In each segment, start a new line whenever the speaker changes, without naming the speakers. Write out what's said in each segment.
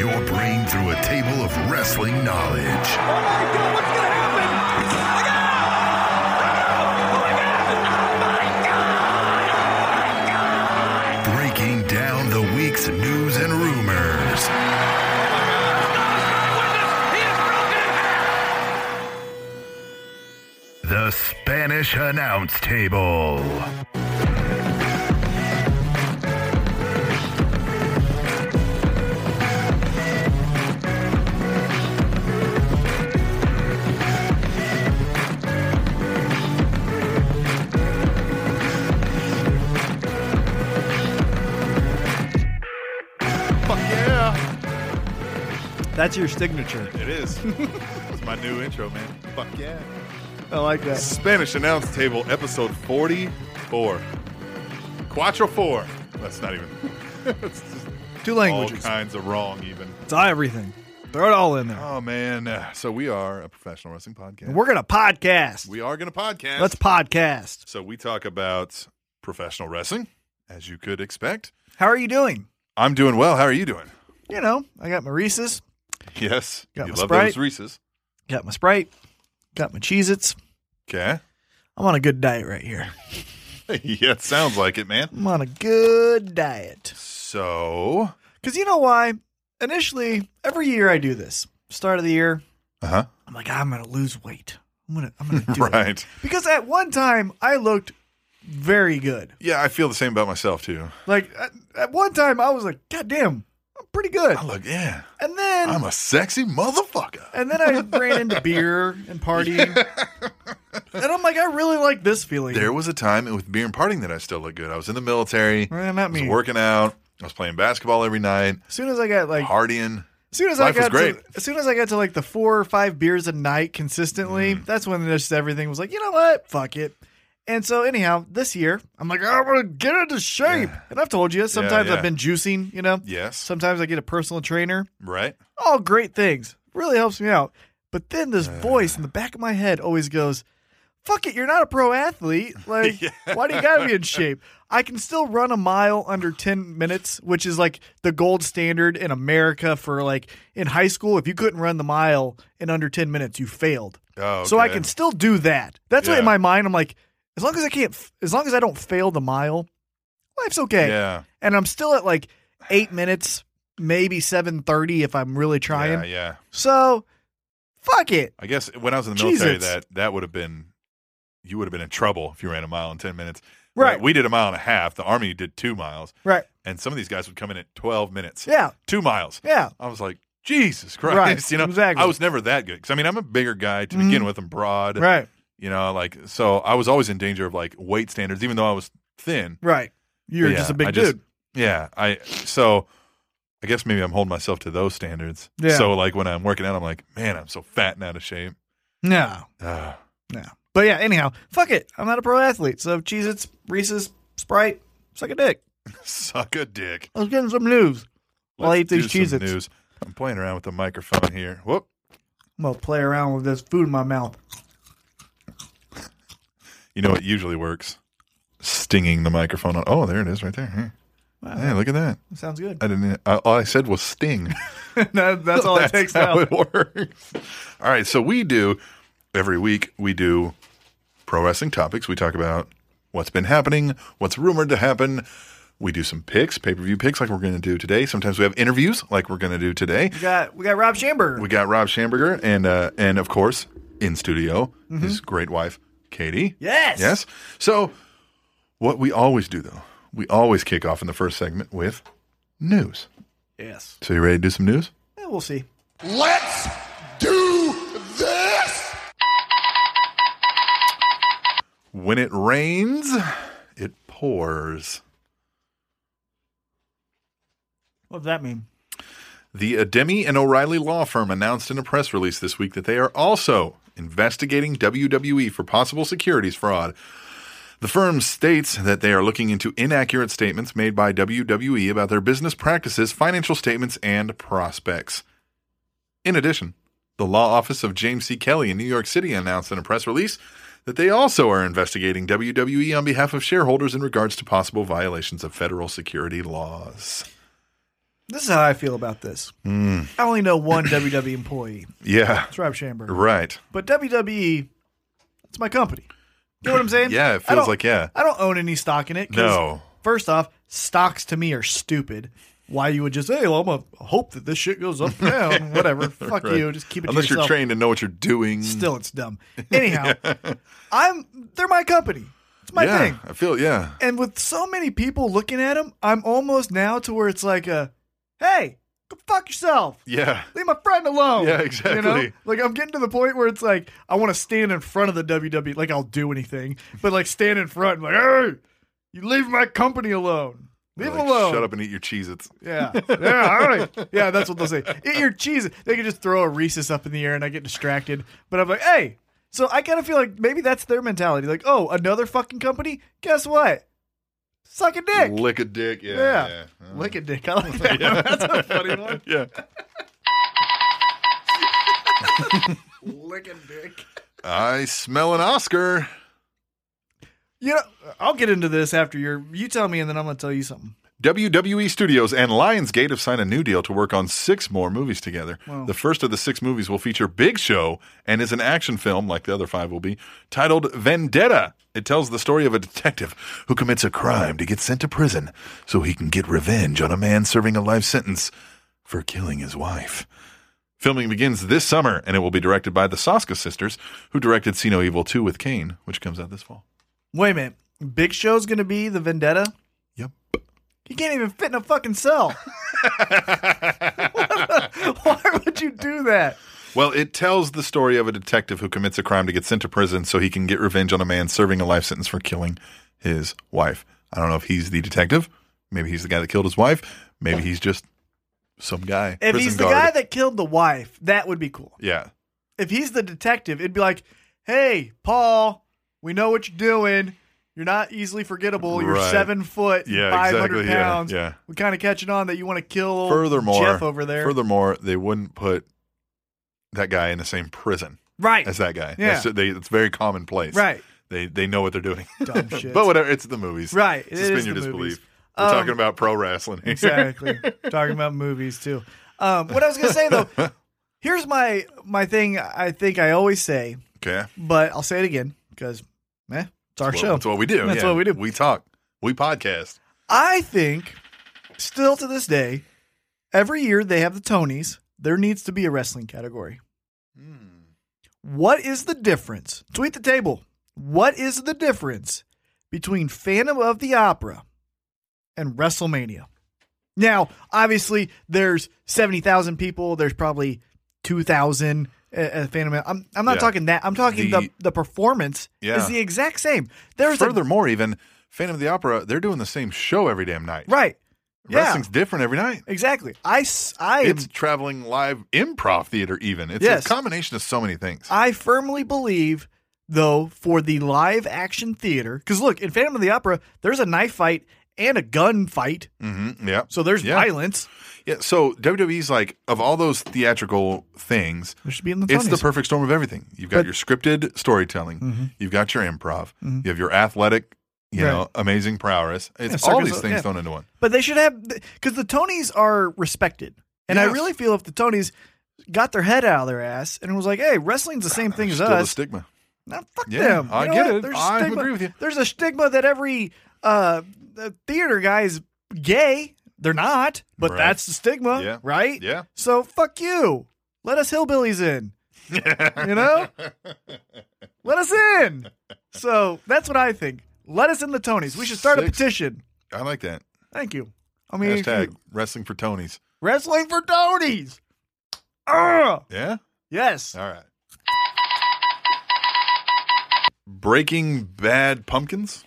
wading through a table of wrestling knowledge.
Oh my God, what's gonna happen? Look out! Look out! Oh my God!
Breaking down the week's news and rumors.
Witness, he is broken in half!
The Spanish Announce Table.
Fuck yeah!
That's your signature.
It is. it's my new intro, man. Fuck yeah!
I like that.
Spanish announce table, episode forty-four. Quattro four. That's not even. it's just
Two
all
languages.
kinds of wrong, even.
It's everything. Throw it all in there.
Oh man! Uh, So we are a professional wrestling podcast.
And we're gonna podcast.
We are gonna podcast.
Let's podcast.
so we talk about professional wrestling, as you could expect.
How are you doing?
I'm doing well. How are you doing?
You know, I got my Reese's,
Yes.
Got
you
my
love
Sprite.
those Reese's.
got my Sprite, got my Cheez Its.
Okay.
I'm on a good diet right here.
yeah, it sounds like it, man.
I'm on a good diet.
So,
Cause you know why? Initially, every year I do this. Start of the year,
uh huh.
I'm like, I'm gonna lose weight. I'm gonna I'm gonna do it.
Right.
Because at one time I looked very good.
Yeah, I feel the same about myself too.
Like at, at one time I was like, God damn, I'm pretty good.
I look, yeah,
And then
I'm a sexy motherfucker.
And then I ran into beer and partying. and I'm like, I really like this feeling.
There was a time with beer and partying that I still looked good. I was in the military.
Eh, not
I was
me.
working out. I was playing basketball every night,
As soon as I got like,
partying.
as soon as I
life was
got to,
great.
as soon as I got to like the four or five beers a night consistently,
Mm.
that's when just everything was like, you know what, fuck it. And so anyhow, this year I'm like, I'm gonna get into shape. And I've told you, sometimes
yeah.
I've been juicing, you know.
Yes.
Sometimes I get a personal trainer.
Right?
all great things. Really helps me out. But then this voice in the back of my head always goes, "Fuck it, you're not a pro athlete. Like, why do you gotta be in shape? I can still run a mile under ten minutes, which is like the gold standard in America for like in high school. If you couldn't run the mile in under ten minutes, you failed.
Oh,
So I
okay.
can still do that. That's what
Yeah.
in my mind I'm like, as long as I can't, f- as long as I don't fail the mile, life's okay
Yeah.
and I'm still at like eight minutes, maybe seven thirty if I'm really trying.
Yeah, yeah.
So, fuck it.
I guess when I was in the military,
Cheez-Its.
that that would have been you would have been in trouble if you ran a mile in ten minutes. When
Right.
We did a mile and a half. The army did two miles,
Right?
and some of these guys would come in at twelve minutes.
Yeah.
Two miles.
Yeah.
I was like, Jesus Christ.
Right,
You know,
exactly. Mm.
I was never that good because I mean, I'm a bigger guy to begin with. I'm broad.
Right.
You know, like so, I was always in danger of like weight standards, even though I was thin.
Right. You're
Yeah,
just a big
I
dude.
Yeah. I so. I guess maybe I'm holding myself to those standards.
Yeah.
So like when I'm working out, I'm like, man, I'm so fat and out of shape.
No.
Ah.
No. But yeah. Anyhow, fuck it. I'm not a pro athlete. So Cheez-Its, Reese's, Sprite, suck a dick.
suck a dick.
I was getting some news. I'll
Let's
eat these
do some
Cheez-Its.
News. I'm playing around with the microphone here. Whoop.
I'm gonna play around with this food in my mouth.
You know what usually works? Stinging the microphone on. Oh, there it is right there. Hey,
Wow.
Hey, look at that.
Sounds good.
I didn't. I, all I said was sting.
That- that's all it takes
how
now.
it works. All right. So we do every week. We do pro wrestling topics. We talk about what's been happening, what's rumored to happen. We do some picks, pay per view picks, like we're going to do today. Sometimes we have interviews, like we're going to do today.
We got we got Rob Schamberger.
We got Rob Schamberger and uh, and of course in studio his great wife Katie.
Yes.
Yes. So what we always do though, we always kick off in the first segment with news.
yes.
So you ready to do some news?
Yeah, we'll see.
Let's do this!
When it rains, it pours.
What does that mean?
The Ademi and O'Reilly law firm announced in a press release this week that they are also investigating WWE for possible securities fraud. The firm states that they are looking into inaccurate statements made by WWE about their business practices, financial statements, and prospects. In addition, the law office of James C. Kelly in New York City announced in a press release that they also are investigating E WWE on behalf of shareholders in regards to possible violations of federal security laws.
This is how I feel about this. I only know one WWE employee.
Yeah.
It's Rob Schamberger.
Right.
But WWE, it's my company. You know what I'm saying?
Yeah, it
I
feels
don't-
like, yeah.
I don't own any stock in it. 'cause
No.
First off, stocks to me are stupid. Why you would just hey, well, I'm gonna hope that this shit goes up and down, whatever. Fuck
Right.
you. Just keep it
Unless
to yourself.
you're trained to know what you're doing.
Still, it's dumb. Anyhow, I'm they're my company. It's my
yeah,
thing.
I feel yeah.
And with so many people looking at him, I'm almost now to where it's like a, hey, go fuck yourself.
Yeah.
Leave my friend alone.
Yeah, exactly.
You know? Like I'm getting to the point where it's like I want to stand in front of the WWE. Like I'll do anything, but like stand in front and like, hey, you leave my company alone. Leave
Like,
it alone.
Shut up and eat your Cheez Its.
Yeah. Yeah. All right. Yeah, that's what they'll say. Eat your cheese. They can just throw a Reese's up in the air and I get distracted. But I'm like, hey. So I kind of feel like maybe that's their mentality. Like, oh, another fucking company? Guess what? Suck a dick.
Lick a dick. Yeah.
yeah.
yeah.
Lick a dick. I like that. one. That's a funny one.
Yeah.
Lick a dick.
I smell an Oscar.
You know, I'll get into this after your. You tell me, and then I'm going to tell you something.
WWE E Studios and Lionsgate have signed a new deal to work on six more movies together.
Wow.
The first of the six movies will feature Big Show and is an action film, like the other five will be, titled Vendetta. It tells the story of a detective who commits a crime to get sent to prison so he can get revenge on a man serving a life sentence for killing his wife. Filming begins this summer and it will be directed by the Saska sisters, who directed See No Evil 2 with Kane, which comes out this fall.
Wait a minute. Big Show's going to be the vendetta?
Yep.
You can't even fit in a fucking cell. Why would you do that?
Well, it tells the story of a detective who commits a crime to get sent to prison so he can get revenge on a man serving a life sentence for killing his wife. I don't know if he's the detective. Maybe he's the guy that killed his wife. Maybe he's just some guy.
If
prison
he's the
guard.
guy that killed the wife, that would be cool.
yeah,
If he's the detective, it'd be like, hey, Paul, we know what you're doing. You're not easily forgettable. You're
Right.
seven foot,
Yeah,
500
exactly. Yeah,
pounds.
yeah.
We're kind of catching on that you want to kill old
furthermore,
Jeff over there.
Furthermore, they wouldn't put that guy in the same prison
right.
as that guy.
Yeah.
That's, they, it's very commonplace.
Right.
They they know what they're doing.
Dumb shit.
but whatever, it's the movies.
Right, it
Suspend
is
your
the
disbelief.
movies.
We're
Um,
talking about pro wrestling here.
exactly. Talking about movies too. Um, what I was gonna say though, here's my my thing. I think I always say,
Okay.
but I'll say it again because, eh, it's our
Well,
show.
That's what we do.
That's
yeah.
what we do.
We talk. We podcast.
I think, still to this day, every year they have the Tonys. There needs to be a wrestling category.
Hmm.
What is the difference? Tweet the table. What is the difference between Phantom of the Opera and WrestleMania? Now, obviously, there's 70,000 people. There's probably 2,000 at- at uh, Phantom. of- I'm, I'm not
Yeah.
talking that. I'm talking the,
The-
the, performance
Yeah.
is the exact same. There's a-
Furthermore, even Phantom of the Opera, they're doing the same show every damn night.
right. Yeah.
Wrestling's different every night.
Exactly. I, s- I am
It's traveling live improv theater, even. It's
Yes.
a combination of so many things.
I firmly believe, though, for the live action theater, because look, in Phantom of the Opera, there's a knife fight and a gun fight,
hmm Yeah.
so there's
Yeah.
violence.
yeah. So WWE's like, of all those theatrical things,
There should be in the
it's the
20s.
perfect storm of everything. You've got
But- Mm-hmm.
your scripted storytelling, you've got your improv, you have your athletic, you
Right.
know, amazing prowess. It's
Yeah,
all
circus-
these things
yeah.
thrown into one.
but they should have, because the Tonys are respected, and I
Yes.
really feel if the Tonys got their head out of their ass and was like, "Hey, wrestling's the same thing as
Still the
us,"
stigma.
Nah, fuck
Yeah,
them.
I
know
get
what?
it.
There's a
I
stigma-
agree with you.
There's a stigma that every uh, the theater guy is gay. They're not, but
Right.
that's the stigma,
Yeah.
right?
Yeah.
So fuck you. Let us hillbillies in. you know? Let us in. So that's what I think. Let us in the Tonys. We should start a
Six-
petition.
I like that.
Thank you. I mean, if
Hashtag
you-
wrestling for Tonys.
wrestling for Tonys. Ugh.
Yeah?
Yes.
All right. Breaking Bad Pumpkins.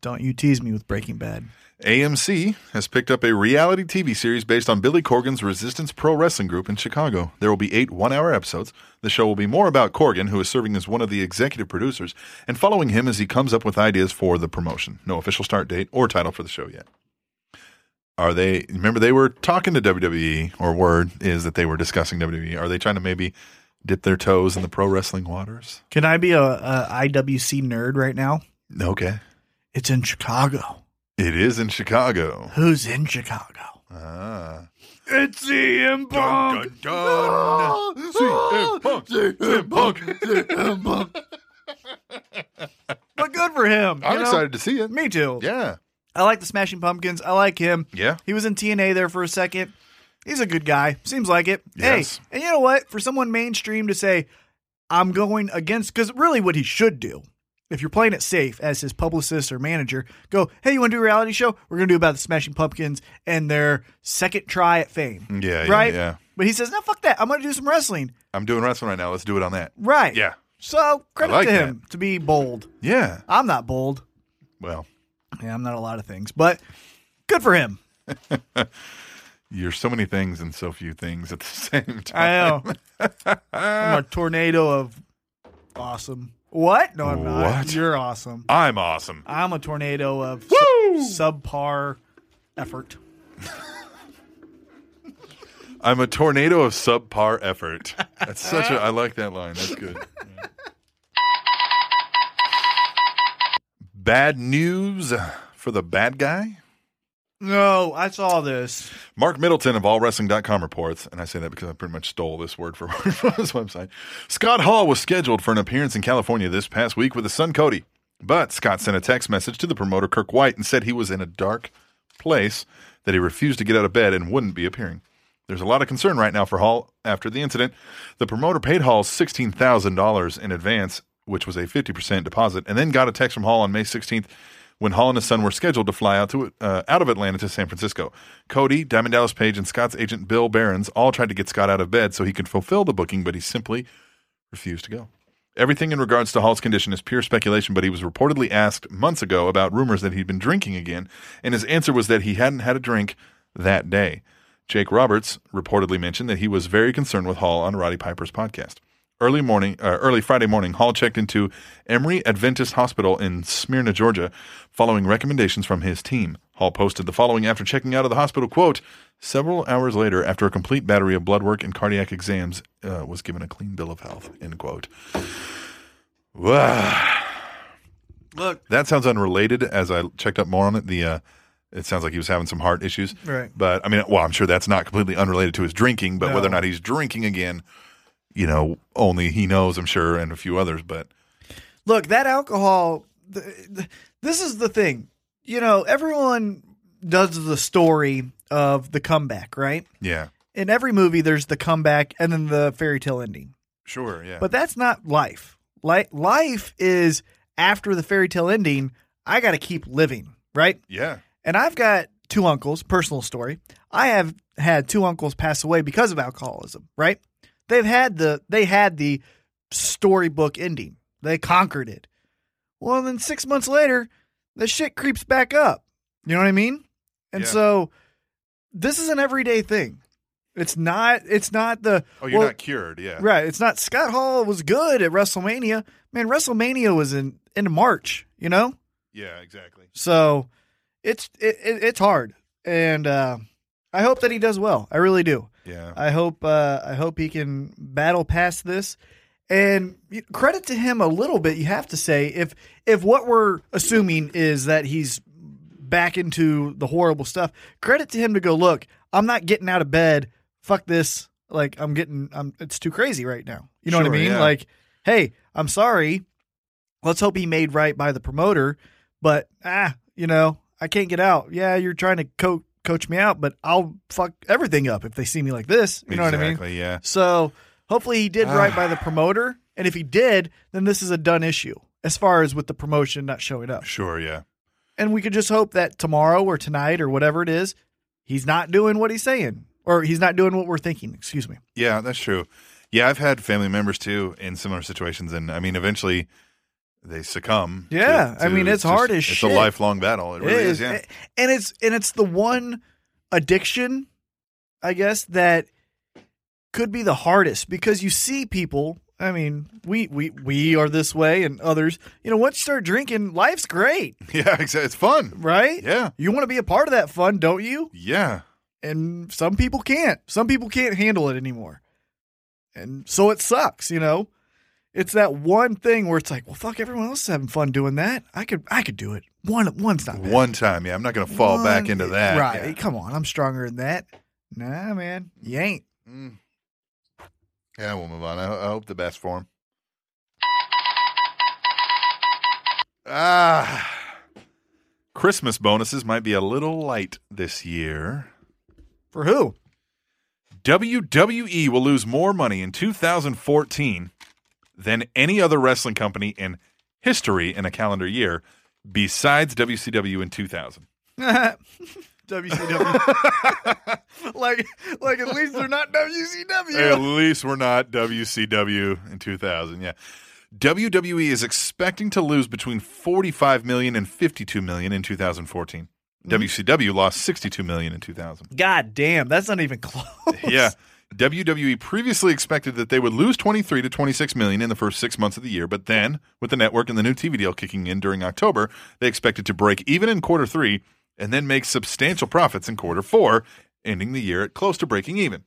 Don't you tease me with Breaking Bad.
AMC has picked up a reality TV series based on Billy Corgan's Resistance Pro Wrestling Group in Chicago. There will be eight one hour episodes. The show will be more about Corgan, who is serving as one of the executive producers, and following him as he comes up with ideas for the promotion. No official start date or title for the show yet. Are they, remember, they were talking to WWE, or word is that they were discussing WWE. Are they trying to maybe dip their toes in the pro wrestling waters?
Can I be a, a IWC nerd right now?
Okay.
It's in Chicago.
It is in Chicago.
Who's in Chicago?
Ah.
It's CM
Dun, dun, dun. CM Punk. CM Punk.
But good for him.
I'm
you know?
excited to see it.
Me too.
Yeah.
I like the Smashing Pumpkins. I like him.
Yeah.
He was in TNA there for a second. He's a good guy. Seems like it.
Yes.
Hey, and you know what? For someone mainstream to say, I'm going against, because really what he should do, if you're playing it safe as his publicist or manager, go, hey, you want to do a reality show? We're going to do about the Smashing Pumpkins and their second try at fame.
Yeah, yeah,
Right?
yeah.
But he says, no, fuck that. I'm going to do some wrestling.
I'm doing wrestling right now. Let's do it on that.
Right.
Yeah.
So credit
like
to him to be bold.
Yeah.
I'm not bold.
Well,
Yeah, I'm not a lot of things, but good for him.
you're so many things and so few things at the same time.
I know. I'm a tornado of awesome. What? No, I'm not.
What?
You're awesome.
I'm awesome.
I'm a tornado of su- subpar effort.
I'm a tornado of subpar effort. That's such a. I like that line. That's good. Bad news for the bad guy.
No, I saw this.
Mark Middleton of AllWrestling.com reports, and I say that because I pretty much stole this word for word from his website. Scott Hall was scheduled for an appearance in California this past week with his son Cody, but Scott sent a text message to the promoter Kirk White and said he was in a dark place, that he refused to get out of bed and wouldn't be appearing. There's a lot of concern right now for Hall after the incident. The promoter paid Hall $16,000 in advance, which was a 50% deposit, and then got a text from Hall on May 16th when Hall and his son were scheduled to fly out to uh, out of Atlanta to San Francisco. Cody, Diamond Dallas Page, and Scott's agent Bill Barons all tried to get Scott out of bed so he could fulfill the booking, but he simply refused to go. Everything in regards to Hall's condition is pure speculation, but he was reportedly asked months ago about rumors that he'd been drinking again, and his answer was that he hadn't had a drink that day. Jake Roberts reportedly mentioned that he was very concerned with Hall on Roddy Piper's podcast. Early morning, uh, early Friday morning, Hall checked into Emory Adventist Hospital in Smyrna, Georgia, following recommendations from his team. Hall posted the following after checking out of the hospital: "Quote: Several hours later, after a complete battery of blood work and cardiac exams, uh, was given a clean bill of health." End quote. Wow.
Look,
That sounds unrelated. As I checked up more on it, the uh, it sounds like he was having some heart issues.
Right.
But I mean, well, I'm sure that's not completely unrelated to his drinking. But whether or
No.
not he's drinking again, you know, only he knows. I'm sure, and a few others. But
look, that alcohol. Th- th- this is the thing. You know, everyone does the story of the comeback, right?
yeah,
In every movie, there's the comeback and then the fairy tale ending.
sure, yeah,
But that's not life. Li- life is after the fairy tale ending, I got to keep living, right?
yeah,
And I've got two uncles, personal story. I have had two uncles pass away because of alcoholism, right? They've had the they had the storybook ending. They conquered it. Well, then 6 months later, the shit creeps back up. You know what I mean? And
Yeah.
so this is an everyday thing. It's not it's not the
Oh, you're
well,
not cured, yeah,
Right. It's not Scott Hall was good at WrestleMania. Man, WrestleMania was in in March, you know?
yeah, exactly.
So it's it, it, it's hard. And uh I hope that he does well. I really do.
Yeah,
I hope uh I hope he can battle past this. And you- credit to him a little bit, you have to say, if if what we're assuming is that he's back into the horrible stuff, credit to him to go, look, I'm not getting out of bed. Fuck this. Like I'm getting I'm it's too crazy right now. You know
Sure,
what I mean?
yeah.
Like, hey, I'm sorry. Let's hope he made right by the promoter, but ah, you know, I can't get out. Yeah, you're trying to co- coach me out, but I'll fuck everything up if they see me like this. You know
exactly,
what I mean?
yeah.
So hopefully he did right by the promoter. And if he did, then this is a done issue as far as with the promotion not showing up.
Sure, yeah.
And we could just hope that tomorrow or tonight or whatever it is, he's not doing what he's saying or he's not doing what we're thinking. Excuse me.
Yeah, that's true. Yeah, I've had family members too in similar situations, and I mean, eventually they succumb. to-
Yeah, I
to-
mean, it's hard as
it's
shit.
a lifelong battle. It really is. yeah.
And it's and it's the one addiction, I guess, that could be the hardest because you see people. I mean, we we we are this way, and others. You know, once you start drinking, life's great,
yeah, exactly. It's fun.
right?
Yeah,
You want to be a part of that fun, don't you?
yeah.
And some people can't. Some people can't handle it anymore, and so it sucks. You know, It's that one thing where it's like, well, fuck, everyone else is having fun doing that. I could, I could do it. One, one's not bad.
One time, yeah. I'm not going to fall back
Oh, One-
into that.
Right?
Yeah.
Come on, I'm stronger than that. Nah, man, you ain't.
Mm. Yeah, we'll move on. I, I hope the best for him. Ah, Christmas bonuses might be a little light this year.
For who?
WWE E will lose more money in 2014 than any other wrestling company in history in a calendar year, besides WCW in 2000.
WCW. like, like at least they're not WCW.
At least we're not WCW in 2000. Yeah. WWE is expecting to lose between 45 million and 52 million in 2014. WCW lost 62 million in 2000.
God damn, that's not even close.
Yeah. WWE previously expected that they would lose 23 to 26 million in the first six months of the year, but then, with the network and the new TV deal kicking in during October, they expected to break even in quarter three and then make substantial profits in quarter four, ending the year at close to breaking even.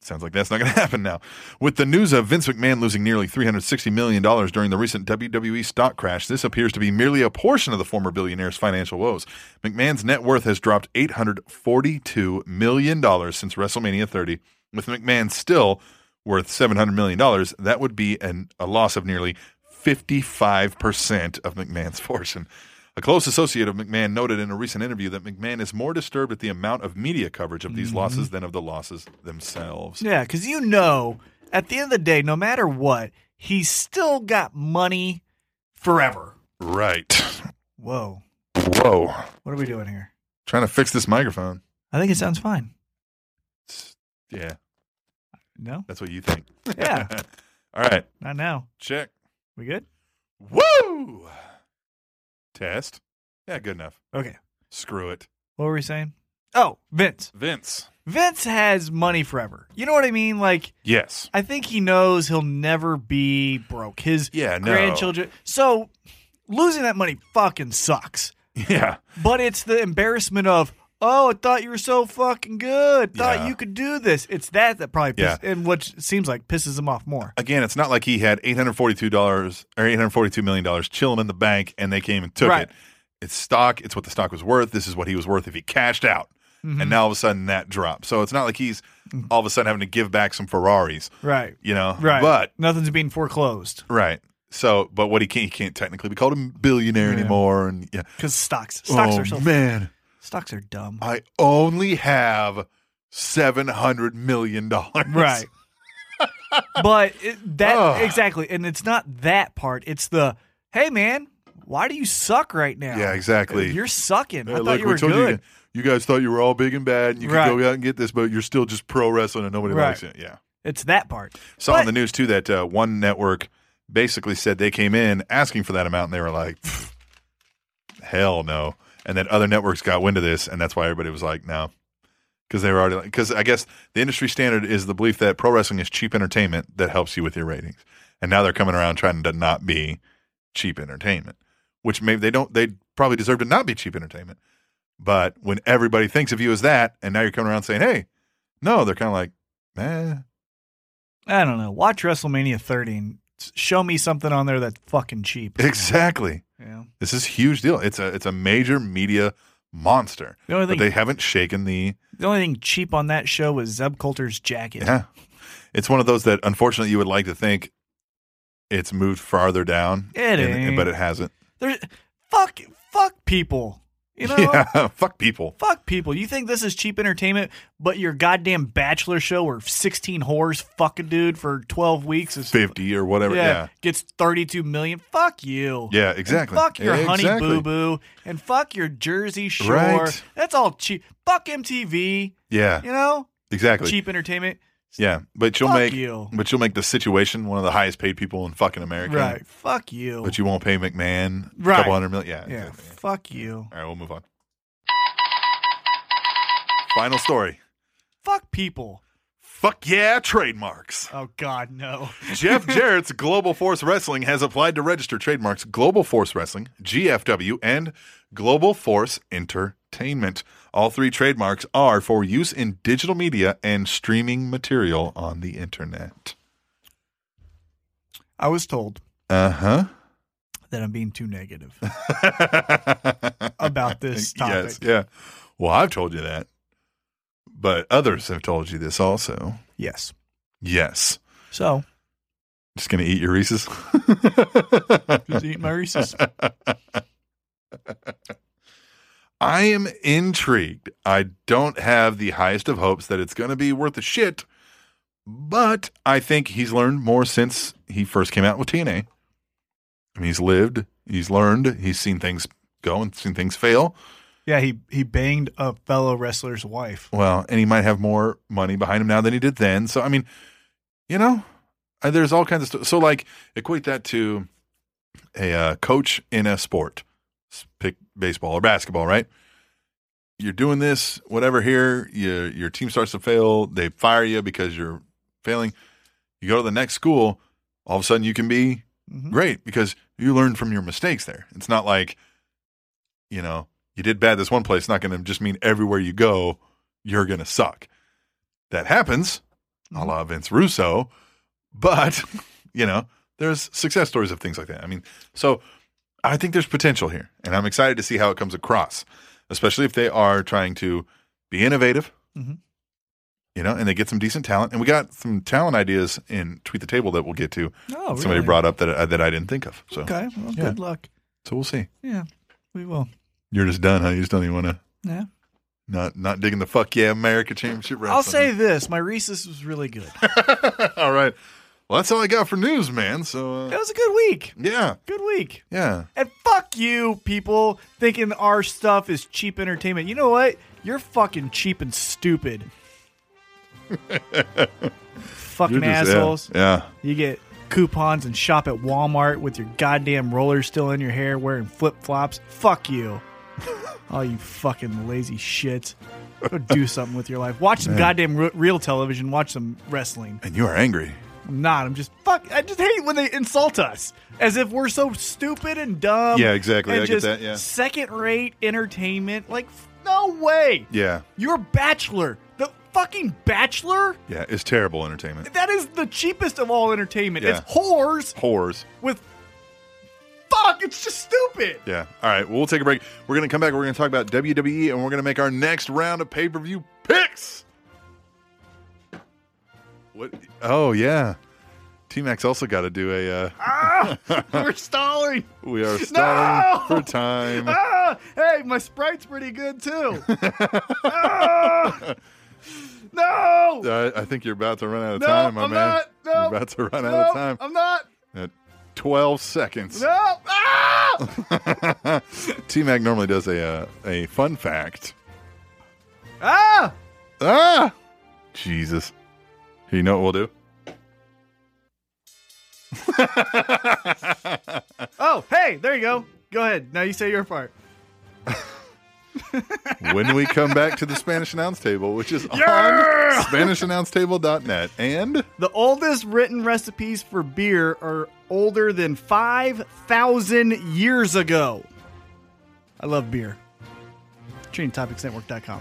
Sounds like that's not going to happen now. With the news of Vince McMahon losing nearly $360 million during the recent WWE stock crash, this appears to be merely a portion of the former billionaire's financial woes. McMahon's net worth has dropped $842 million since WrestleMania 30. With McMahon still worth $700 million, that would be an, a loss of nearly 55% of McMahon's fortune. A close associate of McMahon noted in a recent interview that McMahon is more disturbed at the amount of media coverage of these losses than of the losses themselves.
Yeah, because you know, at the end of the day, no matter what, he's still got money forever.
Right.
Whoa,
Whoa.
what are we doing here?
Trying to fix this microphone.
I think it sounds fine.
Yeah,
No,
that's what you think.
yeah,
All right,
not now.
check.
We good?
Woo! Test. Yeah, good enough.
Okay.
Screw it.
What were we saying? Oh, Vince.
Vince.
Vince has money forever. You know what I mean? Like,
Yes.
I think he knows he'll never be broke. His
Yeah, no.
grandchildren. So losing that money fucking sucks.
Yeah.
But it's the embarrassment of, oh, I thought you were so fucking good. Thought
Yeah.
you could do this. It's that that probably
Yeah.
pisses, and which seems like pisses him off more.
Again, it's not like he had eight hundred forty-two dollars or eight hundred forty-two million dollars chilling in the bank, and they came and took
Right.
it. It's stock. It's what the stock was worth. This is what he was worth if he cashed out,
Mm-hmm.
and now all of a sudden that dropped. So it's not like he's all of a sudden having to give back some Ferraris,
Right.
you know?
Mm. Right.
But
nothing's being foreclosed
Right. So, but what he can't, he can't technically be called a billionaire
Yeah.
anymore. And yeah,
because stocks stocks
oh
are so
man,
stocks are dumb.
I only have seven hundred million dollars.
Right. but it, that
Ugh.
exactly, and it's not that part. It's the hey man, why do you suck right now?
Yeah, exactly.
You're sucking.
Hey,
I thought
look,
you
we
were
told
good.
You, you guys thought you were all big and bad, and you
Right.
could go out and get this, but you're still just pro wrestling, and nobody
Right.
likes it. Yeah.
It's that part.
Saw on
But-
the news too that uh, one network basically said they came in asking for that amount, and they were like, "Pfft, "Hell no!" And then other networks got wind of this, and that's why everybody was like, "No," because they were already because I guess the industry standard is the belief that pro wrestling is cheap entertainment that helps you with your ratings, and now they're coming around trying to not be cheap entertainment, which maybe they don't. They probably deserve to not be cheap entertainment, but when everybody thinks of you as that, and now you're coming around saying, "Hey," no, they're kind of like, "Eh."
I don't know. Watch WrestleMania 30 and s- show me something on there that's fucking cheap.
Exactly.
Yeah.
This is a huge deal. It's a it's a major media monster.
The only
But
thing
they haven't shaken the
the only thing cheap on that show was Zeb Coulter's jacket.
yeah. It's one of those that unfortunately you would like to think it's moved farther down.
It
and-
ain't.
but it hasn't.
There, fuck, fuck people. You know,
yeah. Fuck people.
fuck people. You think this is cheap entertainment, but your goddamn bachelor show where 16 whores fuck a dude for 12 weeks is
Fifty or whatever.
yeah,
Yeah.
gets 32 million. Fuck you.
Yeah, exactly.
And fuck your honey
Exactly.
boo boo and fuck your Jersey Shore.
Right.
That's all cheap. Fuck MTV.
Yeah.
You know,
Exactly.
cheap entertainment.
Yeah. But you'll
Fuck
make
you.
but you'll make the situation one of the highest paid people in fucking America.
Right. Fuck you.
But um, you won't pay McMahon a
Right.
couple hundred million. Yeah,
yeah.
exactly.
Fuck you.
All right, we'll move on. Final story.
Fuck people.
Fuck yeah, trademarks.
Oh God, no.
Jeff Jarrett's Global Force Wrestling has applied to register trademarks Global Force Wrestling, GFW, and Global Force Entertainment. All three trademarks are for use in digital media and streaming material on the internet.
I was told
Uh huh.
that I'm being too negative about this topic.
Yes. Yeah. Well, I've told you that, but others have told you this also.
Yes.
Yes.
So,
Just gonna eat your Reese's.
just eat my Reese's.
I am intrigued. I don't have the highest of hopes that it's going to be worth a shit, but I think he's learned more since he first came out with TNA. I mean, he's lived, he's learned, he's seen things go and seen things fail.
Yeah, he he banged a fellow wrestler's wife.
Well, and he might have more money behind him now than he did then. So, I mean, you know, uh, there's all kinds of stuff. So, like, equate that to a uh, coach in a sport, S- pick baseball or basketball, right? You're doing this, whatever. Here, you, your team starts to fail. They fire you because you're failing. You go to the next school. All of a sudden, you can be
Mhm.
great because you learn from your mistakes there. It's not like, you know, you did bad this one place, it's not going to just mean everywhere you go, you're going to suck. That happens a la Vince Russo, but, you know, there's success stories of things like that. I mean, so I think there's potential here, and I'm excited to see how it comes across, especially if they are trying to be innovative.
Mhm.
You know, and they get some decent talent, and we got some talent ideas in tweet the table that we'll get to
Oh,
that somebody
really?
brought up that I, that I didn't think of. So
Okay, well,
Yeah.
good luck.
so we'll see.
Yeah, we will.
You're just done, huh? You just don't even want to
Yeah.
not not digging the fuck yeah America Championship Wrestling.
I'll say this: my Reese's was really good. it
all right. Well, that's all I got for news, man. So uh,
was a good week.
yeah,
Good week.
yeah.
And fuck you, people thinking our stuff is cheap entertainment. You know what? You're fucking cheap and stupid. fucking
You're just- yeah,
assholes.
Yeah,
You get coupons and shop at Walmart with your goddamn roller still in your hair wearing flip flops. Fuck you. oh, you fucking lazy shits. Go do something with your life. Watch some goddamn re- real television. Watch some wrestling.
and you are angry.
I'm not. I'm just fuck. I just hate when they insult us as if we're so stupid and dumb.
Yeah, exactly.
and
I get
just
that, yeah.
second rate entertainment. Like, f- no way.
Yeah,
Your Bachelor, the fucking Bachelor.
yeah. It's terrible entertainment.
That is the cheapest of all entertainment.
Yeah.
It's whores
Whores.
with fuck. It's just stupid.
Yeah. All right. Well, we'll take a break. We're gonna come back. We're gonna talk about WWE, and we're gonna make our next round of pay per view picks. What? Oh yeah. T Max also got to do a. Uh,
We're stalling.
We are stalling
No!
for time.
Ah, hey, my sprite's pretty good too. Ah! no.
I, I think you're about to run out of
No,
time, my
I'm
man.
not. No.
You're about to run out of time.
I'm not.
At 12 seconds.
No. Ah!
T Mac normally does a uh, a fun fact.
ah!
Ah! Jesus. You know what we'll do?
Oh, hey, there you go. Go ahead. Now you say your part.
When we come back to the Spanish Announce Table, which is
Yeah!
on SpanishAnnounceTable.net. And
The oldest written recipes for beer are older than 5,000 years ago. I love beer. TrainingTopicsNetwork.com.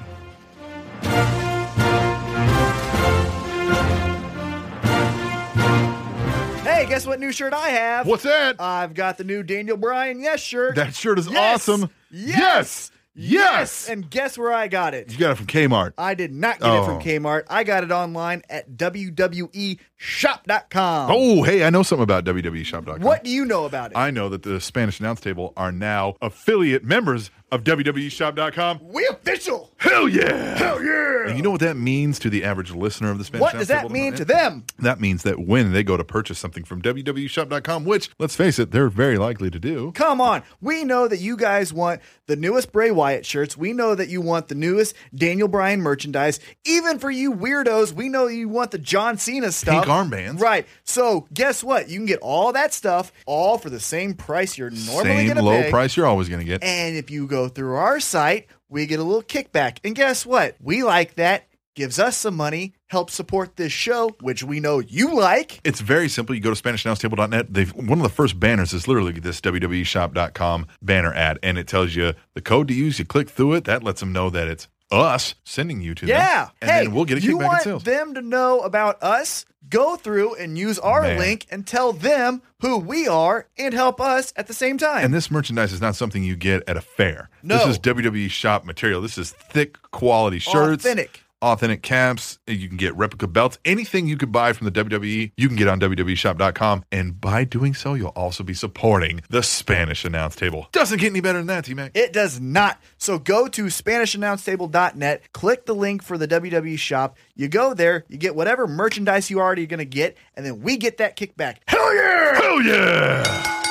Hey, guess what new shirt I have?
what's that?
I've got the new Daniel Bryan Yes shirt.
Uh, that shirt is
Yes!
awesome.
Yes!
Yes!
And guess where I got it?
you got it from Kmart.
I did not get it
Oh.
from Kmart. I got it online at E WWEshop.com.
Oh, hey, I know something about E WWEshop.com.
What do you know about it?
I know that the Spanish Announce Table are now affiliate members of E WWEshop.com.
we official.
Hell yeah! Hell
yeah!
And you know what that means to the average listener of the Spanish
What
Announce
does that
Table?
mean to them?
That means that when they go to purchase something from E WWEshop.com, which, let's face it, they're very likely to do.
Come on. We know that you guys want the newest Bray Wyatt shirts. We know that you want the newest Daniel Bryan merchandise. Even for you weirdos, we know you want the John Cena stuff.
armbands.
Right. So guess what? You can get all that stuff all for the same price you're normally
Same
going to
low
pay.
price you're always going to get.
And if you go through our site, we get a little kickback. And guess what? We like that. Gives us some money, helps support this show, which we know you like.
It's very simple. You go to SpanishAnnounceTable.net. They've one of the first banners is literally this E WWEshop.com banner ad, and it tells you the code to use. You click through it. That lets them know that it's us sending you to them.
Yeah.
And
hey,
then we'll get a
you
kickback
want
in sales.
them to know about us? Go through and use our
Man.
link and tell them who we are and help us at the same time.
and this merchandise is not something you get at a fair. This
No.
is WWE shop material. This is thick quality shirts.
Authentic.
Authentic caps. You can get replica belts. Anything you could buy from the WWE, you can get on E WWEshop.com. And by doing so, you'll also be supporting the Spanish announce table. Doesn't get any better than that, T Mac.
It does not. So go to SpanishAnnounceTable.net, click the link for the WWE shop. You go there, you get whatever merchandise you already going to get, and then we get that kickback.
Hell yeah! Hell yeah!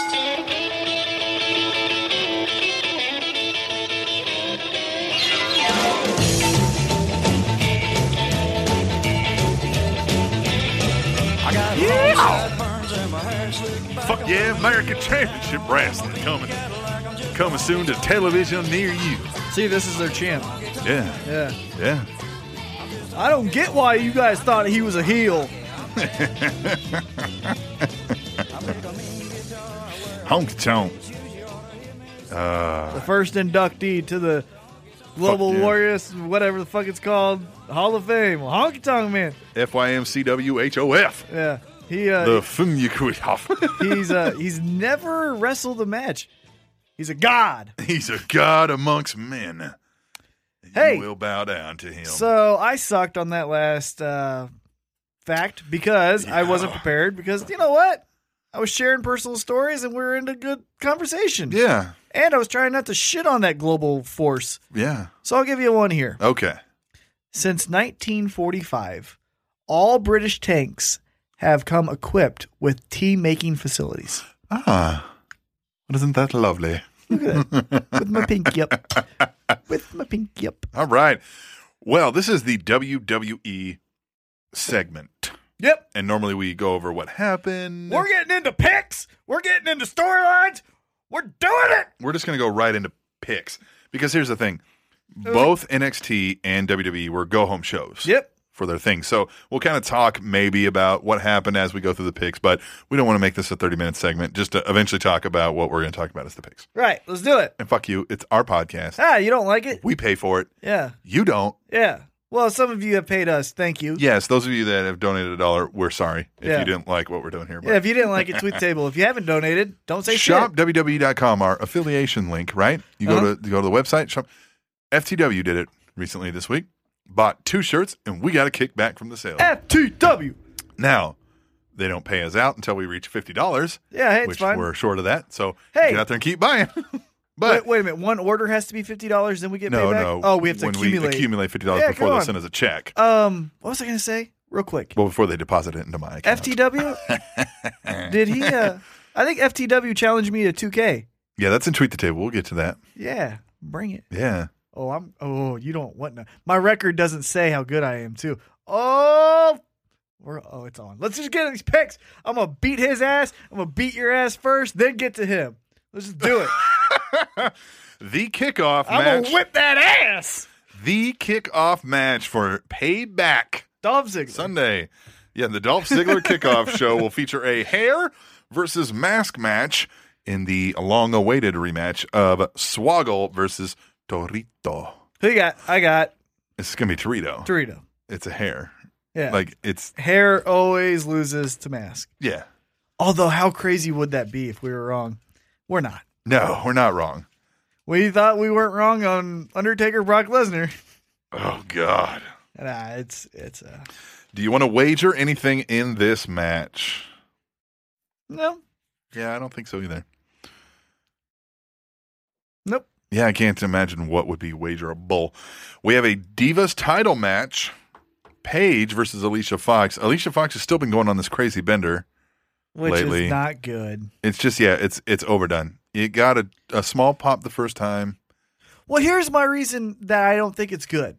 Fuck yeah, American Championship Wrestling coming coming soon to television near you.
See, this is their champ.
Yeah,
Yeah.
yeah.
I don't get why you guys thought he was a heel.
Honky tonk.
The first inductee to the Global
Fuck yeah.
Warriors, whatever the fuck it's called, Hall of Fame, Honky Tonk Man.
F-Y-M-C-W-H-O-F.
Yeah. He uh,
The Funyakuyaf.
he's uh, he's never wrestled a match. He's a god.
He's a god amongst men.
Hey.
You will bow down to him.
So I sucked on that last uh, fact because I wasn't
Yeah.
prepared. Because you know what? I was sharing personal stories and we were into good conversation.
yeah,
And I was trying not to shit on that global force.
yeah.
So I'll give you one here.
Okay.
Since 1945, all British tanks have come equipped with tea making facilities.
Ah, isn't that lovely?
With my pinky up. With my pinky up.
All right. Well, this is the WWE segment.
Yep.
And normally we go over what happened.
We're getting into picks. We're getting into storylines. We're doing it.
We're just going to go right into picks because here's the thing both NXT and WWE were go home shows.
Yep.
for their thing. So we'll kind of talk maybe about what happened as we go through the picks, but we don't want to make this a 30 minute segment just to eventually talk about what we're going to talk about as the picks.
Right. Let's do it.
And fuck you, it's our podcast.
Ah, you don't like it?
We pay for it.
Yeah.
You don't.
Yeah. Well, some of you have paid us. Thank you.
Yes, those of you that have donated a dollar, we're sorry if
Yeah.
you didn't like what we're doing here. But
Yeah, if you didn't like it, tweet the table. If you haven't donated, don't say shit.
shopwwe.com, E our affiliation link, right? You go
Uh-huh.
to you go to the website. Shop. FTW did it recently this week. Bought two shirts, and we got a kickback from the sale.
FTW.
Now, they don't pay us out until we reach fifty dollars.
Yeah, hey, it's
which
fine.
we're short of that. So
Hey.
get out there and keep buying. but
wait, wait a minute. One order has to be fifty dollars, then we get
no,
paid back.
no.
Oh, we have to
when
accumulate.
we accumulate fifty dollars
Yeah,
before
go
they
on.
send us a check.
Um, what was I going to say? Real quick.
well, before they deposit it into my account.
FTW. Did he? Uh, I think FTW challenged me to two K.
yeah, that's in tweet the table. We'll get to that.
Yeah, bring it.
Yeah,
Oh, I'm. Oh, you don't want no. My record doesn't say how good I am, too. Oh, we're. Oh, it's on. Let's just get these picks. I'm gonna beat his ass. I'm gonna beat your ass first, then get to him. Let's just do it.
the kickoff
I'm
match.
gonna whip that ass.
The kickoff match for payback
Dolph Ziggler.
Sunday. Yeah, the Dolph Ziggler kickoff show will feature a hair versus mask match in the long-awaited rematch of Swoggle versus Torito.
Who you got? I got
It's gonna be Torito.
Dorito.
it's a hair.
Yeah.
Like it's
hair always loses to mask.
yeah.
Although, how crazy would that be if we were wrong? We're not.
No, we're not wrong.
We thought we weren't wrong on Undertaker Brock Lesnar.
Oh God.
Nah, it's it's uh,
Do you want to wager anything in this match?
no,
Yeah, I don't think so either.
nope.
Yeah, I can't imagine what would be wagerable. We have a Divas title match. Paige versus Alicia Fox. Alicia Fox has still been going on this crazy bender.
Which
Lately.
is not good.
It's just yeah, it's it's overdone. It got a, a small pop the first time.
Well, here's my reason that I don't think it's good.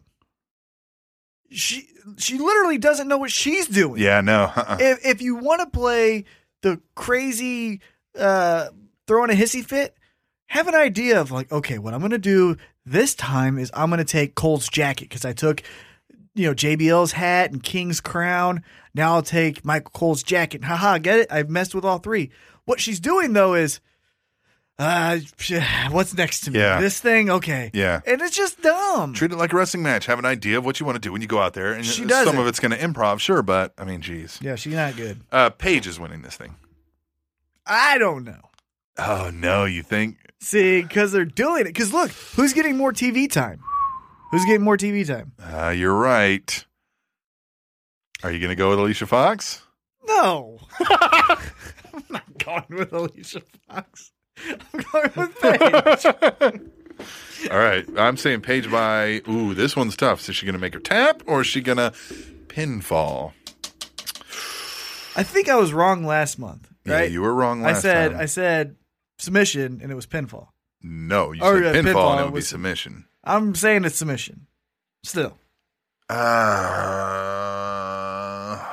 She she literally doesn't know what she's doing.
Yeah, no. Uh-uh.
If if you want to play the crazy uh throwing a hissy fit, have an idea of like, okay, what I'm gonna do this time is I'm gonna take Cole's jacket because I took you know JBL's hat and King's crown. Now I'll take Michael Cole's jacket. Haha, get it? I've messed with all three. What she's doing though is uh, psh, what's next to me?
Yeah.
This thing? Okay.
Yeah.
And it's just dumb.
Treat it like a wrestling match. Have an idea of what you want to do when you go out there. And
She
some
doesn't.
of it's going to improv, sure, but I mean, geez.
Yeah, she's not good.
Uh, Paige is winning this thing.
I don't know.
Oh, no, you think?
See, because they're doing it. Because look, who's getting more TV time? Who's getting more TV time?
Uh, you're right. Are you going to go with Alicia Fox?
No. I'm not going with Alicia Fox. I'm going with Paige.
All right. I'm saying Paige by, ooh, this one's tough. So is she going to make her tap or is she going to pinfall?
I think I was wrong last month, right?
Yeah, you were wrong
I
last
said
time.
I said submission and it was pinfall.
no, you
Oh,
said
yeah,
pinfall,
pinfall
and it would be
was-
submission.
I'm saying it's submission. Still.
Uh,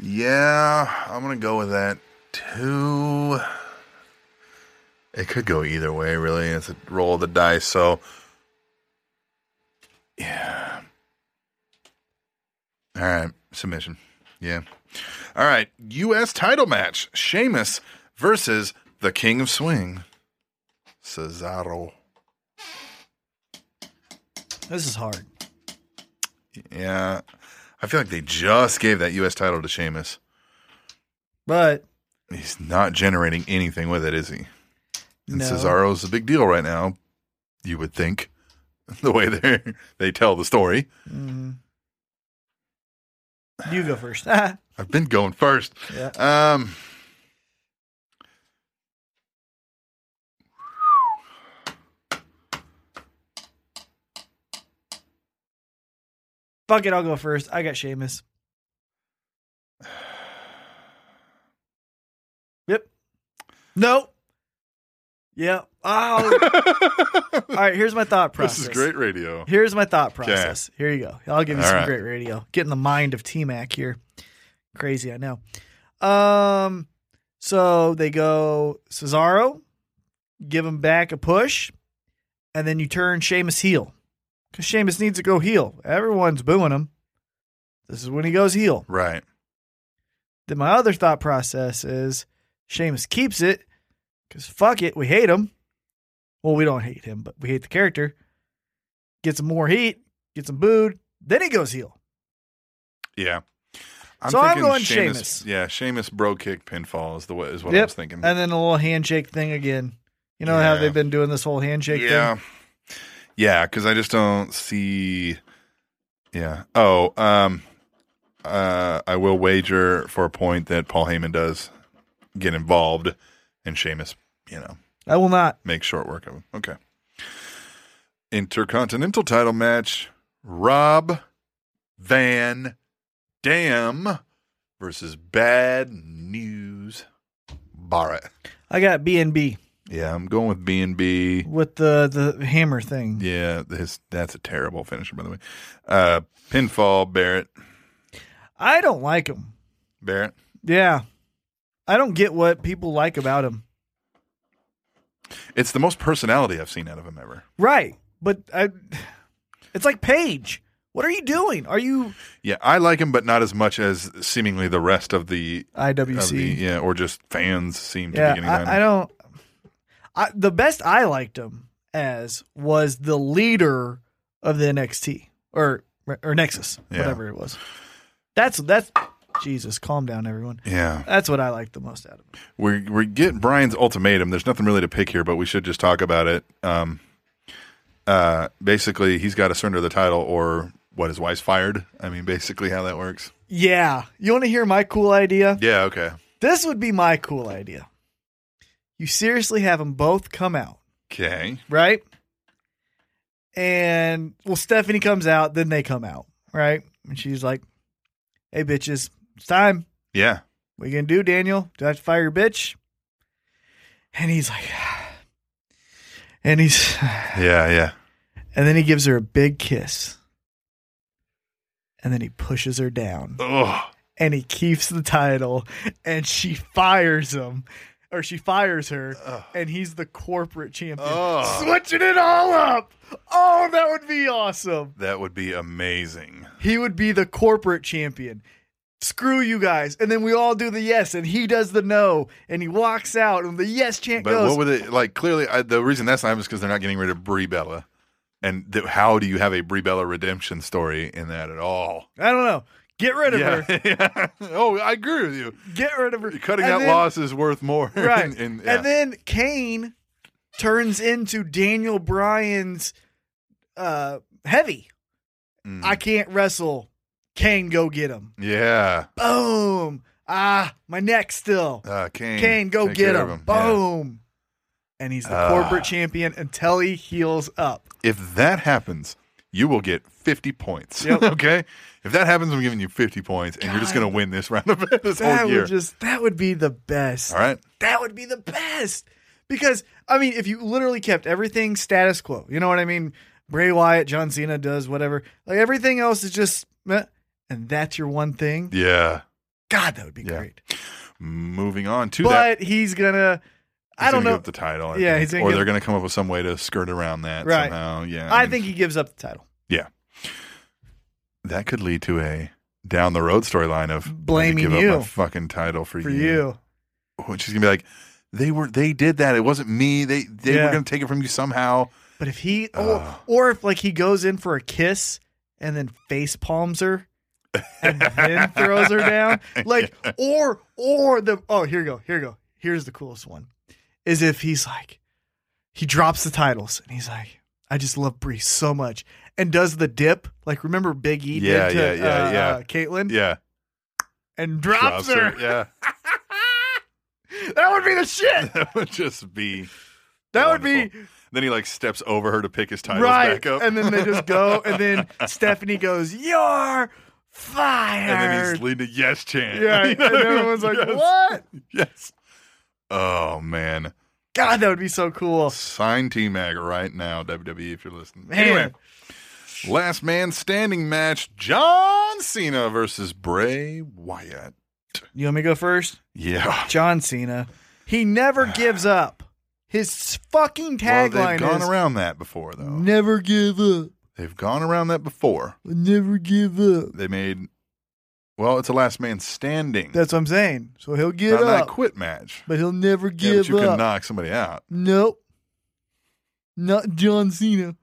yeah, I'm gonna go with that too. It could go either way, really. It's a roll of the dice, so yeah. All right, submission. Yeah. All right, U.S. title match: Sheamus versus the King of Swing, Cesaro.
This is hard.
Yeah. I feel like they just gave that U.S. title to Sheamus.
But
He's not generating anything with it, is he? And
No.
Cesaro's a big deal right now, you would think, the way they they tell the story.
mm, you go first. yeah.
I've been going first. Um,
Fuck it, I'll go first. I got Seamus. Yep. No. Yep. Oh. All right, here's my thought process.
this is great radio.
Here's my thought process. Here you go. I'll give you
All
some
right.
great radio. Get in the mind of T Mac here. Crazy, I know. Um, so they go Cesaro, give him back a push, and then you turn Sheamus heel because Sheamus needs to go heel. Everyone's booing him. This is when he goes heel.
Right.
Then my other thought process is Sheamus keeps it because fuck it, we hate him. Well, we don't hate him, but we hate the character. Gets some more heat, gets him booed, then he goes heel.
Yeah.
So I'm
thinking
going
Sheamus-
Sheamus.
Yeah, Sheamus bro kick pinfall is the way, is what I was thinking.
And then a little handshake thing again. You know how
Yeah.
they've been doing this whole handshake
yeah.
thing?
Yeah, because I just don't see. Yeah. Oh, um, uh, I will wager for a point that Paul Heyman does get involved, and Sheamus, you know,
I will not.
make short work of him. Okay. Intercontinental title match: Rob Van Dam versus Bad News Barrett.
I got B and B
Yeah, I'm going with B and B.
with the, the hammer thing.
Yeah, his, that's a terrible finisher, by the way. Uh, pinfall, Barrett.
I don't like him.
Barrett.
Yeah. I don't get what people like about him.
It's the most personality I've seen out of him ever.
Right. But I, it's like Paige. What are you doing? Are you
Yeah, I like him, but not as much as seemingly the rest of the. Of the,
IWC?
yeah, or just fans seem to
yeah,
be getting on.
I, I don't. I, the best I liked him as was the leader of the NXT or or Nexus,
Yeah.
whatever it was. That's that's Jesus. Calm down, everyone.
Yeah,
That's what I liked the most out of him.
we we get Brian's ultimatum. There's nothing really to pick here, but we should just talk about it. Um, uh, basically, he's got to surrender the title, or what? His wife's fired. I mean, basically, how that works.
Yeah, you want to hear my cool idea?
Yeah. Okay.
This would be my cool idea. You seriously have them both come out.
Okay.
right? And well, Stephanie comes out, then they come out, right? And she's like, "Hey, bitches, it's time.
Yeah.
What you gonna do, Daniel? Do I have to fire your bitch?" And he's like, and he's,
Yeah. Yeah.
and then he gives her a big kiss, and then he pushes her down,
Ugh.
and he keeps the title, and she fires him, or she fires her, and he's the corporate champion.
Ugh.
switching it all up. Oh, that would be awesome.
That would be amazing.
He would be the corporate champion. screw you guys. And then we all do the yes, and he does the no, and he walks out, and the yes chant
But
goes.
what would it like? Clearly, I, the reason that's not happening is because they're not getting rid of Brie Bella. And th- how do you have a Brie Bella redemption story in that at all?
I don't know. Get rid of her.
Yeah. yeah. Oh, I agree with you.
Get rid of her.
Cutting
And
out
then-
loss is worth more.
Right.
and, and- yeah.
And then Kane turns into Daniel Bryan's uh, heavy.
Mm.
I can't wrestle. Kane, go get him.
yeah.
Boom. Ah, my neck still.
Uh, Kane.
Kane, go
Take
get
care
him.
of Yeah.
Boom. And he's the
Ah.
corporate champion until he heals up.
If that happens, you will get 50 points.
Yep.
okay? If that happens, I'm giving you 50 points, and you're just
God.
going to win this round of this
That
whole year.
would just that would be the best.
All right?
That would be the best. Because I mean, if you literally kept everything status quo, you know what I mean? Bray Wyatt, John Cena does whatever. Like everything else is just meh, and that's your one thing.
Yeah.
God, that would be
Yeah.
great.
Moving on to that.
But he's gonna I
He's
don't
gonna
know.
give up the title. I
Yeah,
think.
he's gonna
or
give-
they're going to come up with some way to skirt around that
Right.
somehow. Yeah,
I
mean,
think he gives up the title.
that could lead to a down the road storyline of "I had to
Blaming
give
you.
up my fucking title for,
For you.
Which is going to be like, they were, they did that. It wasn't me. They, they
Yeah.
were going to take it from you somehow.
But if he
Ugh.
or, or if like he goes in for a kiss and then face palms her and then throws her down. Like or or the oh here you go, here you go. Here's the coolest one. Is if he's like he drops the titles and he's like, I just love Bree so much. And does the dip, like remember Big E
Yeah,
did to
yeah, yeah,
uh,
yeah.
Uh, Caitlyn
Yeah,
and drops, her.
Yeah,
That would be the shit.
that would just be.
That would be
wonderful. Then he like steps over her to pick his titles
right.
back up,
And then they just go, and then Stephanie goes, "You're fired."
and then he's leading a yes chant.
yeah, and everyone's like,
Yes,
"What?"
Yes. Oh man.
God, that would be so cool.
Sign T Mag right now, WWE, if you're listening.
Man.
Anyway, last man standing match John Cena versus Bray Wyatt.
You want me to go first?
Yeah.
John Cena. He never gives up. His fucking
Well,
tagline
they've gone
is
around that before, though.
"Never give up.
They've gone around that before.
Never give up."
They made, well, it's a last man standing.
That's what I'm saying. So he'll
not,
get
not a
up,
quit match.
but he'll never
Yeah, but
give
you can
up.
knock somebody out.
Nope. Not John Cena.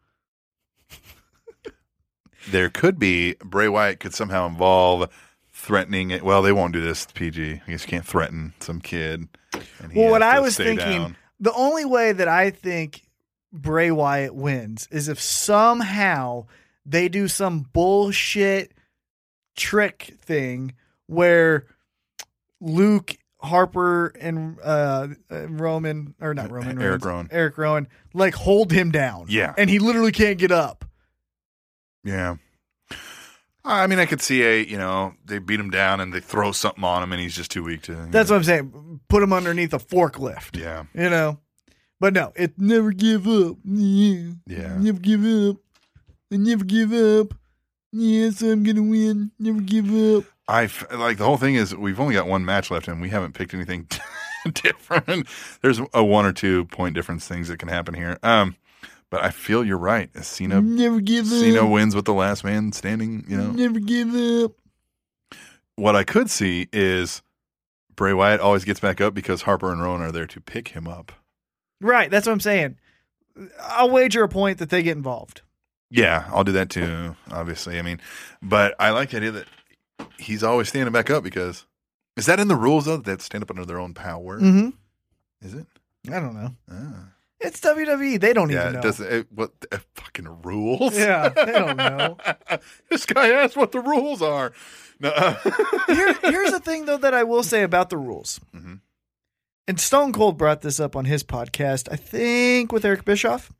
There could be, Bray Wyatt could somehow involve threatening it. Well, they won't do this, PG. I guess you can't threaten some kid. and he
Well, what
has
I
to
was
stay
thinking,
down.
the only way that I think Bray Wyatt wins is if somehow they do some bullshit trick thing where Luke Harper and uh, uh, Roman or not Roman
Eric
Reigns,
Rowan.
Eric Rowan like hold him down.
Yeah.
and he literally can't get up.
Yeah. I mean, I could see a, you know, they beat him down and they throw something on him and he's just too weak to.
That's what I'm saying. Put him underneath a forklift.
Yeah.
You know. But no, it never give up. Yeah.
Yeah.
Never give up. I never give up. Yes, I'm gonna win. Never give up.
I f- like the whole thing is we've only got one match left and we haven't picked anything different. There's a one or two point difference things that can happen here. Um, but I feel you're right. Cena,
Never give
Cena
up.
wins with the last man standing, you know.
Never give up.
What I could see is Bray Wyatt always gets back up because Harper and Rowan are there to pick him up.
Right, that's what I'm saying. I'll wager a point that they get involved.
Yeah, I'll do that too, obviously. I mean, but I like the idea that he's always standing back up because is that in the rules though? That they have to stand up under their own power?
Mm-hmm.
Is it?
I don't know.
Ah.
It's WWE. They don't
Yeah,
even know.
it doesn't. It, what the uh, fucking rules?
Yeah, they don't know.
this guy asked what the rules are. No, uh,
Here, here's the thing, though, that I will say about the rules.
Mhm.
And Stone Cold brought this up on his podcast, I think, with Eric Bischoff.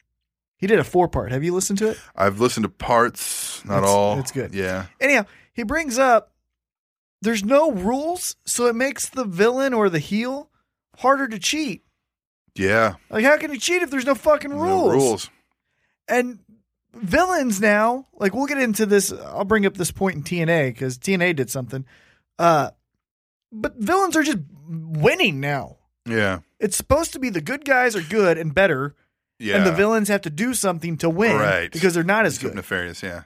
He did a four part. Have you listened to it?
I've listened to parts, not
It's-
all.
it's good.
Yeah,
Anyhow, he brings up there's no rules, so it makes the villain or the heel harder to cheat.
yeah.
Like, how can you cheat if there's no fucking
No
rules?
rules.
And villains now, like, we'll get into this. I'll bring up this point in TNA because TNA did something. Uh, but villains are just winning now.
Yeah,
It's supposed to be the good guys are good and better,
yeah.
and the villains have to do something to win
Right.
because they're not as
Something
good.
nefarious. Yeah.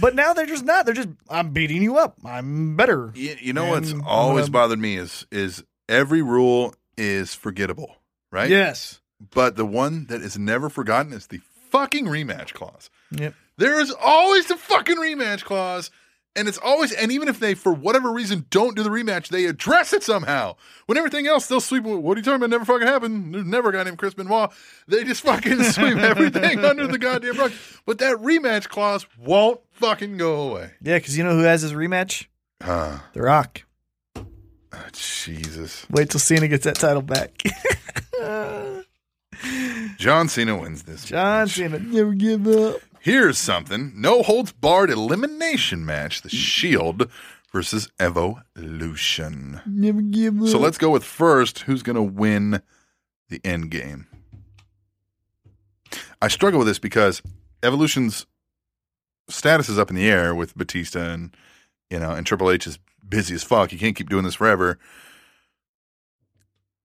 But now they're just not. They're just I'm beating you up. I'm better.
You, you know what's
And I'm
always
gonna-
bothered me is is every rule is forgettable, right?
Yes.
But the one that is never forgotten is the fucking rematch clause.
Yep.
There is always the fucking rematch clause. And it's always, and even if they, for whatever reason, don't do the rematch, they address it somehow. When everything else, they'll sweep. What are you talking about? Never fucking happened. There's never a guy named Chris Benoit. They just fucking sweep everything under the goddamn rug. But that rematch clause won't fucking go away.
Yeah, because you know who has his rematch?
Huh.
The Rock.
Oh, Jesus.
Wait till Cena gets that title back.
John Cena wins this.
John
match.
Cena never give up.
Here's something no holds barred elimination match The Shield versus Evolution.
Never give up.
So let's go with first who's going to win the end game. I struggle with this because Evolution's status is up in the air with Batista and you know, and Triple H is busy as fuck. You can't keep doing this forever.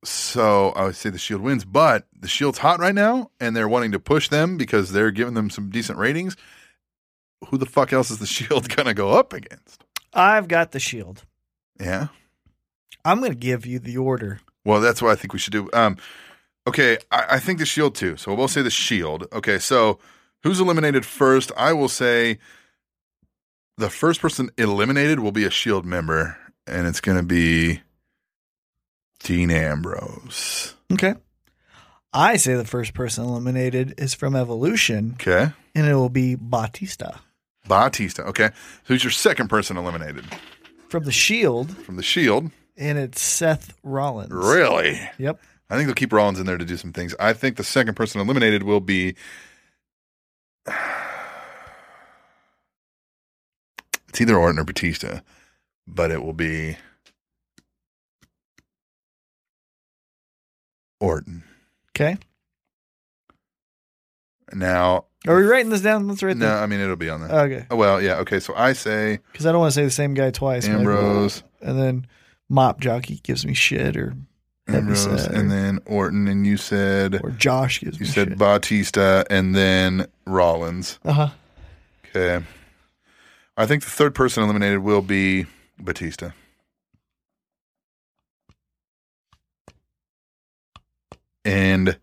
So I would say the Shield wins, but the Shield's hot right now, and they're wanting to push them because they're giving them some decent ratings. Who the fuck else is the Shield gonna go up against?
I've got the shield.
Yeah.
I'm gonna give you the order.
Well, that's what I think we should do. Um, okay, I, I think the shield too. So we'll both say the shield. Okay, so who's eliminated first? I will say the first person eliminated will be a shield member, and it's going to be Dean Ambrose.
Okay. I say the first person eliminated is from Evolution,
Okay,
and it will be Batista
Batista. Okay, who's your second person eliminated
from the Shield,
from the shield?
and it's Seth Rollins.
Really?
Yep.
I think they'll keep Rollins in there to do some things. I think the second person eliminated will be. It's either Orton or Batista, but it will be Orton.
Okay.
Now,
Are we writing this down? Let's write
no, I mean it'll be on
this.
there.
Okay.
Oh, well, yeah, okay. So I say
Because I don't want to say the same guy twice. Maybe-
Ambrose.
and then Mop Jockey gives me shit, or That'd be
Ambrose,
sad.
and then Orton, and you said
or Josh gives
you
me
said
shit.
Batista, and then Rollins.
uh huh.
Okay. I think the third person eliminated will be Batista. And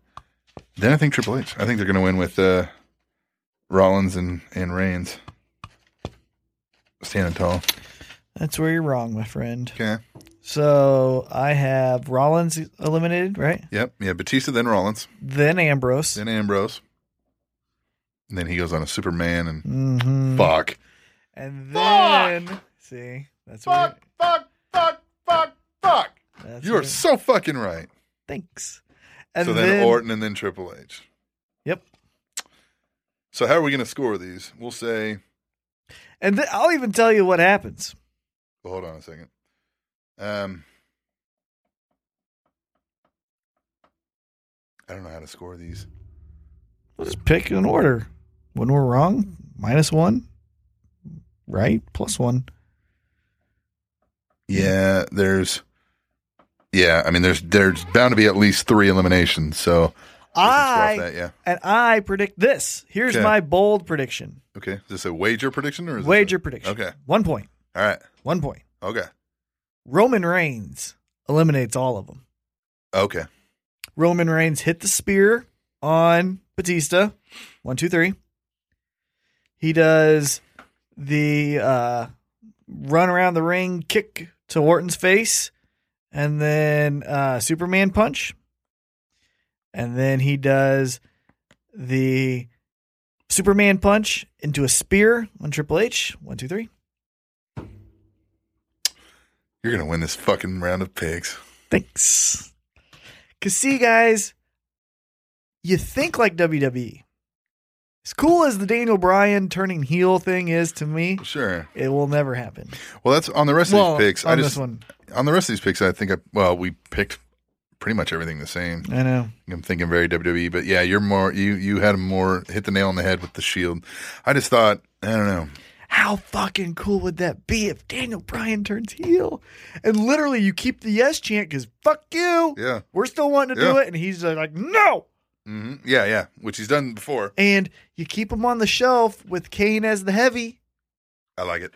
then I think Triple H. I think they're going to win with uh, Rollins and, and Reigns. Standing tall.
That's where you're wrong, my friend.
Okay.
So I have Rollins eliminated, right?
Yep. Yeah. Batista, then Rollins,
Then Ambrose.
then Ambrose. And then he goes on a Superman and
hmm
fuck.
And then see, that's where
Fuck, fuck, fuck, fuck, fuck.
that's
You are
where-
so fucking right.
thanks. And
so then Orton and then Triple H.
Yep.
So how are we going to score these? We'll say.
And then I'll even tell you what happens.
Well, hold on a second. Um, I don't know how to score these.
We'll just pick an order. When we're wrong, minus one. Right, plus one.
Yeah, there's. Yeah, I mean, there's there's bound to be at least three eliminations. So we can score off
I
that, yeah.
and I predict this. Here's
Okay.
my bold prediction.
Okay, is this a wager prediction or is this a-
Wager prediction.
Okay.
One point.
All right.
One point.
Okay.
Roman Reigns eliminates all of them.
Okay.
Roman Reigns hit the spear on Batista. One, two, three. He does the uh, run around the ring kick to Orton's face and then uh, Superman punch. And then he does the Superman punch into a spear on Triple H. One, two, three.
You're gonna win this fucking round of picks.
Thanks. Cause see, guys, you think like WWE. As cool as the Daniel Bryan turning heel thing is to me,
Sure.
it will never happen.
Well, that's on the rest
well,
of these picks.
on
I just
this one,
on the rest of these picks, I think I well, we picked pretty much everything the same.
I know.
I'm thinking very WWE, but yeah, you're more you you had more hit the nail on the head with the shield. I just thought I don't know.
How fucking cool would that be if Daniel Bryan turns heel? And literally, you keep the yes chant because fuck you.
Yeah,
We're still wanting to do
Yeah.
it. And he's uh, like, no.
hmm yeah, yeah, which he's done before.
And you keep him on the shelf with Kane as the heavy.
I like it.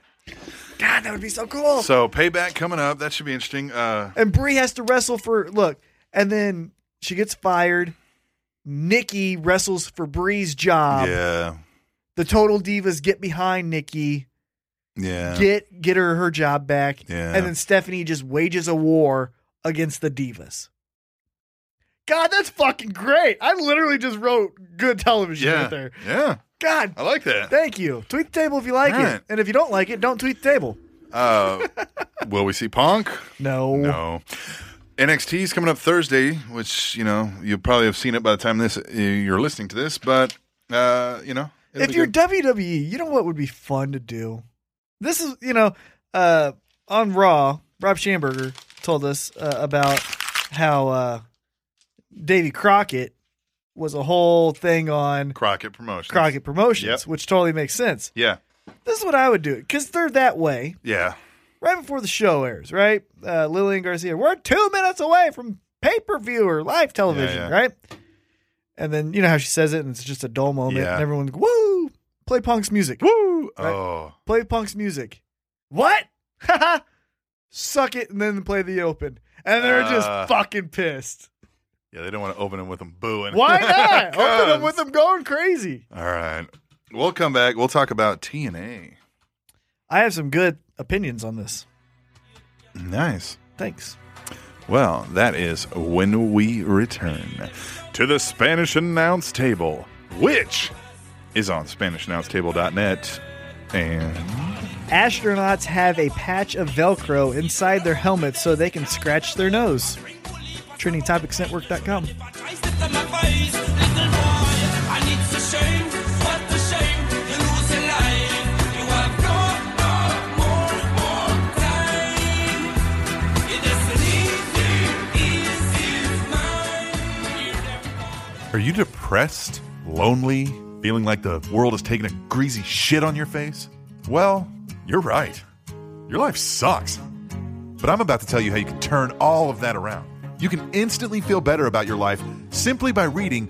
God, that would be so cool.
Oh. So payback coming up. That should be interesting. Uh,
and Brie has to wrestle for look, and then she gets fired. Nikki wrestles for Brie's job.
yeah,
The Total Divas get behind Nikki,
yeah.
get get her her job back,
Yeah.
and then Stephanie just wages a war against the Divas. God, that's fucking great. I literally just wrote good television
yeah,
right there.
yeah.
God,
I like that.
thank you. Tweet the table if you like
Right.
it, and if you don't like it, don't tweet the table.
Uh, will we see Punk?
No,
No. NXT is coming up Thursday, which you know you probably have seen it by the time this you're listening to this, but uh, you know it'll
if
be
you're
good.
WWE, you know what would be fun to do? This is, you know, uh, on Raw, Rob Schamberger told us uh, about how uh, Davy Crockett was a whole thing on
Crockett Promotions,
Crockett Promotions,
Yep.
which totally makes sense.
yeah,
This is what I would do because they're that way.
yeah,
Right before the show airs, right? Uh, Lillian Garcia, we're two minutes away from pay per view or live television,
yeah.
right? And then you know how she says it, and it's just a dull moment,
Yeah.
and everyone's woo, play Punk's music.
woo,
Right.
oh,
play punk's music. What? Haha. Suck it and then play the open. And they're just
Uh.
fucking pissed.
yeah, they don't want to open them with them booing.
Why not? open them
'Cause-
with them going crazy.
All right, we'll come back. We'll talk about TNA.
I have some good opinions on this.
Nice.
Thanks.
Well, that is when we return to the Spanish Announce Table, which is on SpanishAnnounceTable.net. And
Astronauts have a patch of Velcro inside their helmets so they can scratch their nose. TrainingTopicsNetwork.com.
are you depressed, lonely, feeling like the world is taking a greasy shit on your face? Well, you're right. Your life sucks. But I'm about to tell you how you can turn all of that around. You can instantly feel better about your life simply by reading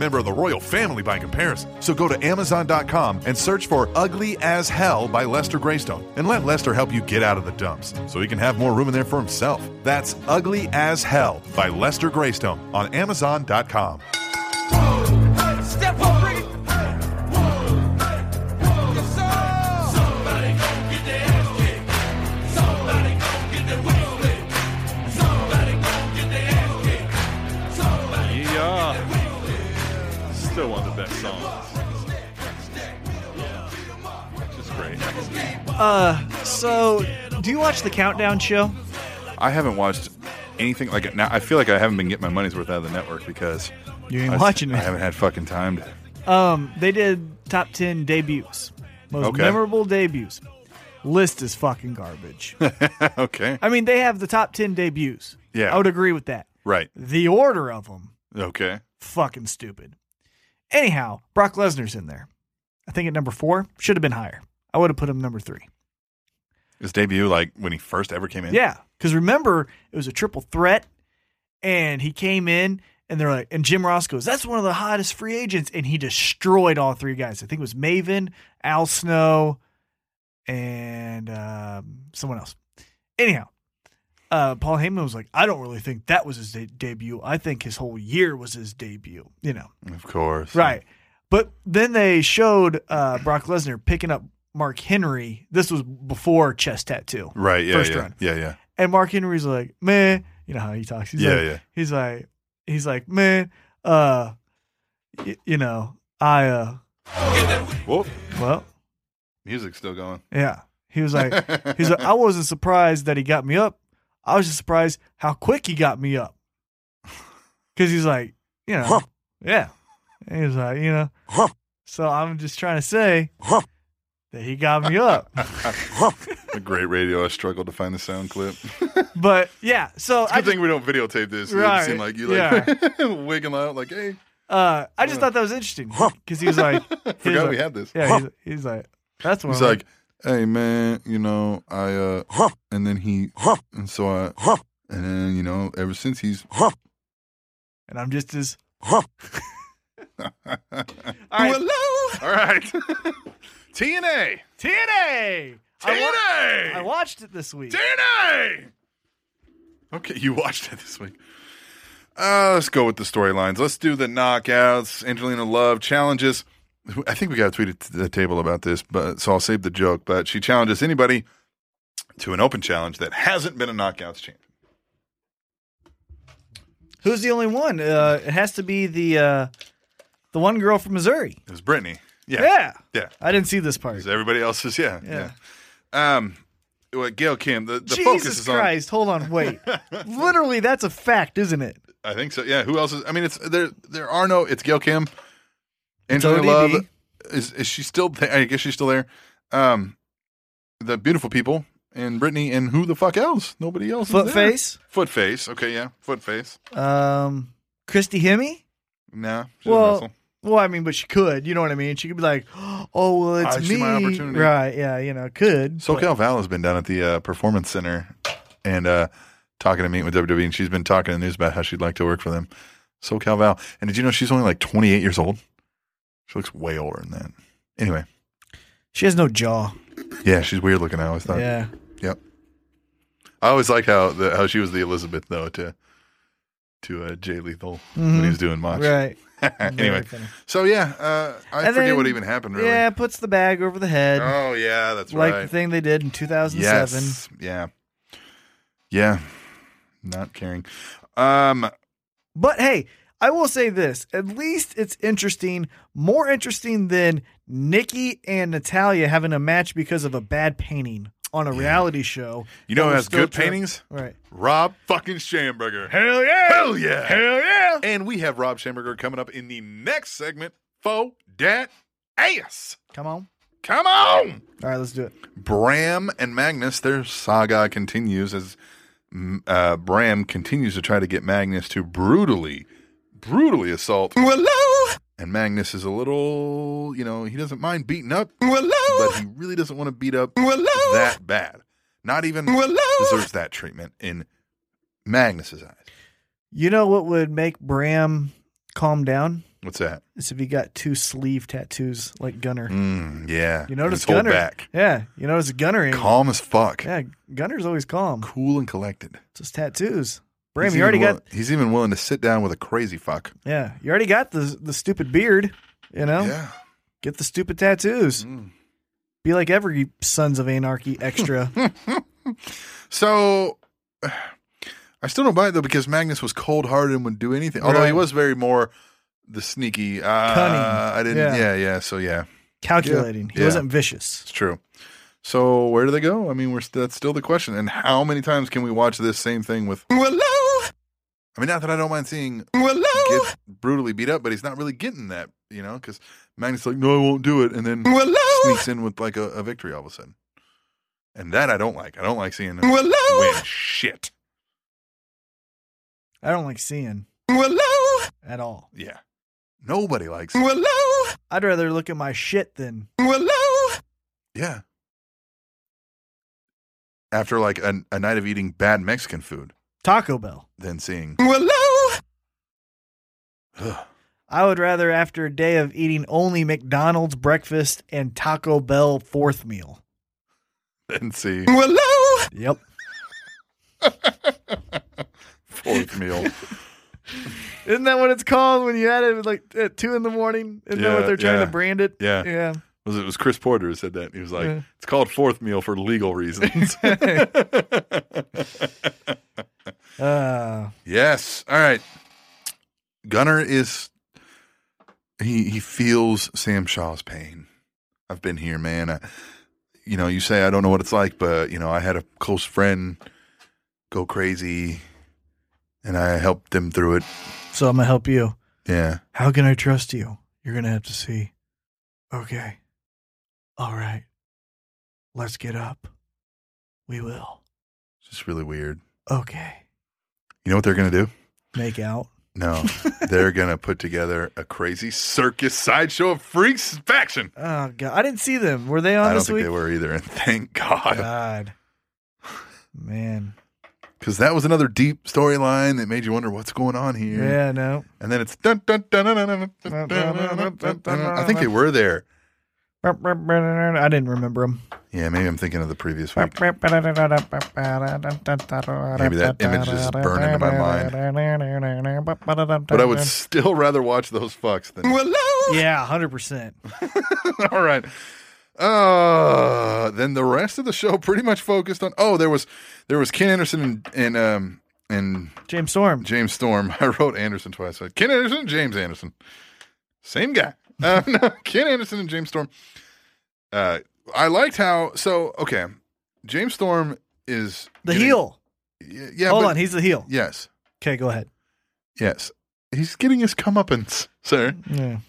member of the royal family by comparison. So go to Amazon.com and search for Ugly as Hell by Lester Greystone and let Lester help you get out of the dumps so he can have more room in there for himself. That's Ugly as Hell by Lester Greystone on Amazon.com.
Step up, bring it. Yes, sir.
Yeah. Still one of the best songs. Just great.
So, do you watch the countdown show?
I haven't watched anything like it now. I feel like I haven't been getting my money's worth out of the network because
You ain't
I,
watching it.
I haven't had fucking time. To,
Um, they did top ten debuts, most
Okay.
memorable debuts. List is fucking garbage.
okay.
I mean, they have the top ten debuts.
Yeah.
I would agree with that.
Right.
The order of them,
Okay.
fucking stupid. Anyhow, Brock Lesnar's in there. I think at number four should have been higher. I would have put him number three.
His debut, like when he first ever came in.
Yeah, because remember it was a triple threat, and he came in, and they're like, and Jim Ross goes, "That's one of the hottest free agents," and he destroyed all three guys. I think it was Maven, Al Snow, and um, someone else. Anyhow, uh, Paul Heyman was like, "I don't really think that was his de- debut. I think his whole year was his debut." You know,
Of course.
Right. But then they showed uh, Brock Lesnar picking up Mark Henry. This was before chest tattoo.
Right. Yeah.
First
yeah.
run.
Yeah. Yeah.
And Mark Henry's like, man, you know how he talks. He's
Yeah,
like,
yeah.
He's like, he's like, man, uh, y- you know, I, uh,
Whoa.
well,
Music's still going.
yeah. He was like, he's like, I wasn't surprised that he got me up. I was just surprised how quick he got me up. Cause he's like, you know, yeah. And he was like, you know, so I'm just trying to say that he got me up.
A great radio. I struggled to find the sound clip.
but yeah, so
I
I just,
think we don't videotape this. It
Right.
seemed like you like wiggling out, like, hey,
uh, I just thought that was interesting because he was like, he was
forgot
like-
we had this.
Yeah, he's, he's like, that's one.
He's like, hey man, you know, I uh, and then he, and so I, and then you know, ever since he's,
and I'm just as
all
all right,
All right. TNA.
TNA. I, wa-
TNA.
I watched it this week.
TNA. Okay, you watched it this week. Uh, let's go with the storylines. Let's do the knockouts, Angelina Love challenges. I think we got a tweet at the table about this, but so I'll save the joke. But she challenges anybody to an open challenge that hasn't been a knockouts champion.
Who's the only one? Uh, it has to be the uh, the one girl from Missouri.
It was Brittany. Yeah.
Yeah.
Yeah.
I didn't see this part.
'Cause everybody else is, yeah. Yeah.
Yeah.
Um, well, Gail Kim, the, the
Jesus
focus is on.
Christ! Hold on, wait. Literally, that's a fact, isn't it?
I think so. Yeah. Who else is? I mean, it's there. There are no. It's Gail Kim, Angelina
ODB.
Love. Is is she still? There? I guess she's still there. Um, the beautiful people and Brittany and who the fuck else? Nobody else. is there.
Footface,
Foot face. Okay, yeah. Foot face.
um, Christy Hemme.
Nah. She doesn't
Well,
wrestle.
well, I mean, but she could. You know what I mean? She could be like, "Oh, well, it's
I
me,
see Ah, my opportunity.
right? Yeah, you know, could.
SoCal Val has been down at the uh, performance center and uh, talking to me with WWE, and she's been talking in the news about how she'd like to work for them. SoCal Val. And did you know she's only like 28 years old? She looks way older than that. Anyway,
She has no jaw.
yeah, she's weird looking. I always thought.
Yeah,
Yep. I always liked how the, how she was the Elizabeth though to to uh, Jay Lethal when he was doing Mox.
Mm-hmm. right.
anyway,
Very funny.
so yeah, uh, I
And
forget
then-
what even happened really.
Yeah, puts the bag over the head,
Oh yeah, that's
like the
right.
thing they did in 2007.
Yes. Yeah. Yeah. Not caring. Um.
But hey, I will say this: at least it's interesting, more interesting than Nikki and Natalia having a match because of a bad painting on a reality show.
You know
That
who
was
has
still
good
tra-
paintings?
Right.
Rob fucking Schamberger.
Hell yeah!
Hell yeah.
Hell yeah!
And we have Rob Schamberger coming up in the next segment. Fo dat ass.
Come on.
Come on.
All right, let's do it.
Bram and Magnus, their saga continues as mm, uh, Bram continues to try to get Magnus to brutally, brutally assault. And Magnus is a little, you know, he doesn't mind beating up, but he really doesn't want to beat up that bad. Not even deserves that treatment in Magnus's eyes.
You know what would make Bram calm down?
What's that?
Is if he got two sleeve tattoos like Gunner.
Mm, yeah.
You notice
His whole
Gunner.
back.
Yeah, you notice Gunner. ain't-
Calm as fuck.
Yeah, Gunner's always calm.
Cool and collected.
Just tattoos. Bram,
He's
you already
even
got
will- He's even willing to sit down with a crazy fuck.
Yeah, you already got the the stupid beard. You know,
Yeah. Mm.
get the stupid tattoos. Be like every Sons of Anarchy extra.
So I still don't buy it though because Magnus was cold hearted and would do anything. Although he
Right.
was very more the sneaky. Uh,
Cunning.
I didn't. Yeah.
Yeah.
yeah, So yeah,
calculating. He
Yeah.
wasn't vicious.
it's true. So where do they go? I mean, we're st- that's still the question. And how many times can we watch this same thing with? I mean, not that I don't mind seeing get brutally beat up, but he's not really getting that, you know, because Magnus is like, no, I won't do it, and then sneaks in with like a, a victory all of a sudden. And that I don't like. I don't like seeing him win shit.
I don't like seeing at all.
Yeah. Nobody likes
I'd rather look at my shit than
Yeah. After like a, a night of eating bad Mexican food,
Taco Bell.
than seeing. Ugh.
I would rather after a day of eating only McDonald's breakfast and Taco Bell fourth meal.
Than see
Yep.
fourth meal.
Isn't that what it's called when you had it like at two in the morning? Isn't that
Yeah,
what they're trying
yeah.
to brand it?
Yeah.
Yeah.
Was it was Chris Porter who said that? He was like,
Yeah.
"It's called fourth meal for legal reasons."
Uh,
yes. All right. Gunner is. He he feels Sam Shaw's pain. I've been here, man. I, you know, you say I don't know what it's like, but you know, I had a close friend go crazy, and I helped them through it.
so I'm gonna help you.
Yeah.
How can I trust you? You're going to have to see. Okay. All right. Let's get up. We will.
It's just really weird.
Okay.
You know what they're going to do?
Make out.
No, they're going to put together a crazy circus sideshow of freaks faction.
Oh god, I didn't see them. Were they on
I don't
this
think
week?
they were either, and thank God,
God, man.
because that was another deep storyline that made you wonder what's going on here.
Yeah, no.
And then it's dun dun dun dun dun dun dun dun dun dun dun. I think they were there.
I didn't remember them.
Yeah, maybe I'm thinking of the previous week. Maybe that image is burned into my
mind.
But I would still rather watch those fucks than.
Yeah, hundred percent.
All right. Uh, then the rest of the show pretty much focused on. Oh, there was there was Ken Anderson and and um and
James Storm.
James Storm. I wrote Anderson twice. So Ken Anderson, and James Anderson, same guy. Uh, no, Ken Anderson and James Storm. Uh, I liked how. So okay, James Storm is
The
getting-
heel.
Y- Yeah.
Hold
but-
on, he's the heel.
Yes.
Okay, go ahead.
Yes. He's getting his comeuppance, sir.
Yeah.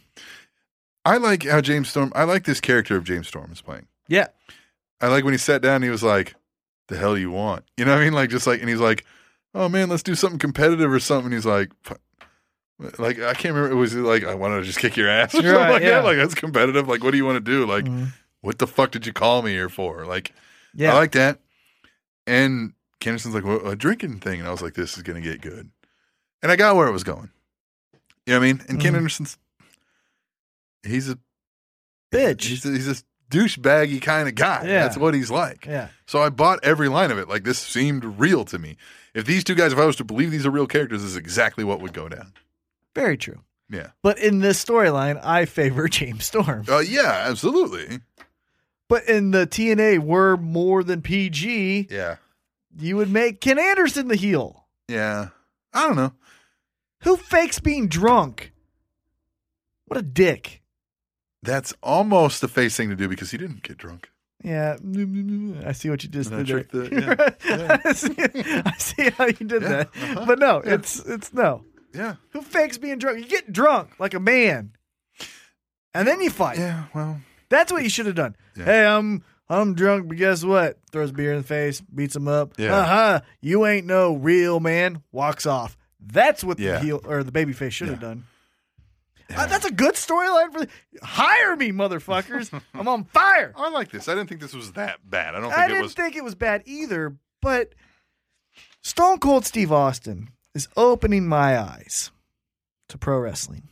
I like how James Storm. I like this character of James Storm is playing.
Yeah.
I like when he sat down. He was like, "The hell you want?" You know what I mean? Like just like, and he's like, "Oh man, let's do something competitive or something." he's like, "Fu- "Like I can't remember. It was like I wanted to just kick your ass or
Right,
something like
yeah.
that. Like that's competitive. Like what do you want to do? Like
Mhm.
what the fuck did you call me here for? Like
Yeah.
I like that." And Kennelson's like, well, "A drinking thing," and I was like, "This is gonna get good," and I got where it was going. You know what I mean? And Ken
Mhm.
Anderson's, he's a
Bitch.
He's, he's this douchebaggy kind of guy.
Yeah.
That's what he's like.
yeah.
So I bought every line of it. Like this seemed real to me. If these two guys, if I was to believe these are real characters, this is exactly what would go down.
Very true.
Yeah.
But in this storyline, I favor James Storm.
Uh, yeah, absolutely.
But in the TNA, we're more than PG.
Yeah.
You would make Ken Anderson the heel,
Yeah. I don't know.
who fakes being drunk. What a dick.
That's almost the face thing to do because he didn't get drunk.
Yeah, I see what you just
And I
did. there.
tricked the- yeah,
I, see, I see how you did
Yeah,
that.
uh-huh,
But no,
yeah.
it's it's no.
Yeah.
Who fakes being drunk? You get drunk like a man, and then you fight.
Yeah. Well,
That's what you should have done.
Yeah.
Hey, I'm I'm drunk, but guess what? Throws beer in the face, beats him up.
Yeah.
Uh-huh. You ain't no real man. Walks off. That's what
Yeah.
the heel or the babyface should have
Yeah.
done. Uh, that's a good storyline for the, hire me, motherfuckers. I'm on fire.
I like this. I didn't think this was that bad. I don't think
I
it
didn't
was.
think it was bad either, but Stone Cold Steve Austin is opening my eyes to pro wrestling.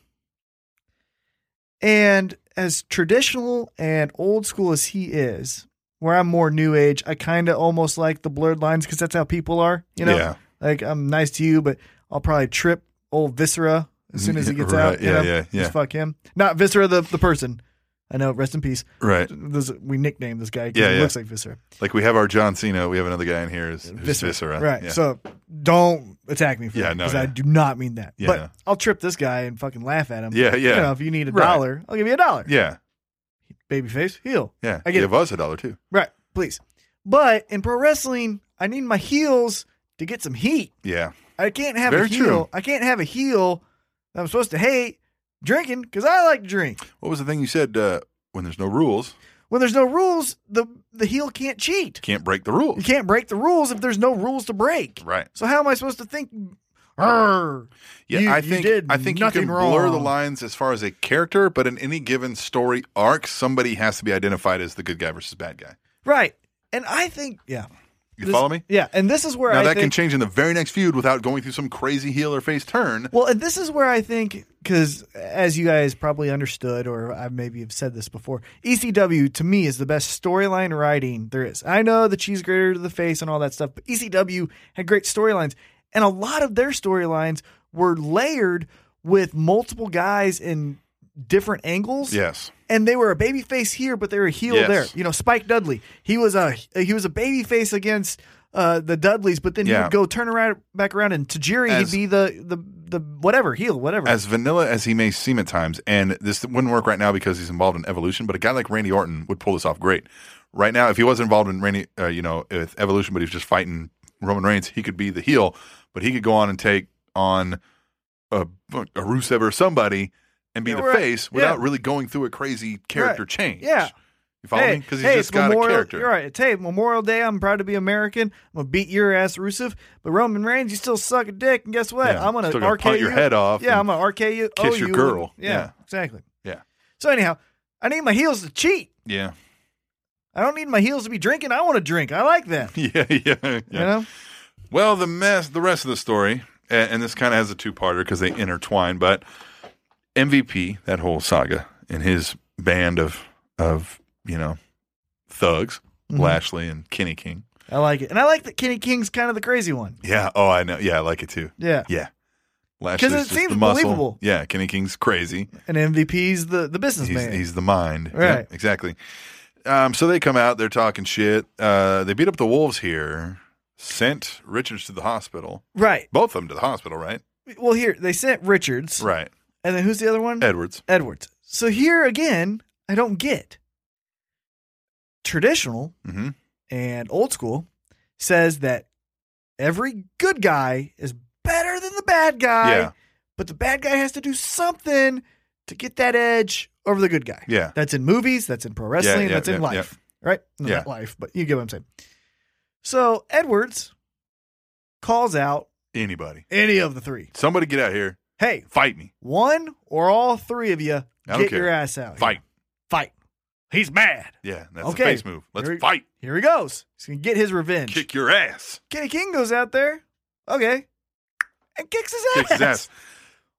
And as traditional and old school as he is, where I'm more new age, I kind of almost like the blurred lines because that's how people are, you know?
Yeah.
Like, I'm nice to you, but I'll probably trip old Viscera as soon as he gets
Right,
out. you
yeah,
know?
yeah, yeah.
Just fuck him. Not Viscera, the, the person. I know, rest in peace.
right.
This, we nicknamed this guy because
Yeah,
he
yeah.
looks like Viscera.
Like we have our John Cena. We have another guy in here who's, who's
Viscera.
Viscera.
Right.
Yeah.
So don't attack me for
Yeah,
that
no,
because I
yeah.
do not mean that.
Yeah,
but
no.
I'll trip this guy and fucking laugh at him.
Yeah, yeah.
You know, if you need a
Right.
dollar, I'll give you a dollar.
yeah.
Babyface, heel.
Yeah.
I get
Give
it.
us a dollar too.
Right. Please. But in pro wrestling, I need my heels to get some heat.
Yeah.
I can't have a
Very
heel.
true.
I can't have a heel that I'm supposed to hate drinking because I like to drink.
What was the thing you said? Uh, when there's no rules,
When there's no rules, the the heel can't cheat.
can't break the
You
rules.
can't break the rules if there's no rules to break.
Right.
So how am I supposed to think? "Arr,
Yeah,
you-
I
you
think
did
I think you
nothing
can blur the
wrong."
lines as far as a character, but in any given story arc, somebody has to be identified as the good guy versus bad guy.
Right. And I think, yeah.
You
This-
follow me?
Yeah. And this is where
Now
I
that can
think,
change in the very next feud without going through some crazy heel or face turn.
well, and this is where I think, because as you guys probably understood, or I maybe have said this before, ECW to me is the best storyline writing there is. I know the cheese grater to the face and all that stuff, but ECW had great storylines. And a lot of their storylines were layered with multiple guys in different angles.
Yes.
and they were a baby face here, but they were a heel
Yes.
there. You know, Spike Dudley, he was a he was a baby face against uh, the Dudleys, but then he
Yeah.
would go turn around back around and Tajiri,
As-
he'd be the the the whatever heel, whatever.
As vanilla as he may seem at times, and this wouldn't work right now because he's involved in evolution, but a guy like Randy Orton would pull this off great. Right now, if he wasn't involved in Randy, uh, you know, with evolution, but he was just fighting Roman Reigns, he could be the heel, but he could go on and take on a, a Rusev or somebody and be
Yeah,
the
right.
face without
Yeah.
really going through a crazy character change.
yeah,
You follow me? Because he's just
it's
got
Memorial,
a character.
You're right. It's, hey, Memorial Day, I'm proud to be American. I'm gonna beat your ass, Rusev. But Roman Reigns, you still suck a dick, and guess what?
Yeah,
I'm gonna
still gonna
RK
punt your
you.
head off
Yeah, I'm
and
gonna RK you.
kiss
owe
your
you.
girl.
Yeah,
Yeah.
exactly.
Yeah.
So anyhow, I need my heels to cheat.
Yeah.
I don't need my heels to be drinking. I want to drink. I like that.
Yeah, yeah, yeah.
You know?
Well, the mess, the rest of the story, a- and, this kind of has a two-parter because they intertwine. But MVP, that whole saga, and his band of of you know thugs,
Mm-hmm.
Lashley and Kenny King.
I like it, and I like that Kenny King's kind of the crazy one.
Yeah. Oh, I know. Yeah, I like it too.
Yeah,
Yeah. Lashley's
'Cause it
just
seems
the muscle.
believable.
Yeah, Kenny King's crazy.
and MVP's the
He's,
the businessman.
he's the mind.
Right.
Yep, exactly. Um, so they come out, they're talking shit. Uh, they beat up the wolves here, sent Richards to the hospital.
right.
Both of them to the hospital, right?
Well, here they sent Richards,
Right.
and then who's the other one?
Edwards.
Edwards. So here again, I don't get traditional
Mm-hmm.
and old school says that every good guy is better than the bad guy,
Yeah.
but the bad guy has to do something to get that edge over the good guy.
Yeah.
That's in movies, that's in pro wrestling,
yeah,
that's in
yeah,
life. Right? No,
Yeah.
Not life, but you get what I'm saying. So Edwards calls out
Anybody.
any of the three.
Somebody get out here.
Hey,
Fight me.
one or all three of you
I
get
don't care.
your ass out. here.
Fight.
Fight. He's mad.
Yeah. That's
Okay.
the face move. Let's
Here we-
fight.
Here he goes. He's gonna get his revenge.
Kick your ass.
Kenny King goes out there. Okay. And kicks his ass.
Kicks his ass.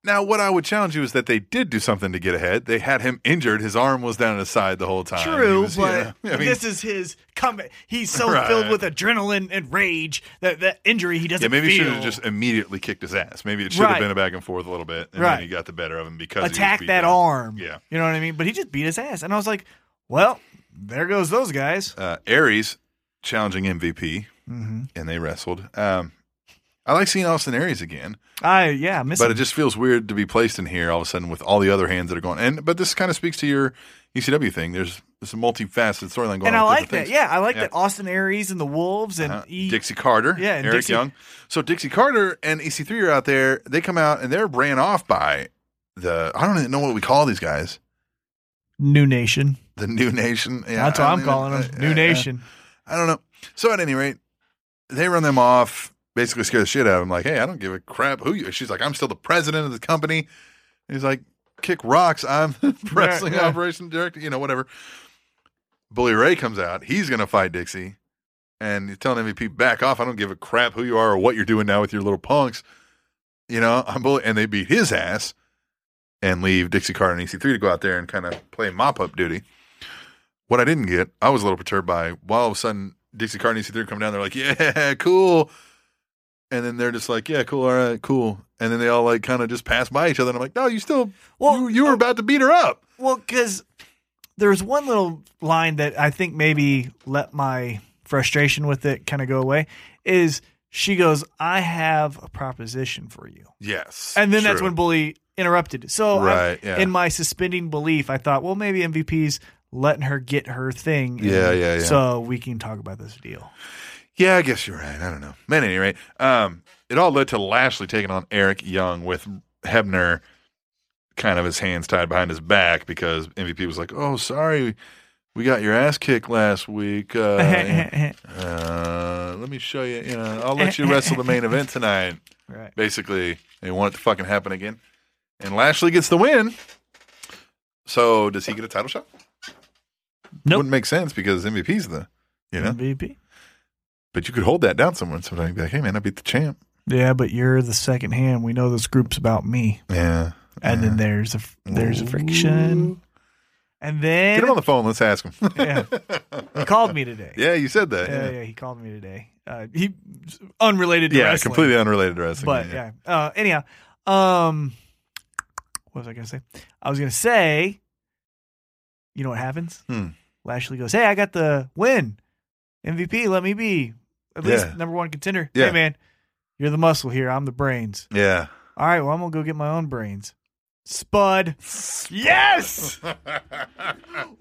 Now, what I would challenge you is that they did do something to get ahead. They had him injured. His arm was down his side the whole time. He
True,
was-
but
yeah. I mean,
this is his comeback. He's so
Right.
filled with adrenaline and rage that that injury he doesn't
yeah, maybe he
feel.
should have just immediately kicked his ass. Maybe it should have
Right.
been a back and forth a little bit, and
Right.
then he got the better of him because he was
attack
beat
that
down.
arm.
Yeah.
You know what I mean? But he just beat his ass. And I was like, well, there goes those guys.
Uh, Aries challenging MVP,
Mm-hmm.
and they wrestled. Um, I like seeing Austin Aries again,
I yeah, miss
but
him.
it just feels weird to be placed in here all of a sudden with all the other hands that are going. And but this kind of speaks to your ECW thing. There's there's a multifaceted storyline going.
and
on
I
with
like
different
that.
things.
Yeah, I like
Yeah.
that Austin Aries and the Wolves and
Uh,
E-
Dixie Carter,
Yeah, and
Eric
Dixie-
Young. So Dixie Carter and EC3 are out there. They come out and they're ran off by the I don't even know what we call these guys.
New Nation.
The New Nation. Yeah,
That's
I don't
what I'm
even-
calling
uh,
them. New
uh,
Nation.
I don't know. So at any rate, they run them off, basically scare the shit out of him. Like, hey, I don't give a crap who you. She's like, I'm still the president of the company. He's like, kick rocks. I'm the wrestling
yeah.
operation director. You know, whatever. Bully Ray comes out. He's gonna fight Dixie, and he's telling MVP, back off. I don't give a crap who you are or what you're doing now with your little punks. You know, I'm bully, and they beat his ass, and leave Dixie Carter and EC3 to go out there and kind of play mop up duty. What I didn't get, I was a little perturbed by. Well, all of a sudden, Dixie Carter and EC3 come down. They're like, "Yeah, cool," and then they're just like, "Yeah, cool, all right, cool," and then they all like kind of just pass by each other. And I'm like, "No, you still,
Well, oh.
you, you were about to beat her up."
Well, because there's one little line that I think maybe let my frustration with it kind of go away. Is she goes, I have a proposition for you.
Yes,
And then that's
true.
when Bully interrupted. So, I-
Right, yeah.
in my suspending belief, I thought, well, maybe MVP's letting her get her thing. and
Yeah, yeah, yeah.
So we can talk about this deal.
Yeah, I guess you're right. I don't know. At any rate, um, it all led to Lashley taking on Eric Young with Hebner kind of his hands tied behind his back because MVP was like, "Oh, sorry, we got your ass kicked last week. Uh, and, uh, let me show you. You know, I'll let you wrestle the main event tonight."
right.
Basically, they want it to fucking happen again, and Lashley gets the win. So does he get a title shot?
Nope.
Wouldn't make sense because MVP's the, you know.
MVP.
But you could hold that down somewhere sometime. You'd Be like, hey man, I beat the champ.
Yeah, but you're the second hand. We know this group's about me.
Yeah.
And then there's a there's a friction. And then
Get him on the phone. Let's ask him.
yeah. He called me today.
yeah, you said that.
yeah,
Yeah,
yeah. He called me today. Uh, he unrelated to
Yeah,
wrestling,
completely unrelated to wrestling.
But yeah. Uh, anyhow, um, what was I gonna say? I was gonna say, you know what happens?
Hmm.
Lashley goes, "Hey, I got the win, MVP. Let me be at
Yeah.
least number one contender.
Yeah.
Hey, man, you're the muscle here. I'm the brains.
Yeah.
All right, well, I'm gonna go get my own brains. Spud. Yes.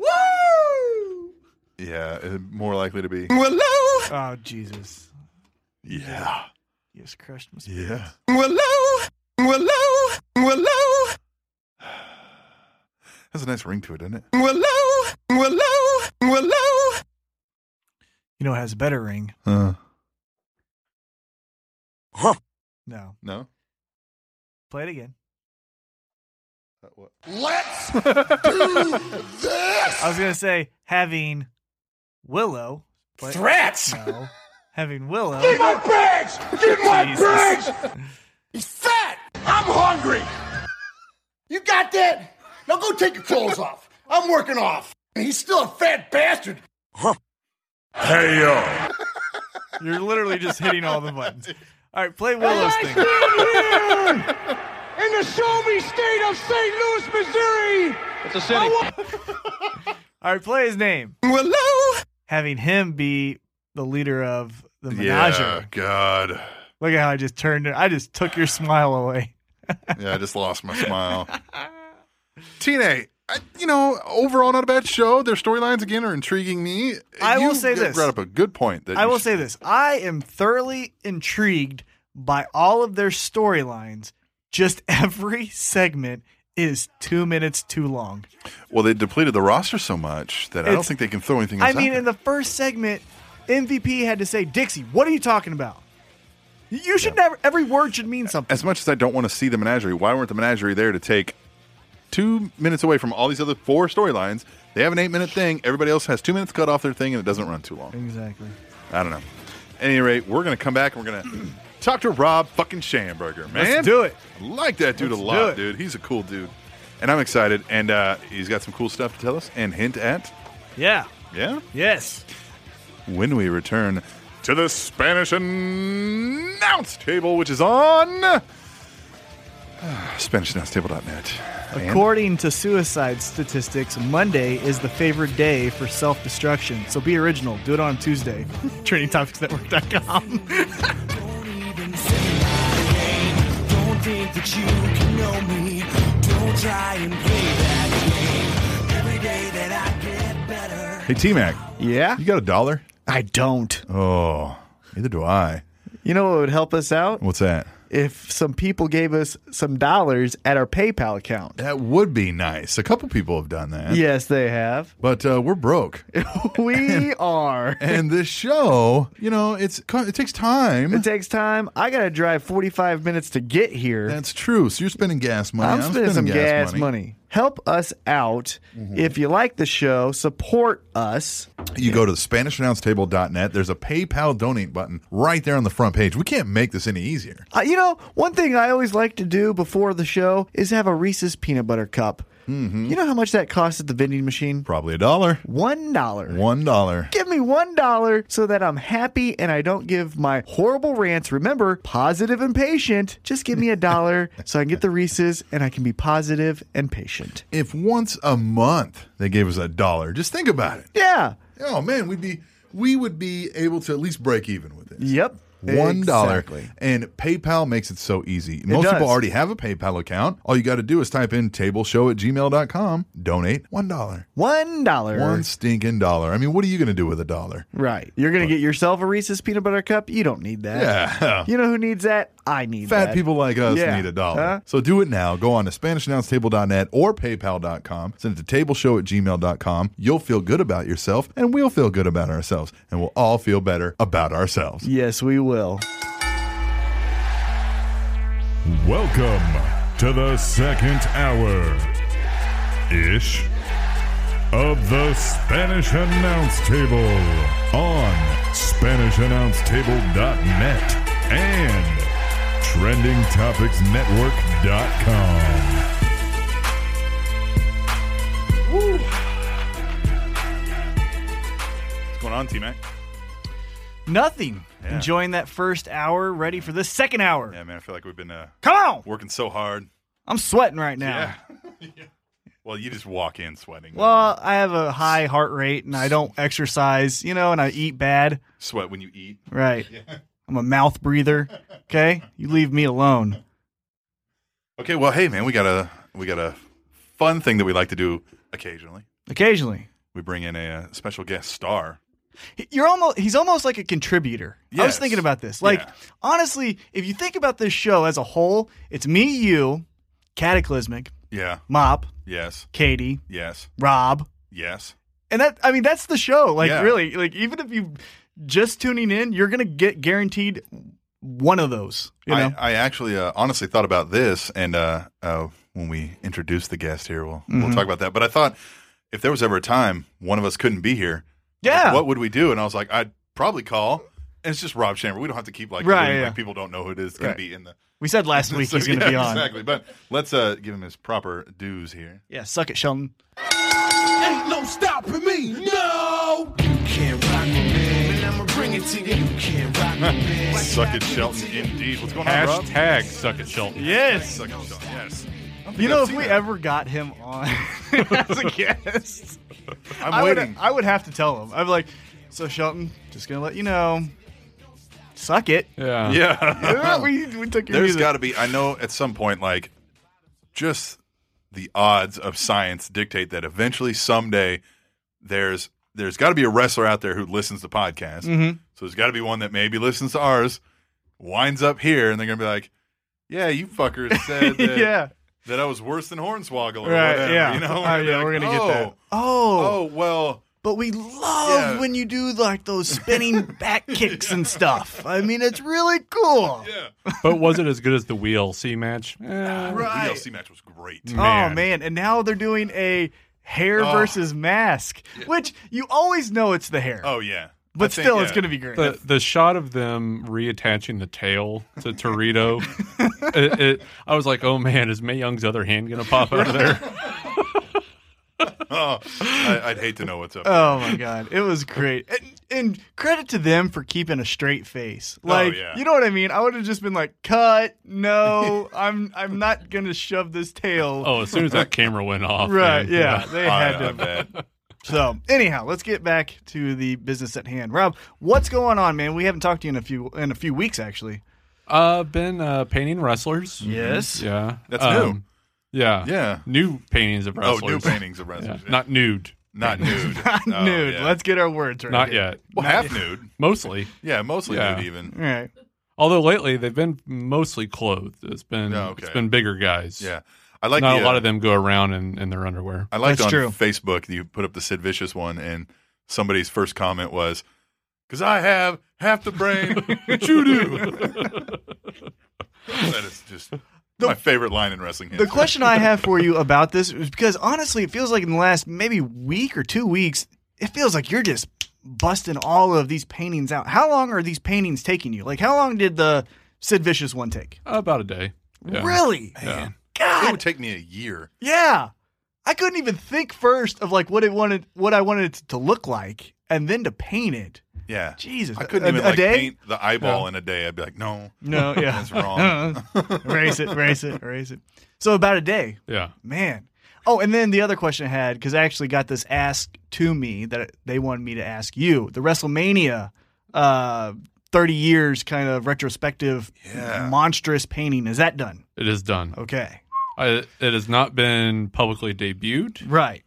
Woo!
Yeah, it- more likely to be.
Willow,
Oh Jesus.
Yeah.
You just crushed my spirit.
Yeah.
Willow, Willow, Willow.
Has a nice ring to it, doesn't it?
Willow, Willow, Willow,
You know, it has a better ring.
Uh,
No.
no.
Play it again.
Let's do this.
I was going to say having Willow. But
Threats.
No. Having Willow.
my bags. Get my
Jesus.
bags. He's fat. I'm hungry. You got that? Now go take your clothes off. I'm working off. And he's still a fat bastard. Hey yo.
You're literally just hitting all the buttons. All right, play Willow's thing.
in the show me state of St. Louis, Missouri.
It's a city.
All right, play his name.
Willow.
Having him be the leader of the menagerie.
Yeah, God.
Look at how I just turned it. I just took your smile away.
Yeah, I just lost my smile. Teenage, I, you know, overall not a bad show. Their storylines again are intriguing me.
I will
You
say
brought
this.
up a good point. That
I
you
will
sh-
say this. I am thoroughly intrigued by all of their storylines. Just every segment is two minutes too long.
Well, they depleted the roster so much that I don't
It's-
think they can throw anything.
I
Else
mean,
out
in the first segment, MVP had to say, Dixie, what are you talking about? You should never, every word should mean something.
as much as I don't want to see the menagerie, why weren't the menagerie there to take two minutes away from all these other four storylines? They have an eight-minute thing. Everybody else has two minutes to cut off their thing, and it doesn't run too long.
Exactly.
I don't know. At any rate, we're gonna come back and we're gonna talk to Rob fucking Shamburger, man.
Let's do it.
I like that dude
Let's
a
do
lot,
it.
dude. He's a cool dude, and I'm excited. And uh, he's got some cool stuff to tell us and hint at.
Yeah.
Yeah.
Yes.
When we return to the Spanish announce table, which is on uh, SpanishAnnounceTable.net. And-
According to suicide statistics, Monday is the favorite day for self destruction. So be original. Do it on Tuesday. TrainingTopicsNetwork.com.
Don't think that you can know me. Don't try and play that game. Every day that I get better.
Hey, T Mac,
Yeah?
you got a dollar?
I don't.
Oh, neither do I.
You know what would help us out?
What's that?
If some people gave us some dollars at our PayPal account.
That would be nice. A couple people have done that.
Yes, they have.
But uh, we're broke,
We are.
and this show, you know, it's it takes time.
It takes time. I got to drive 45 minutes to get here.
That's true. So you're spending gas money.
I'm spending some gas, money. Mm-hmm. Help us out. If you like the show, support us.
You go to SpanishAnnounceTable.net. There's a PayPal donate button right there on the front page. We can't make this any easier.
Uh, you know, one thing I always like to do before the show is have a Reese's peanut butter cup. You know how much that costs at the vending machine?
Probably a dollar.
One dollar.
One dollar.
Give me one dollar so that I'm happy and I don't give my horrible rants. Remember, positive and patient. Just give me a dollar so I can get the Reese's and I can be positive and patient.
If once a month they gave us a dollar, just think about it.
Yeah.
Oh man, we'd be we would be able to at least break even with it.
Yep.
One dollar.
Exactly.
And PayPal makes it so easy. Most people
does.
already have a PayPal account. All you got to do is type in tableshow at gmail.com, donate one dollar.
One dollar.
One stinking dollar. I mean, what are you going to do with a dollar?
Right. You're gonna get yourself a Reese's peanut butter cup. You don't need that.
Yeah.
You know who needs that? I need
Fat
that.
people like us
Yeah.
need a dollar.
Huh?
So do it now. Go on to SpanishAnnounceTable.net or PayPal.com. Send it to tableshow at gmail.com. You'll feel good about yourself, and we'll feel good about ourselves, and we'll all feel better about ourselves.
Yes, we will.
Welcome to the second hour ish of the Spanish Announce Table on SpanishAnnounceTable.net and TrendingTopicsNetwork.com.
What's going on, T Mac?
Nothing.
Yeah.
Enjoying that first hour, ready for the second hour.
Yeah, man, I feel like we've been uh,
Come on!
working so hard.
I'm sweating right now.
Well, you just walk in sweating.
Well, I have a high heart rate and I don't exercise, you know, and I eat bad.
sweat when you eat.
Right. I'm a mouth breather. Okay? You leave me alone.
Okay, well, hey, man, we got a we got a fun thing that we like to do occasionally.
Occasionally.
We bring in a, uh special guest star.
He- You're almost he's almost like a contributor. I was
Yes.
thinking about this. Like
Yeah.
honestly, if you think about this show as a whole, it's me, you, Cataclysmic,
Yeah.
Mop,
Yes.
Katie,
Yes.
Rob,
Yes.
And that I mean that's the show. Like
Yeah.
really, like even if you just tuning in, you're gonna get guaranteed one of those. You know,
I, I actually uh, honestly thought about this, and uh, uh, when we introduce the guest here, we'll
Mm-hmm.
we'll talk about that. But I thought if there was ever a time one of us couldn't be here,
yeah.
what would we do? And I was like, I'd probably call. And it's just Rob Chamber. We don't have to keep like,
Right,
alluding,
yeah.
like, people don't know who it is. It's going
Right.
to be in the
we said last week
So,
he's gonna
yeah,
be on.
exactly. But let's uh, give him his proper dues here.
Yeah, suck it, Sheldon.
Ain't no stopping me, no! You can't rock with me, and I'ma bring it to you. You can't rock with me.
Suck it, Shelton. Indeed. What's going on, Rob?
Hashtag suck it, Shelton.
Yes.
Suck it, Shelton. Yes.
You know,
I've
if
seen
we
that.
ever got him on as a guest,
I'm
I would,
waiting.
I would have to tell him. I'd be like, so Shelton, just gonna let you know, suck it.
Yeah.
yeah.
Yeah, we, we took your
There's
music.
got to be. I know at some point, like, just the odds of science dictate that eventually, someday, there's there's got to be a wrestler out there who listens to podcasts.
Mm-hmm.
So there's got to be one that maybe listens to ours, winds up here, and they're gonna be like, "Yeah, you fuckers said that,
yeah.
that I was worse than Hornswoggle, or
Right,
whatever."
yeah.
You know,
Oh,
And
yeah,
be
we're gonna get
"Oh,
that." Oh,
Oh well,
but we love
Yeah.
when you do like those spinning back kicks and stuff. I mean, it's really cool.
yeah.
But was it as good as the WLC match? Eh,
The DLC match was great.
Oh
man.
man! And now they're doing a hair
Oh.
versus mask, which you always know it's the hair,
Oh yeah, I
but
think,
still, it's
yeah.
gonna be great.
The, the shot of them reattaching the tail to Torito, it, it, I was like, oh man, is May Young's other hand going to pop out of there?
Oh, I, I'd hate to know what's up.
Oh my god, it was great, and, and credit to them for keeping a straight face.
Oh,
Like,
yeah.
you know what I mean? I would have just been like, "Cut! No, I'm I'm not gonna shove this tail."
Oh, as soon as that camera went off.
right?
man.
Yeah, they
I-
had
I
to.
bet.
So, anyhow, let's get back to the business at hand. Rob, what's going on, man? We haven't talked to you in a few in a few weeks, actually.
Uh, been uh, painting wrestlers.
Yes.
Mm-hmm. Yeah.
That's
new. Yeah.
Yeah.
New paintings of
Oh,
wrestlers.
new paintings of
Yeah.
wrestlers.
Not nude.
Not nude.
Not
Oh,
nude.
yeah.
Let's get our words right.
Not
here.
yet.
well, half nude.
Mostly.
Yeah, mostly
Yeah.
nude. Even.
All right.
Although lately they've been mostly clothed. It's been
Oh, okay.
it's been bigger guys.
Yeah, I like
Not
the,
a lot
uh,
of them go around in, in their underwear.
I liked
That's
on
true.
Facebook you put up the Sid Vicious one, and somebody's first comment was, "Cause I have half the brain that you do." that is just my favorite line in wrestling
The
history.
question I have for you about this is because honestly, it feels like in the last maybe week or two weeks, it feels like you're just busting all of these paintings out. How long are these paintings taking you? Like, how long did the Sid Vicious one take?
About a day. Yeah.
Really?
it
God,
would take me a year.
yeah. I couldn't even think first of like what it wanted, what I wanted it to look like, and then to paint it.
Yeah,
Jesus,
I couldn't
a,
even
a
like
day?
paint the eyeball in a day. I'd be like, no,
No, yeah,
that's wrong.
erase it, erase it, erase it. So about a day.
Yeah.
Man. Oh, and then the other question I had, because I actually got this asked to me that they wanted me to ask you the WrestleMania uh, 30 years kind of retrospective
Yeah.
monstrous painting. Is that done?
It is done.
Oh.
Okay.
I, it has not been publicly debuted.
Right.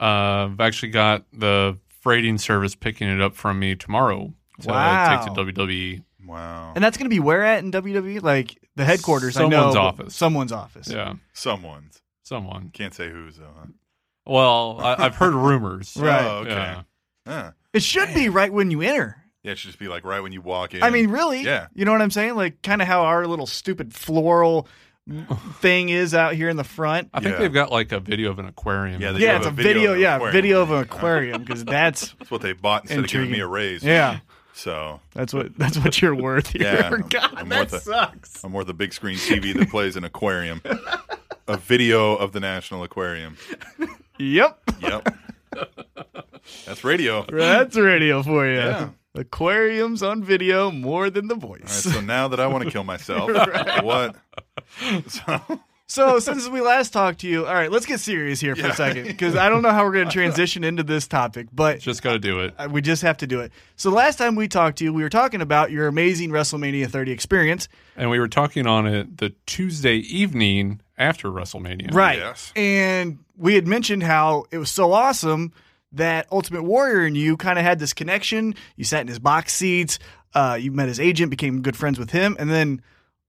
Uh, I've actually got the freighting service picking it up from me tomorrow to
Wow.
take to WWE.
wow,
And that's going to be where at in WWE? Like the headquarters? I know,
Someone's
but
office.
Someone's office.
Yeah,
someone's
someone.
can't say who's though. Huh?
Well, I, I've heard rumors.
Right.
Oh, okay.
Yeah.
Huh.
It should be right when you enter.
Yeah, it should just be like right when you walk in.
I mean, really?
Yeah.
You know what I'm saying? Like kind of how our little stupid floral thing is out here in the front.
I think
Yeah.
they've got like a video of an aquarium.
Yeah, they-
yeah,
have
it's
a
a
video
video.
of an
yeah,
aquarium.
video of an aquarium because that's
that's what they bought instead of
Intriguing.
giving me a raise.
yeah,
So
that's what that's what you're worth here.
Yeah, I'm-
God,
I'm
that
worth it.
sucks.
I'm worth a big screen TV that plays an aquarium, a video of the National Aquarium.
Yep,
Yep, that's radio. All
that's radio for you.
Yeah.
Aquariums on video more than the
right,
voice.
so now that I want to kill myself, what? So,
so since we last talked to you, all right, let's get serious here for
Yeah.
a second because I don't know how we're going to transition into this topic, but
Just got to do it.
uh, we just have to do it. So last time we talked to you, we were talking about your amazing WrestleMania 30 experience,
And we were talking on it the Tuesday evening after WrestleMania.
Right.
Yes.
And we had mentioned how it was so awesome that Ultimate Warrior and you kind of had this connection. You sat in his box seats, uh, you met his agent, became good friends with him. And then,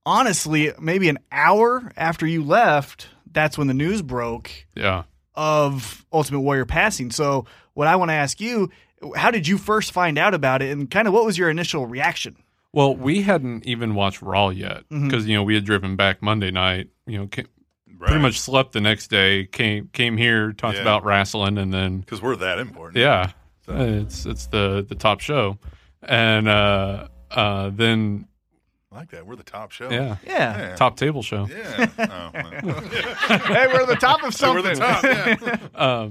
honestly, maybe an hour after you left, that's when the news broke
Yeah.
of Ultimate Warrior passing. So, what I want to ask you, how did you first find out about it and kind of what was your initial reaction?
Well, we hadn't even watched Raw yet because you know we had driven back Monday night. You know, ca- pretty much slept the next day. Came came here, talked
Yeah.
about wrestling, and then
because we're that important.
yeah, Uh, it's it's the the top show, and uh, uh, then
I like that. We're the top show.
yeah,
Yeah.
top table show.
Yeah. Oh, well.
Hey, we're the top of
we're
something.
the top. Yeah.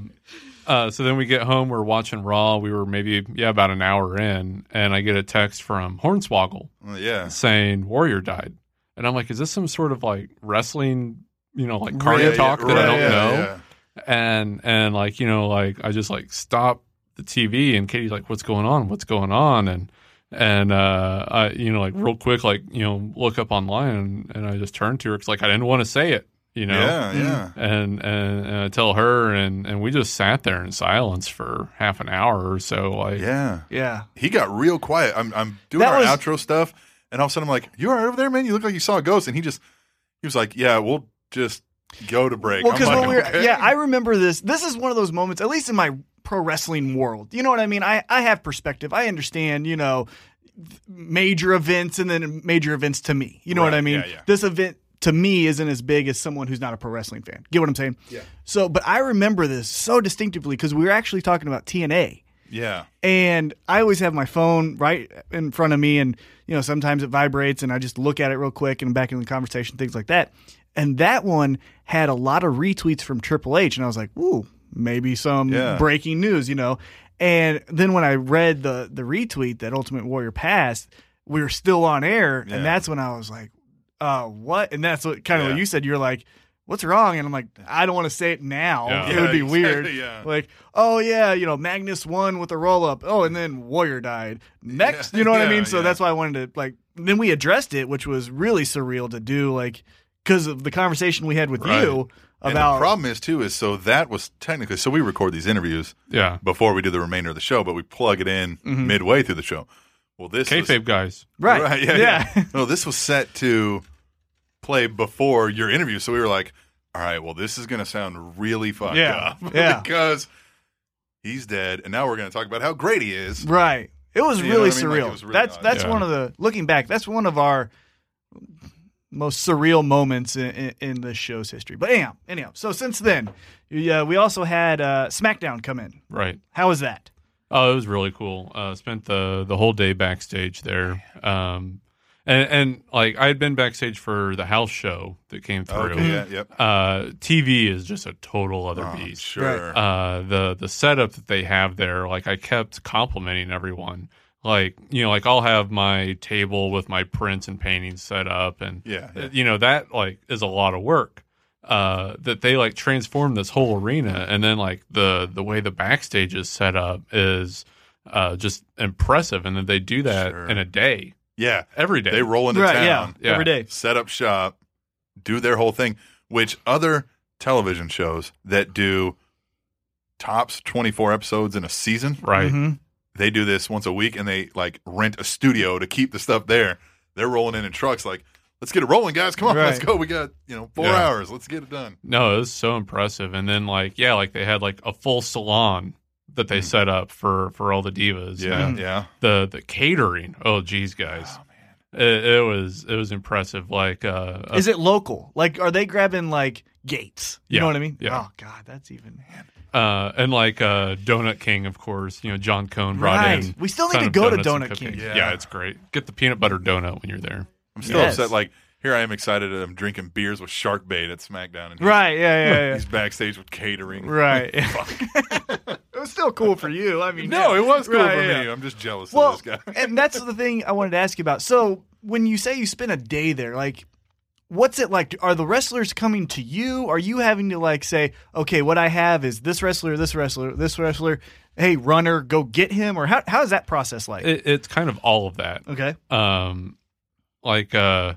Uh, so then we get home, we're watching Raw. We were maybe yeah about an hour in, and I get a text from Hornswoggle
Well, yeah.
saying Warrior died, and I'm like, is this some sort of like wrestling? You know, like cardio
Yeah,
talk
yeah,
that I
right,
don't
yeah,
know.
yeah.
and and like you know like i just like stop the tv and katie's like what's going on what's going on and and uh i you know like real quick like you know look up online and, and i just turned to her because like i didn't want to say it you know
Yeah, yeah.
Mm. and, and and i tell her and and we just sat there in silence for half an hour or so like
Yeah.
Yeah.
He got real quiet. I'm I'm doing
That
our
was-
outro stuff, and all of a sudden I'm like, "You all right over there, man? You look like you saw a ghost." And he just he was like, "Yeah, we'll just go to break."
Well,
I'm
because
like,
when we were,
"Okay."
yeah, I remember this. This is one of those moments, at least in my pro wrestling world. You know what I mean? I, I have perspective. I understand, you know, th- major events and then major events to me. You know what
Right,
I mean?
yeah, yeah.
This event to me isn't as big as someone who's not a pro wrestling fan. Get what I'm saying? Yeah. So, but I remember this so distinctively because we were actually talking about TNA
yeah,
and I always have my phone right in front of me, and you know sometimes it vibrates, and I just look at it real quick and back in the conversation, things like that. And that one had a lot of retweets from Triple H, and I was like, "Ooh, maybe some
Yeah.
breaking news," you know. And then when I read the the retweet that Ultimate Warrior passed, we were still on air,
Yeah.
and that's when I was like, "Uh, what?" And that's what kind of
Yeah.
what you said. You're like. What's wrong? And I'm like, I don't want to say it now.
Yeah.
It would be
Yeah,
weird.
exactly, yeah.
Like, oh yeah, you know, Magnus won with a roll up. Oh, and then Warrior died. Next,
Yeah.
you know what I
Yeah,
mean? So
yeah.
that's why I wanted to like then we addressed it, which was really surreal to do like cuz of the conversation we had with
Right.
you
And
about
the problem is too is so that was technically so we record these interviews
yeah
before we do the remainder of the show, but we plug it in
Mm-hmm.
midway through the show. Well, this was-
kayfabe guys
right.
yeah, yeah. no, this was set to play before your interview, so we were like, "All right, well, this is going to sound really fucked
Yeah,
up,
yeah.
because he's dead, and now we're going to talk about how great he is."
Right. It was
You know
really
what I mean?
surreal.
Like, it was really
that's
odd.
that's
Yeah.
one of the looking back. That's one of our most surreal moments in, in, in this show's history. But anyhow, anyhow. So since then, yeah, we also had uh, SmackDown come in.
right
How was that?
Oh, it was really cool. Uh, spent the the whole day backstage there. Um, and, and like I had been backstage for the house show that came through.
Oh, Okay, yeah, yep.
Uh, TV is just a total other
Oh,
beast.
sure.
Uh, the the setup that they have there, like I kept complimenting everyone. Like you know, like I'll have my table with my prints and paintings set up, and
Yeah, yeah.
you know that like is a lot of work. Uh, that they like transform this whole arena, and then like the the way the backstage is set up is uh just impressive, and that they do that
Sure.
in a day,
yeah,
every day.
they roll into
right.
town,
yeah.
Yeah.
Every day.
set up shop, do their whole thing, which other television shows that do tops 24 episodes in a season
right.
Mm-hmm.
they do this once a week and they like rent a studio to keep the stuff there. They're rolling in in trucks like, let's get it rolling, guys. Come on, let's
Right.
go. We got, you know, four
Yeah.
hours. Let's get it done.
No, it was so impressive. And then like yeah, like they had like a full salon that they set up for for all the divas.
Mm. Yeah.
And
Yeah.
The the catering. Oh geez, guys. It, it was it was impressive. Like uh, a
Is it local? Like, are they grabbing like gates? You
Yeah.
know what I mean?
Yeah.
Oh God, that's even.
uh, and like uh, Donut King, of course. You know, John Cohn brought
Right.
in.
We still need
ton
to
of
go to
donuts and
Donut
cookies.
King.
Yeah.
Yeah.
it's great. Get the peanut butter donut when you're there.
I'm still
Yes.
upset. Like, here I am excited. that I'm drinking beers with Shark Bait at SmackDown. And he's-
Right. Yeah. Yeah.
He's backstage with catering.
yeah. right. it was still cool for you. I mean,
No,
yeah.
it was cool
Right,
for
yeah.
me. I'm just jealous
Well,
of this guy.
and that's the thing I wanted to ask you about. So, when you say you spend a day there, like, what's it like? Are the wrestlers coming to you? Are you having to like say, okay, what I have is this wrestler, this wrestler, this wrestler. Hey, runner, go get him. Or how how is that process like?
It, it's kind of all of that.
okay.
um like uh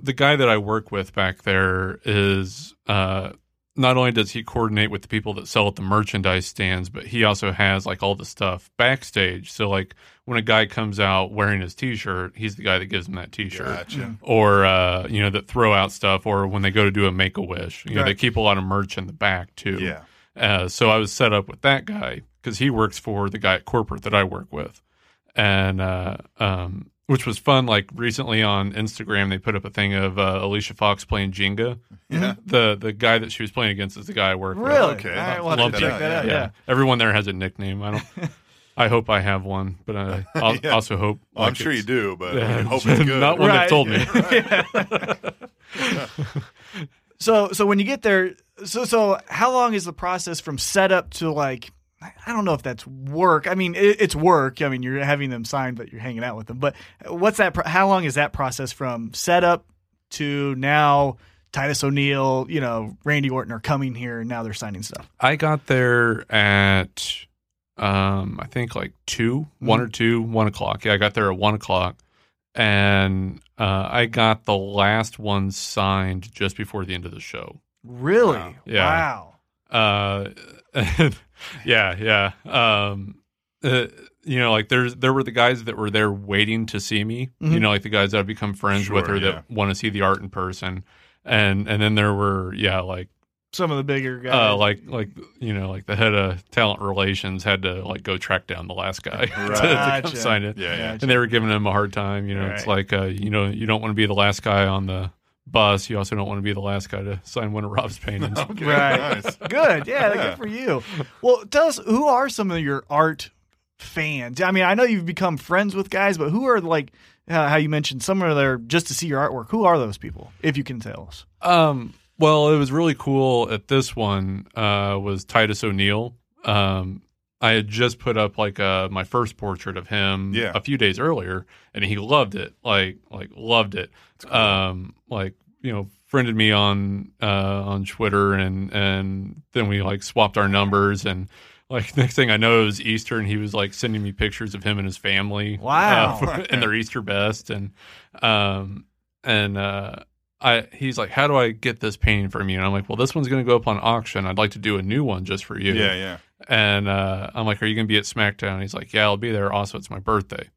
the guy that I work with back there is uh not only does he coordinate with the people that sell at the merchandise stands, but he also has like all the stuff backstage. So like when a guy comes out wearing his t-shirt, he's the guy that gives him that t-shirt.
Mm.
Gotcha.
Or uh, you know, that throw out stuff or when they go to do a make a wish. You know,
Right.
they keep a lot of merch in the back too.
Yeah.
Uh, so I was set up with that guy because he works for the guy at corporate that I work with, and uh, um, which was fun. Like recently on Instagram, they put up a thing of uh, Alicia Fox playing Jenga.
Yeah.
The the guy that she was playing against is the guy I work with.
Really?
Okay.
All right,
I'll
we'll have
check
to check
that
out,
that out.
Yeah.
Yeah.
Everyone there has a nickname. I don't. I hope I have one, but I al-
Yeah.
also hope.
Well, I'm
like,
sure you
it's-
do, but I
Yeah.
hope it's good.
Not one that told me.
So so when you get there, so so how long is the process from setup to like? I I don't know if that's work. I mean, it, it's work. I mean, you're having them sign, but you're hanging out with them. But what's that? Pro- how long is that process from setup to now? Titus O'Neill, you know, Randy Orton are coming here, and now they're signing stuff.
I got there at um I think like 2
Mm-hmm.
one or two, one o'clock. Yeah, I got there at one o'clock, and uh, I got the last one signed just before the end of the show.
Really? Wow.
Yeah. Uh, yeah, yeah. Um, uh, you know, like there's there were the guys that were there waiting to see me. You
Mhm.
know, like the guys that I've become friends with
Mm-hmm. Sure, yeah.
or that want to see the art in person, and and then there were yeah, like
Some of the bigger guys.
uh, like like you know like the head of talent relations had to like go track down the last guy to- to, come
Gotcha.
sign it
Yeah, yeah.
and they were giving him a hard time you know it's like uh, you know you don't want to be the last guy on the bus you also don't want to be the last guy to sign one of rob's paintings
Okay,
Right.
nice.
good. Yeah,
Yeah.
good for you. Well, tell us who are some of your art fans? I mean, I know you've become friends with guys, but who are like uh, how you mentioned some are there just to see your artwork? Who are those people? If you can tell us.
Um, well, it was really cool at this one uh, was Titus O'Neill. Um, I had just put up like uh, my first portrait of him
Yeah.
a few days earlier, and he loved it. Like, like loved it. Um, like you know, friended me on uh, on Twitter, and and then we like swapped our numbers and. Like next thing I know, it was Easter, and he was like sending me pictures of him and his family.
Wow.
uh, in their Easter best, and um, and uh, I he's like, "How do I get this painting from you?" And I'm like, "Well, this one's going to go up on auction. I'd like to do a new one just for you."
Yeah, yeah.
And uh, I'm like, "Are you going to be at SmackDown?" And he's like, "Yeah, I'll be there. Also, it's my birthday."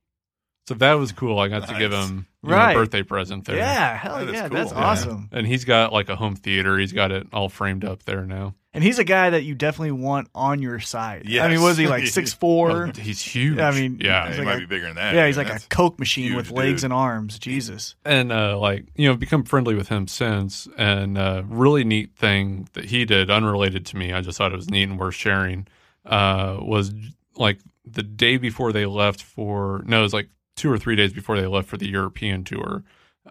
So that was cool. I got to give
Nice.
him you know,
Right.
a birthday present there.
Yeah, hell
That is
yeah,
cool.
that's
Yeah.
awesome.
And he's got like a home theater. He's got it all framed up there now.
And he's a guy that you definitely want on your side. I mean,
Yes.
was he like six four?
Oh, he's huge.
I mean,
yeah.
He's
It
like
might
a-
be bigger than that.
Yeah, he's
man.
like a
That's-
Coke machine with
huge,
legs
dude.
and arms. Jesus.
and uh, like you know become friendly with him since and uh, really neat thing that he did unrelated to me i just thought it was neat and worth sharing uh, was like the day before they left for no it was like two or three days before they left for the european tour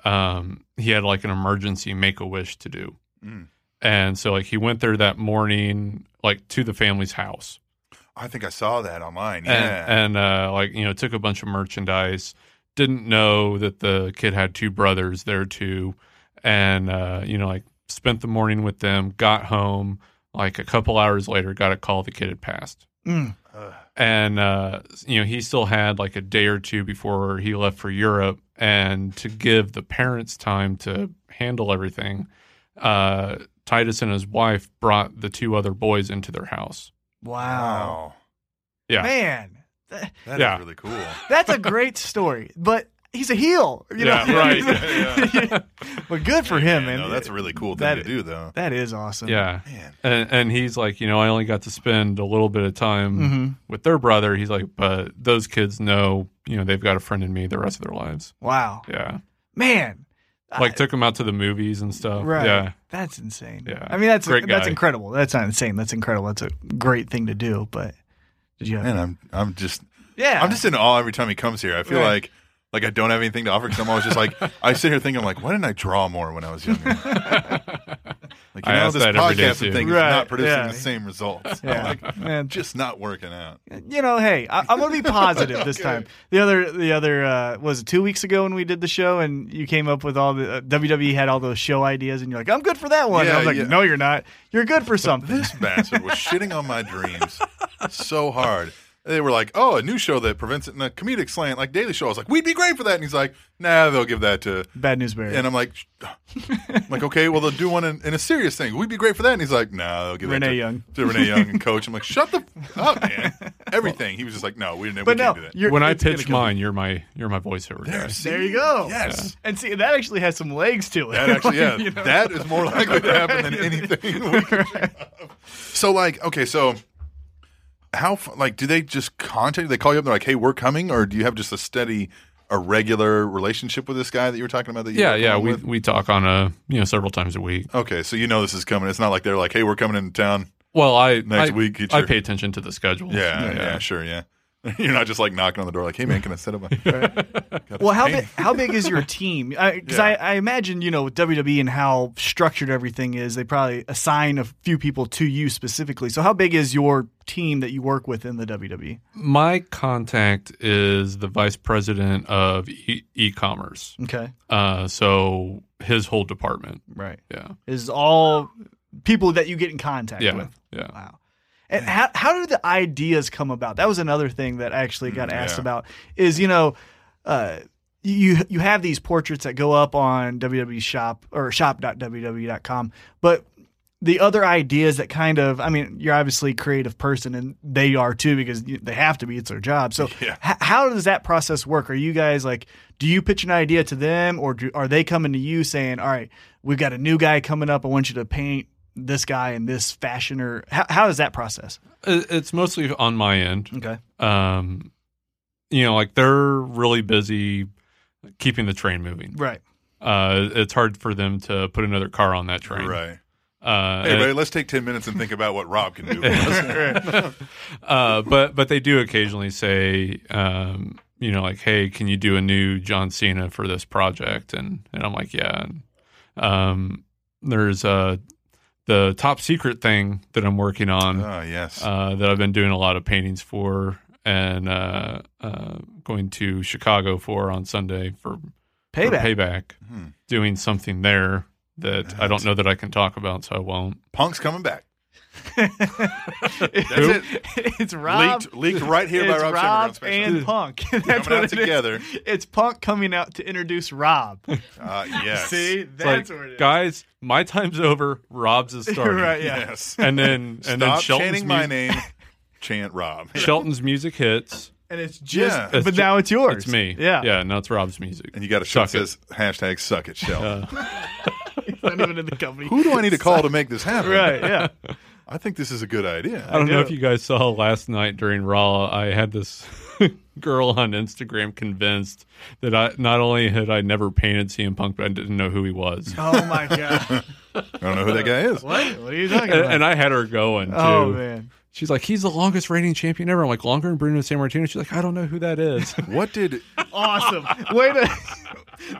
um, he had like an emergency make-a-wish to do
Mm.
and so like he went there that morning like to the family's house
I think I saw that online.
and,
Yeah.
and uh, like you know took a bunch of merchandise didn't know that the kid had two brothers there too and uh, you know like spent the morning with them got home like a couple hours later got a call the kid had passed
Mm.
and uh, you know he still had like a day or two before he left for europe and to give the parents time to handle everything uh, titus and his wife brought the two other boys into their house
Wow.
wow.
yeah
Man. Th-
Oh, That is
Yeah.
really cool.
That's a great story. But he's a heel. You
yeah,
know?
right.
but good for him, man.
no, that's a really cool thing
That-
to do, though.
That is awesome.
Yeah.
Man.
And, and he's like, you know, I only got to spend a little bit of time
Mm-hmm.
Mhm.
with their brother. He's like, but those kids know, you know, they've got a friend in me the rest of their lives.
Wow.
Yeah.
Man.
Like took him out to the movies and stuff.
Right.
Yeah.
That's insane.
Yeah.
I mean, that's
Great
that's
guy.
incredible. That's not insane. That's incredible. That's a great thing to do. But did you have?
Man, I'm I'm just
yeah.
I'm just in awe every time he comes here. I feel
Right.
like like I don't have anything to offer because I'm always just like I sit here thinking like, why didn't I draw more when I was younger? like you
I
know,
ask
this
that every day,
podcasting
too.
thing
Right,
is not producing
yeah.
the same results.
Yeah.
I'm like,
Man,
just not working out.
you know, hey, I, I'm gonna be positive this time. The other, the other uh, was it two weeks ago when we did the show, and you came up with all the uh, WWE had all those show ideas, and you're like, I'm good for that one. And I
Yeah,
was like,
yeah.
No, you're not. You're good for something.
This bastard was shitting on my dreams so hard. They were like, "Oh, a new show that prevents it in a comedic slant, like Daily Show." I was like, "We'd be great for that," and he's like, "Nah, they'll give that to."
Bad news bears.
And I'm like, "Sh- I'm like, okay, well, they'll do one in, in a serious thing. We'd be great for that. And he's like, no, they'll give that
Renee
to,
Young.
to Renee Young and coach. I'm like, shut the f- up, man. Everything. He was just like, no, we didn't.
but
we
no,
can't do that.
you're,
When I
it's gonna
pitch
come-
mine, you're my you're my voiceover guy.
see?
There you go.
Yes.
And see, that actually has some legs to it.
That actually, yeah,
You know?
that is more likely to happen than anything. We could dream of. So like, okay, so how f- like do they just contact? They call you up. and They're like, "Hey, we're coming," or do you have just a steady, a regular relationship with this guy that you were talking about? That you
Yeah,
work
yeah.
along
We
with?
we talk on a you know several times a week.
okay. So you know this is coming. It's not like they're like, "Hey, we're coming into town."
Well, I
Next
I-
week, get
I
your-
pay attention to the schedule.
Yeah, yeah, sure, yeah. You're not just like knocking on the door like, "Hey, man, can I set up?" A-
Well, how big, how big is your team? Because I, I, imagine you know with WWE and how structured everything is, they probably assign a few people to you specifically. So how big is your team that you work with in the E? WWE?
My contact is the vice president of e- e-commerce.
Okay,
Uh, so his whole department.
right.
Yeah,
Is all people that you get in contact
yeah,
with.
yeah.
Wow. And how, how did the ideas come about? That was another thing that I actually got asked
yeah.
about is, you know, uh, you you have these portraits that go up on WWE shop or shop.ww.com, E but the other ideas that kind of, I mean, you're obviously a creative person and they are too because you- they have to be, it's their job. So
Yeah.
h- how does that process work? Are you guys like, do you pitch an idea to them or do, are they coming to you saying, all right, we've got a new guy coming up. I want you to paint this guy in this fashion or how, how is that process?
It- It's mostly on my end.
Okay.
Um, you know, like they're really busy keeping the train moving.
Right.
Uh, it's hard for them to put another car on that train.
right.
Uh,
Hey, everybody, let's take ten minutes and think about what Rob can do. For us.
uh, but but they do occasionally say, um, you know, like, hey, can you do a new John Cena for this project? And and I'm like, yeah. And, um, there's uh, the top secret thing that I'm working on
oh yes.
uh, that I've been doing a lot of paintings for, and uh, uh, going to Chicago for on Sunday for for
Payback.
payback doing something there that I don't know that I can talk about, so I won't.
Punk's coming back. That's
Who?
it.
it's Rob.
leaked, leaked right here by
it's
Rob,
Rob,
Schenberg on Smash
and
Brothers.
Punk. That's
Coming out
what it is.
together.
It's Punk coming out to introduce Rob.
Uh, yes.
See,
It's
that's
like,
what it is.
guys, my time's over. Rob's is starting.
right? Yeah.
Yes.
And then and then
Stop
Shelton's,
chanting my
mu-
name. Chant Rob.
Shelton's music hits.
And it's just,
Yeah.
but
It's ju-
now it's yours.
It's me.
Yeah.
Yeah. Now it's Rob's music.
And you got a shirt
Suck
that says hashtag suck it, Shell.
It's not even in the company.
Who do I need to call to make this happen?
right. Yeah.
I think this is a good idea.
I don't know
do.
if you guys saw last night during Raw. I had this girl on Instagram convinced that I not only had I never painted CM Punk, but I didn't know who he was,
Oh my god.
I don't know who that guy is.
what? What are you talking
and,
about?
and I had her going. Too.
oh man.
She's like, he's the longest reigning champion ever. I'm like, longer than Bruno San Martino. She's like, I don't know who that is.
What did?
Awesome. Wait a.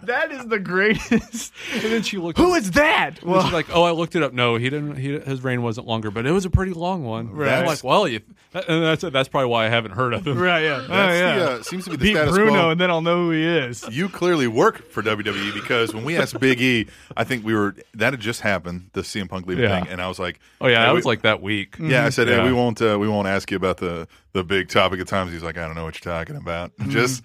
that is the greatest.
and then she looked.
Who is that?
And
Well,
she's like, oh, I looked it up. No, he didn't. He, his reign wasn't longer, but it was a pretty long one.
Right.
I'm like, well, you, and that's that's probably why I haven't heard of him.
right. Yeah.
That's
oh, yeah.
the, uh, seems to be the
Beat
status
Bruno,
quo.
and then I'll know who he is.
you clearly work for WWE because when we asked Big E, I think we were that had just happened, the CM Punk leaving
Yeah.
thing, and I was like,
Oh yeah,
hey,
that
we-
was like that week.
Mm.
Yeah, I said,
Yeah.
hey, we won't uh, we won't ask you about the the big topic of times. He's like, I don't know what you're talking about. Just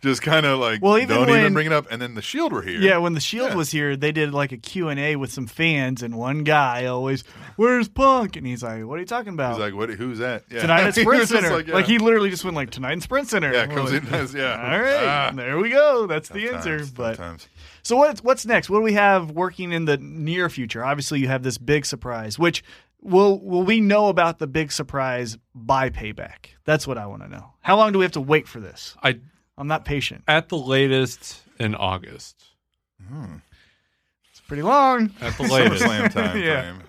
just kind of like,
Mm-hmm. Well, even
don't
when-
even bring it up. And then the Shield were here.
Yeah, when the Shield
Yeah.
was here, they did like a Q&A with some fans and one guy always, "Where's Punk?" and he's like, "What are you talking about?"
he's like, what? Who's that? Yeah.
tonight at
He
Sprint
was just
Center. Like,
yeah.
he literally just went like tonight in Sprint Center.
yeah
And we're
comes
like,
in as yeah.
All right,
Ah,
there we go. That's the
times,
answer. but
times.
so what's what's next? What do we have working in the near future? Obviously, you have this big surprise, which will will we know about the big surprise by payback? That's what I want to know. How long do we have to wait for this?
I
I'm not patient.
at the latest in August.
It's pretty long.
At the latest,
SummerSlam time
Yeah.
frame.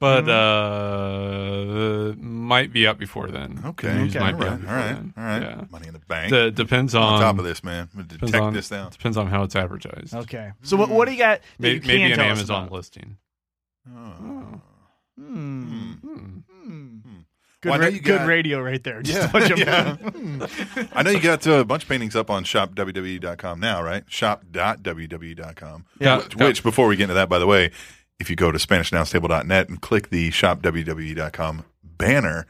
but uh, might be up before then.
Mm-hmm. Okay.
The news
okay.
might
All
be up
right. All
before
right.
then.
All right.
Yeah.
Money in the bank.
The- depends on,
on top of this, man. I'm gonna
Depends
detect
on,
this down.
Depends on how it's advertised.
Okay. So what what do you got? that
May-
you
Maybe,
can
an
tell us
Amazon
about?
listing.
Oh.
Hmm.
Hmm.
Good,
Well, I know
ra-
you
good
got-
radio right there. Just
Yeah.
a bunch of
Yeah. I know you got uh, a bunch of paintings up on shopww.com E now, right? E Shop.ww.com.
Yeah.
Which, which, before we get into that, by the way, if you go to SpanishNounsTable.net and click the shopww.com E banner,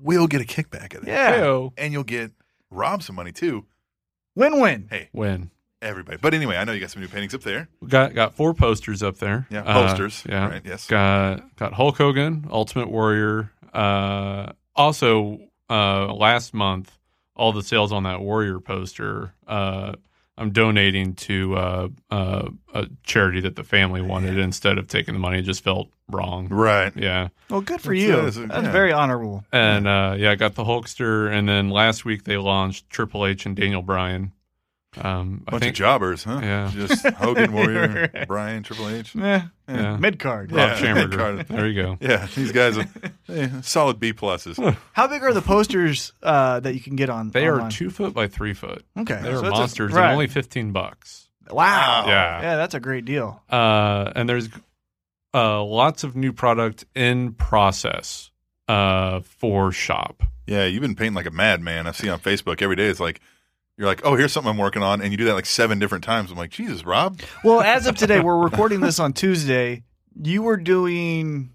we'll get a kickback of that.
yeah.
Heyo.
And you'll get Rob some money too,
Win win.
When
everybody. But anyway, I know you got some new paintings up there.
we got got four posters up there.
Yeah,
Uh,
posters,
yeah.
right, yes.
Got got Hulk Hogan, Ultimate Warrior. Uh, also, uh, last month, all the sales on that Warrior poster. Uh, I'm donating to uh, uh, a charity that the family wanted instead of taking the money. It just felt wrong.
Right.
Yeah.
Well, good for
That's-
you.
that is
That's,
a- yeah.
very honorable.
And uh, yeah, I got the Hulkster, and then last week they launched Triple H and Daniel Bryan. Um, I
Bunch
think
of jobbers, huh?
Yeah.
Just Hogan, Warrior, Brian, Triple H.
Eh,
yeah.
mid card.
Yeah.
Rob Schamberger.
Card.
there you go.
Yeah, these guys are eh, solid B pluses.
How big are the posters uh, that you can get on?
They are
online?
two foot by three foot.
Okay,
They're
so it's a-
monsters. and
right.
only fifteen bucks.
Wow.
Yeah.
Yeah, that's a great deal.
Uh, and there's uh, lots of new product in process uh, for shop.
Yeah, you've been painting like a madman. I see on Facebook every day. It's like you're like, oh, here's something I'm working on, and you do that like seven different times. I'm like, Jesus, Rob.
Well, as of today, we're recording this on Tuesday. You were doing,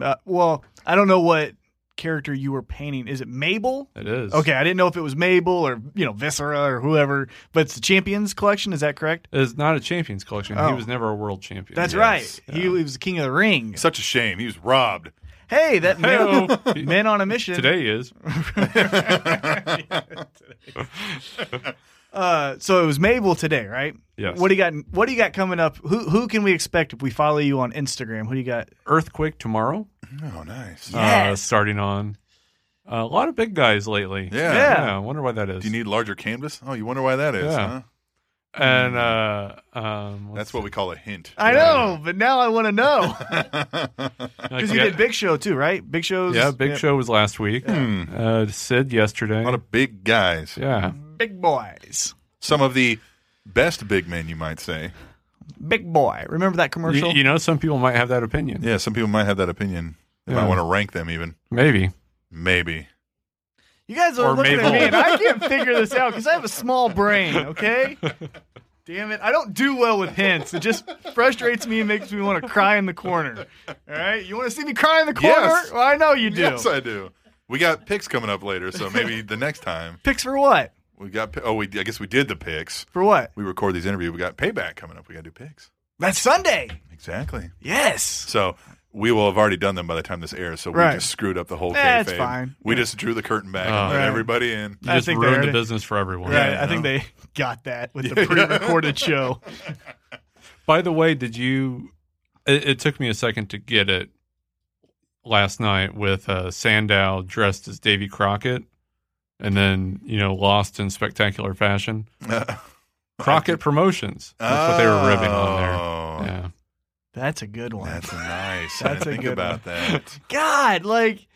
uh, well, I don't know what character you were painting. Is it Mabel?
It is
Okay, I didn't know if it was Mabel or you know Viscera or whoever, but it's the Champions collection. Is that correct?
It is not a champions collection. He
Oh.
was never a world champion.
That's
Yes.
right.
Yeah.
He, was the King of the Ring.
Such a shame. He was robbed.
Hey, that man,
Hey-oh.
man on a mission.
Today is
Uh, so it was Mabel today, right?
Yes.
What do you got? What do you got coming up? Who who can we expect if we follow you on Instagram? Who do you got?
earthquake tomorrow.
Oh, nice.
Uh,
Yes.
starting on uh, a lot of big guys lately.
Yeah.
Yeah.
I wonder why that is.
Do you need larger canvas? Oh, you wonder why that is,
Yeah.
huh?
and uh, um, let's
That's what we call a hint.
I know, but now I want to know
see.
because
Like,
you
yeah,
did Big Show too, right? Big Show's
Yeah, big show was last week. Uh, Sid yesterday.
A Hmm. lot of big guys.
yeah.
big boys,
Some of the best big men, you might say.
big boy. Remember that commercial?
You, you know, some people might have that opinion.
Yeah, some people might have that opinion. They
Yeah.
might want to rank them even.
Maybe.
Maybe.
You guys are
Or
looking at
Mabel.
me, and I can't figure this out because I have a small brain. Okay. Damn it! I don't do well with hints. It just frustrates me and makes me want to cry in the corner. All right, you want to see me cry in the corner?
Yes.
Well, I know you do.
Yes, I do. We got picks coming up later, so maybe the next time
Picks for what?
we got. pi- Oh, we I guess we did the picks.
For what?
We record these interviews. We got payback coming up. We got to do picks.
That's Sunday.
Exactly.
Yes.
So we will have already done them by the time this airs. So we
Right.
just screwed up the whole.
Eh, it's
kayfabe.
fine.
We just drew the curtain back and
Oh.
let
Right.
everybody in.
You
I
just
think they
ruined the
already-
business for everyone.
Right.
Yeah,
I think
no.
they got that with the pre-recorded show.
By the way, did you? It, it took me a second to get it last night with uh, Sandow dressed as Davy Crockett, and then you know lost in spectacular fashion. Crockett Promotions. That's what they were ribbing on
Oh,
there. Yeah.
That's a good one.
That's nice. I didn't
That's a
think
good
about that.
God, like,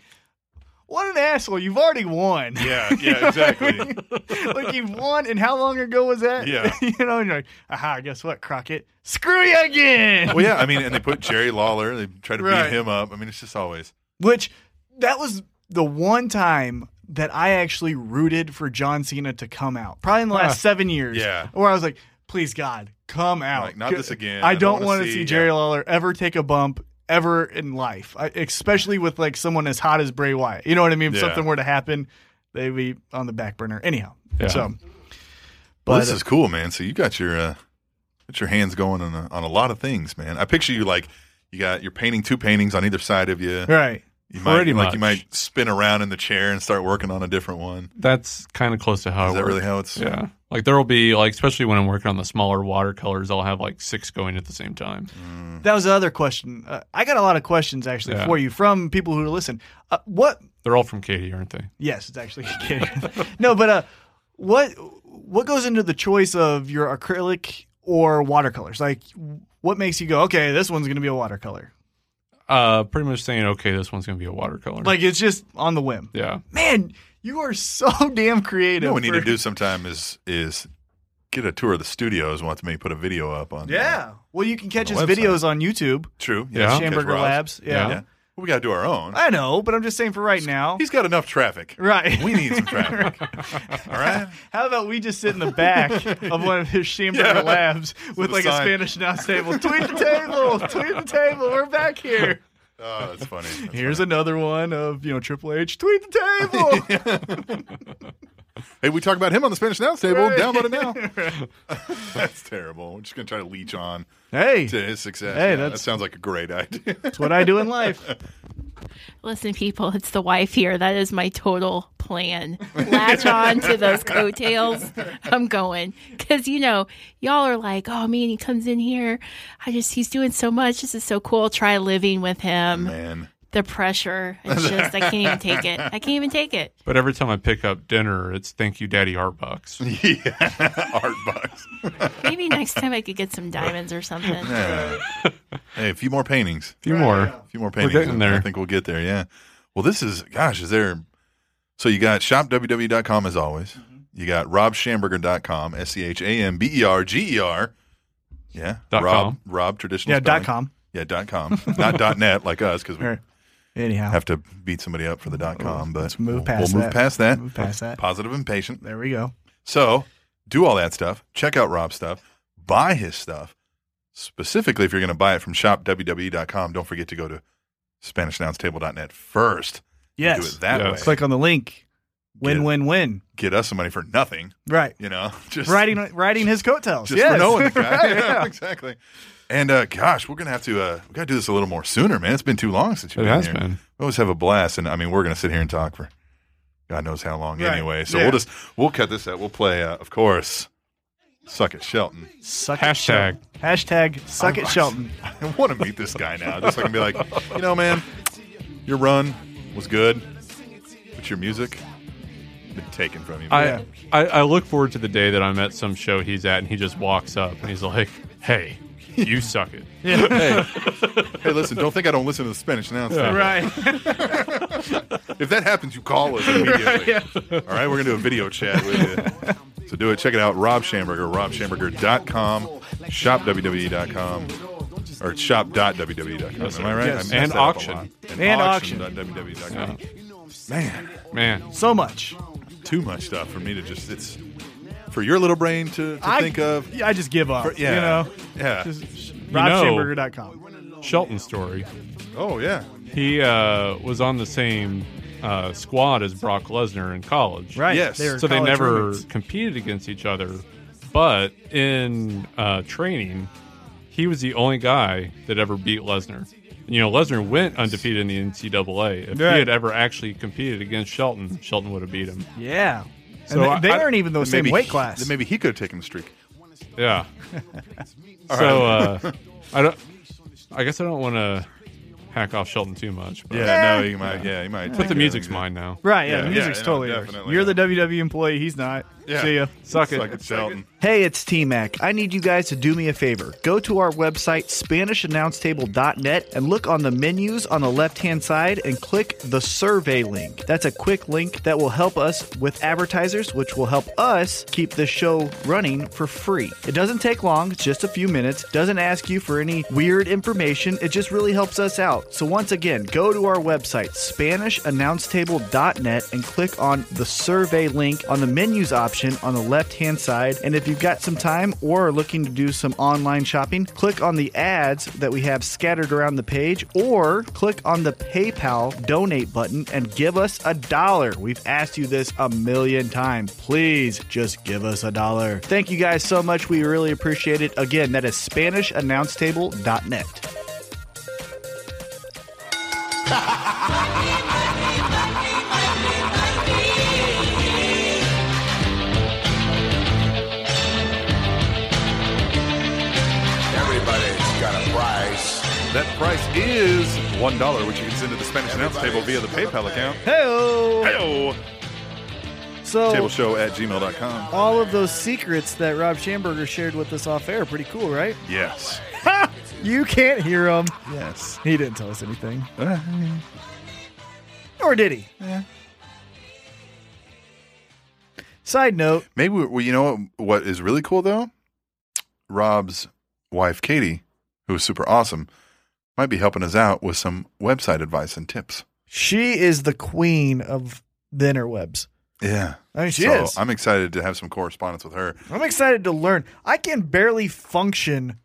what an asshole! You've already won.
Yeah, yeah, exactly.
like you've won, and how long ago was that?
Yeah.
you know, and you're like, aha, guess what, Crockett? Screw you again.
well, yeah, I mean, and they put Jerry Lawler. They try to
Right.
beat him up. I mean, it's just always.
Which that was the one time that I actually rooted for John Cena to come out, probably in the last seven years.
Yeah.
where I was like, please God, come out.
Like, not this again.
I,
I don't wanna
don't, want to
see-
see, Jerry
yeah.
Lawler ever take a bump. Ever in life, I, especially with like someone as hot as Bray Wyatt, you know what I mean. If
Yeah.
something were to happen, they'd be on the back burner. Anyhow,
Yeah.
so
Well, this is cool, man. So you got your uh, got your hands going on a, on a lot of things, man. I picture you like you got you're painting two paintings on either side of you.
uh, right.
You might
Pretty
like you
much.
might spin around in the chair and start working on a different one.
That's kind of close to how
Is
it
that
works.
really how it's?
yeah. Like there will be like especially when I'm working on the smaller watercolors, I'll have like six going at the same time.
Mm.
That was the other question. Uh, I got a lot of questions actually
Yeah.
for you from people who listen. Uh, what?
They're all from Katie, aren't they?
Yes, it's actually kidding. no, but uh, what what goes into the choice of your acrylic or watercolors? Like, what makes you go, okay, this one's going to be a watercolor?
Uh, pretty much saying, okay, this one's gonna be a watercolor.
Like, it's just on the whim.
yeah,
Man, you are so damn
You
creative.
know what we need
for-
to do sometime is is get a tour of the studios once maybe put a video up on. the-
Yeah. Well, you can catch
On
his
the website.
videos on YouTube.
true.
Yeah.
Catch
Schamberger
Rob's.
Labs. Yeah.
Yeah.
Yeah, Well, we got to do our own.
I know, but I'm just saying for right now.
He's got enough traffic.
Right.
We need some traffic. All right.
How about we just sit in the back of one of his chamber
Yeah.
labs with
the
like
sign.
a Spanish announce table? Tweet the table, tweet the table. We're back here.
Oh, that's funny. That's
Here's another one of you know Triple H. Tweet the table.
Hey, we talk about him on the Spanish Announce Table.
Right.
Download it now. that's terrible. We're just going to try to leech on
hey,
to his success.
Hey,
Yeah,
that's-
that sounds like a great idea.
that's what I do in life.
Listen, people, it's the wife here. That is my total plan. Latch on to those coattails. I'm going. Because, you know, y'all are like, oh, man, he comes in here. I just, he's doing so much. This is so cool. Try living with him.
Man.
The pressure. It's just, I can't even take it. I can't even take it.
But every time I pick up dinner, it's thank you, Daddy Artbucks.
Yeah. Art bucks.
Maybe next time I could get some diamonds or something.
Yeah. hey, a few more paintings.
A few more.
A few more paintings.
getting
and I
there.
think we'll get there. Yeah. Well, this is, gosh, is there. So you got shopww.com as always.
Mm-hmm.
You got robshamberger.com, S C H A M B E R G E R. Yeah.
Dot
Rob,
com.
Rob traditional.
Yeah, dot
spelling.
com.
Yeah, dot com. Not dot net like us because we
All right. Anyhow,
have to beat somebody up for the dot com. But
let's move
we'll-
past
we'll move
that.
past that.
Move past that.
Positive and patient.
there we go.
So do all that stuff. Check out Rob's stuff. Buy his stuff. Specifically, if you're going to buy it from shopwwe.com, E don't forget to go to SpanishAnnounceTable.net first.
Yes.
Do it that
Yeah.
way.
Click on the link. Win,
Get-
win, win.
Get us some money for nothing,
Right.
you know? Just,
Riding, riding his coattails.
just
yes.
for knowing the guy.
Right,
Yeah,
yeah.
exactly. And uh, gosh, we're going to have to uh, we got to do this a little more sooner, man. It's been too long since you've
It
been
has
here.
been.
We always have a blast. And I mean, we're going to sit here and talk for God knows how long
Right.
anyway. So
Yeah.
we'll just, we'll cut this out. We'll play, uh, of course, Suck It Shelton.
Suck It
Hashtag.
Shelton. Hashtag suck it, Shelton.
I want to meet this guy now. Just so I can be like, you know, man, your run was good, but your music been taken from you.
I, I I look forward to the day that I'm at some show he's at and he just walks up and he's like, "Hey, you suck it."
hey, listen, don't think I don't listen to the Spanish now.
Right.
If that happens, you call us immediately. All right, we're gonna do a video chat with you. So do it. Check it out. Rob Schamberger, robschamberger.com, shopwwe.com, E or shop.wwe.com. E Am I right? I
Yes.
messed
And
that up a
auction.
lot. And,
And
auction.
auction.
www.com. E Man.
Man,
So much.
too much stuff for me to just it's for your little brain to, to
I
think of
I just give up.
for- yeah
You know?
yeah
Just
know-
RobShamberger.com.
Shelton's story.
oh yeah
He uh, was on the same uh, squad as Brock Lesnar in college.
Right.
Yes.
were
so they
college
never
roommates.
competed against each other but in uh, training he was the only guy that ever beat lesnar you know lesnar went undefeated in the ncaa if
Right.
he had ever actually competed against shelton shelton would have beat him
Yeah. And
So
they,
I-
they
I-
aren't even the
Then
same
maybe
weight
he-
class.
then maybe he could have taken the streak
yeah so uh, i don't i guess i don't want to hack off shelton too much but
yeah no you might yeah you might
but the music's mine now
right. Yeah.
Yeah,
the
yeah,
music's
no,
totally yours.
definitely.
You're the WWE employee. He's not.
Yeah.
See ya.
suck it,
Suck it, Sheldon.
Hey, it's T Mac. I need you guys to do me a favor. Go to our website, SpanishAnnounceTable.net, and look on the menus on the left hand side and click the survey link. That's a quick link that will help us with advertisers, which will help us keep this show running for free. It doesn't take long, it's just a few minutes, doesn't ask you for any weird information. It just really helps us out. So, once again, go to our website, SpanishAnnounceTable.net, and click on the survey link on the menus option on the left hand side. And if you've got some time or are looking to do some online shopping, click on the ads that we have scattered around the page or click on the PayPal donate button and give us a dollar. We've asked you this a million times. Please just give us a dollar. Thank you guys so much. We really appreciate it. Again, that is SpanishAnnounceTable.net.
Everybody's got a price.
that price is one dollar which you can send to the Spanish announce table via the PayPal account
Hey.
Heyo.
So
tableshow at gmail.com
all of those secrets that Rob Schamberger shared with us off air, pretty cool, right?
yes
You can't hear them.
yes
He didn't tell us anything. Or did he? Side note.
maybe we, well, you know what, what is really cool though Rob's wife Katie who is super awesome might be helping us out with some website advice and tips
She is the queen of the interwebs.
yeah
I mean, she
so
is. I'm,
I'm excited to have some correspondence with her
excited to learn. I can barely function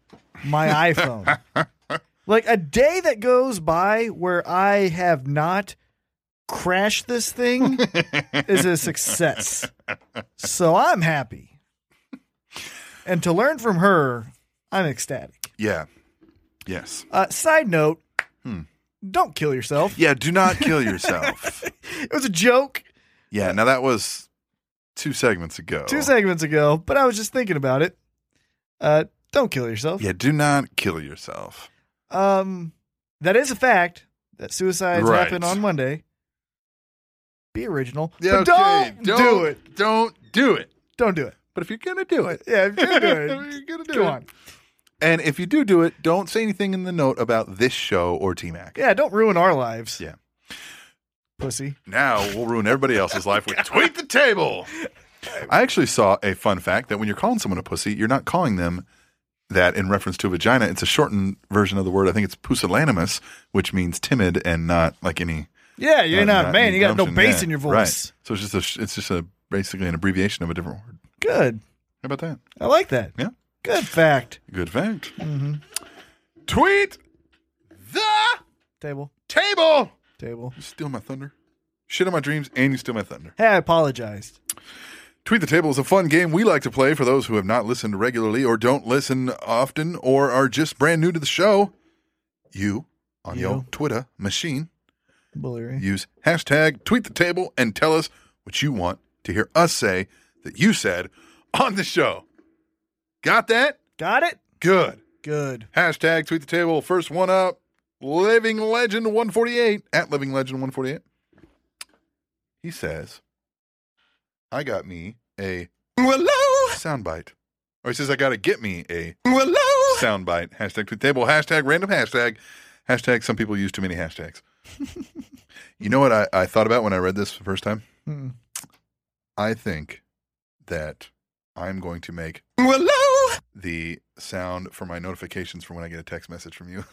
my iPhone. like a day that goes by where I have not crashed this thing is a success. So I'm happy. And to learn from her, I'm ecstatic.
Yeah. Yes.
Uh, side note don't kill yourself.
Yeah, do not kill yourself.
It was a joke
yeah, now that was two segments ago.
two segments ago, but I was just thinking about it. Uh, don't kill yourself.
Yeah, do not kill yourself.
Um, that is a fact that suicides
Right.
happen on Monday. Be original.
Yeah,
but don't, do it.
Don't do it.
Don't do it.
But if you're gonna do it,
Yeah, if you're doing it,
You're gonna do
go
it.
on.
and if you do do it, don't say anything in the note about this show or T Mac.
Yeah, don't ruin our lives.
Yeah.
Pussy.
Now we'll ruin everybody else's life with tweet the table. I actually saw a fun fact that when you're calling someone a pussy, you're not calling them that in reference to vagina. It's a shortened version of the word. I think it's pusillanimous, which means timid and not like any. uh,
Yeah, you're not, a man.
any
You got no
gumption.
bass
Yeah,
in your
right.
voice.
So it's just a, sh- it's just a basically an abbreviation of a different word.
Good.
How about that?
I like that.
Yeah.
Good fact.
Good fact.
Mm-hmm.
Tweet the
Table.
table.
Table.
You steal my thunder. Shit on my dreams, and you steal my thunder.
Hey, I apologized.
Tweet the Table is a fun game we like to play for those who have not listened regularly or don't listen often or are just brand new to the show. You, on your
You.
Twitter machine,
Bullery.
use hashtag tweet the table and tell us what you want to hear us say that you said on the show. Got that?
Got it?
Good.
Good.
Hashtag tweet the table. First one up, Living Legend 148 at Living Legend 148. He says, I got me a soundbite. Or he says, I got to get me a soundbite. Hashtag tweet the table. Hashtag random hashtag. Hashtag some people use too many hashtags. you know what I, I thought about when I read this the first time?
Hmm.
I think that I'm going to make the sound for my notifications for when I get a text message from you.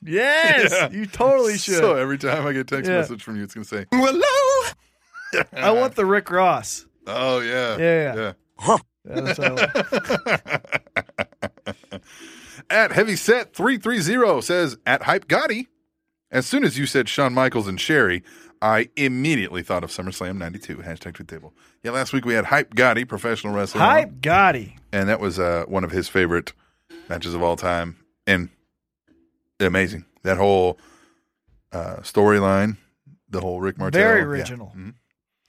Yes,
Yeah.
you totally should.
So every time I get a text
Yeah.
message from you, it's going to say,
I want the Rick Ross.
oh, yeah.
Yeah,
Yeah.
Yeah, that's what I want.
At Heavyset330 says, at Hype Gotti, as soon as you said Shawn Michaels and Sherry, I immediately thought of SummerSlam 92. Hashtag tweet table. Yeah, last week we had Hype Gotti, professional wrestler. on,
Hype Gotti.
And that was uh, one of his favorite matches of all time. And amazing. That whole uh, storyline, the whole Rick Martel.
Very
yeah.
original.
Mhm.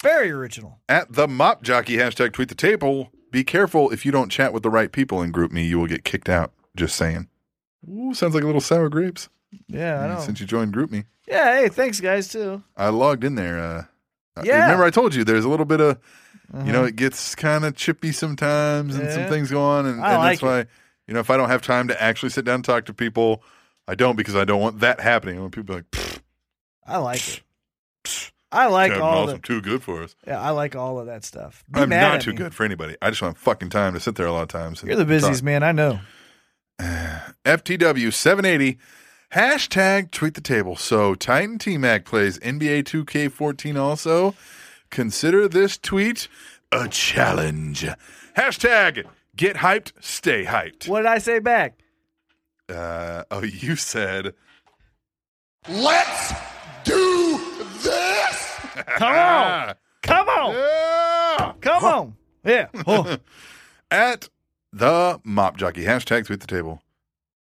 Very original.
At the mop jockey hashtag tweet the table. Be careful if you don't chat with the right people in group me, you will get kicked out. Just saying. Ooh, sounds like a little sour grapes. Mm,
Yeah, I know.
Since you joined group me,
Yeah, hey, thanks guys too.
I logged in there. Uh, I-
Yeah. Mm-hmm.
Remember, I told you there's a little bit of, you know, it gets kind of chippy sometimes, and some
Yeah.
things go on, and,
I
and that's
like
why, you know, if I don't have time to actually sit down and talk to people, I don't because I don't want that happening. When people are like, "Pfft,
I like it. I like
Kevin
all
Owens, I'm
the
too good for us.
Yeah, I like all of that stuff. Be
I'm
mad
not
at
too
me.
good for anybody. I just want fucking time to sit there a lot of times. and
You're the
talk.
busiest man I know.
FTW 780. Hashtag tweet the table. So Titan T Mac plays NBA 2K14 also. Consider this tweet a challenge. Hashtag get hyped, stay hyped.
What did I say back?
Uh, oh, you said
Let's do this.
Come on. Come on.
ah, Yeah!
Come on. Yeah. Oh,
at the mop jockey. Hashtag tweet the table.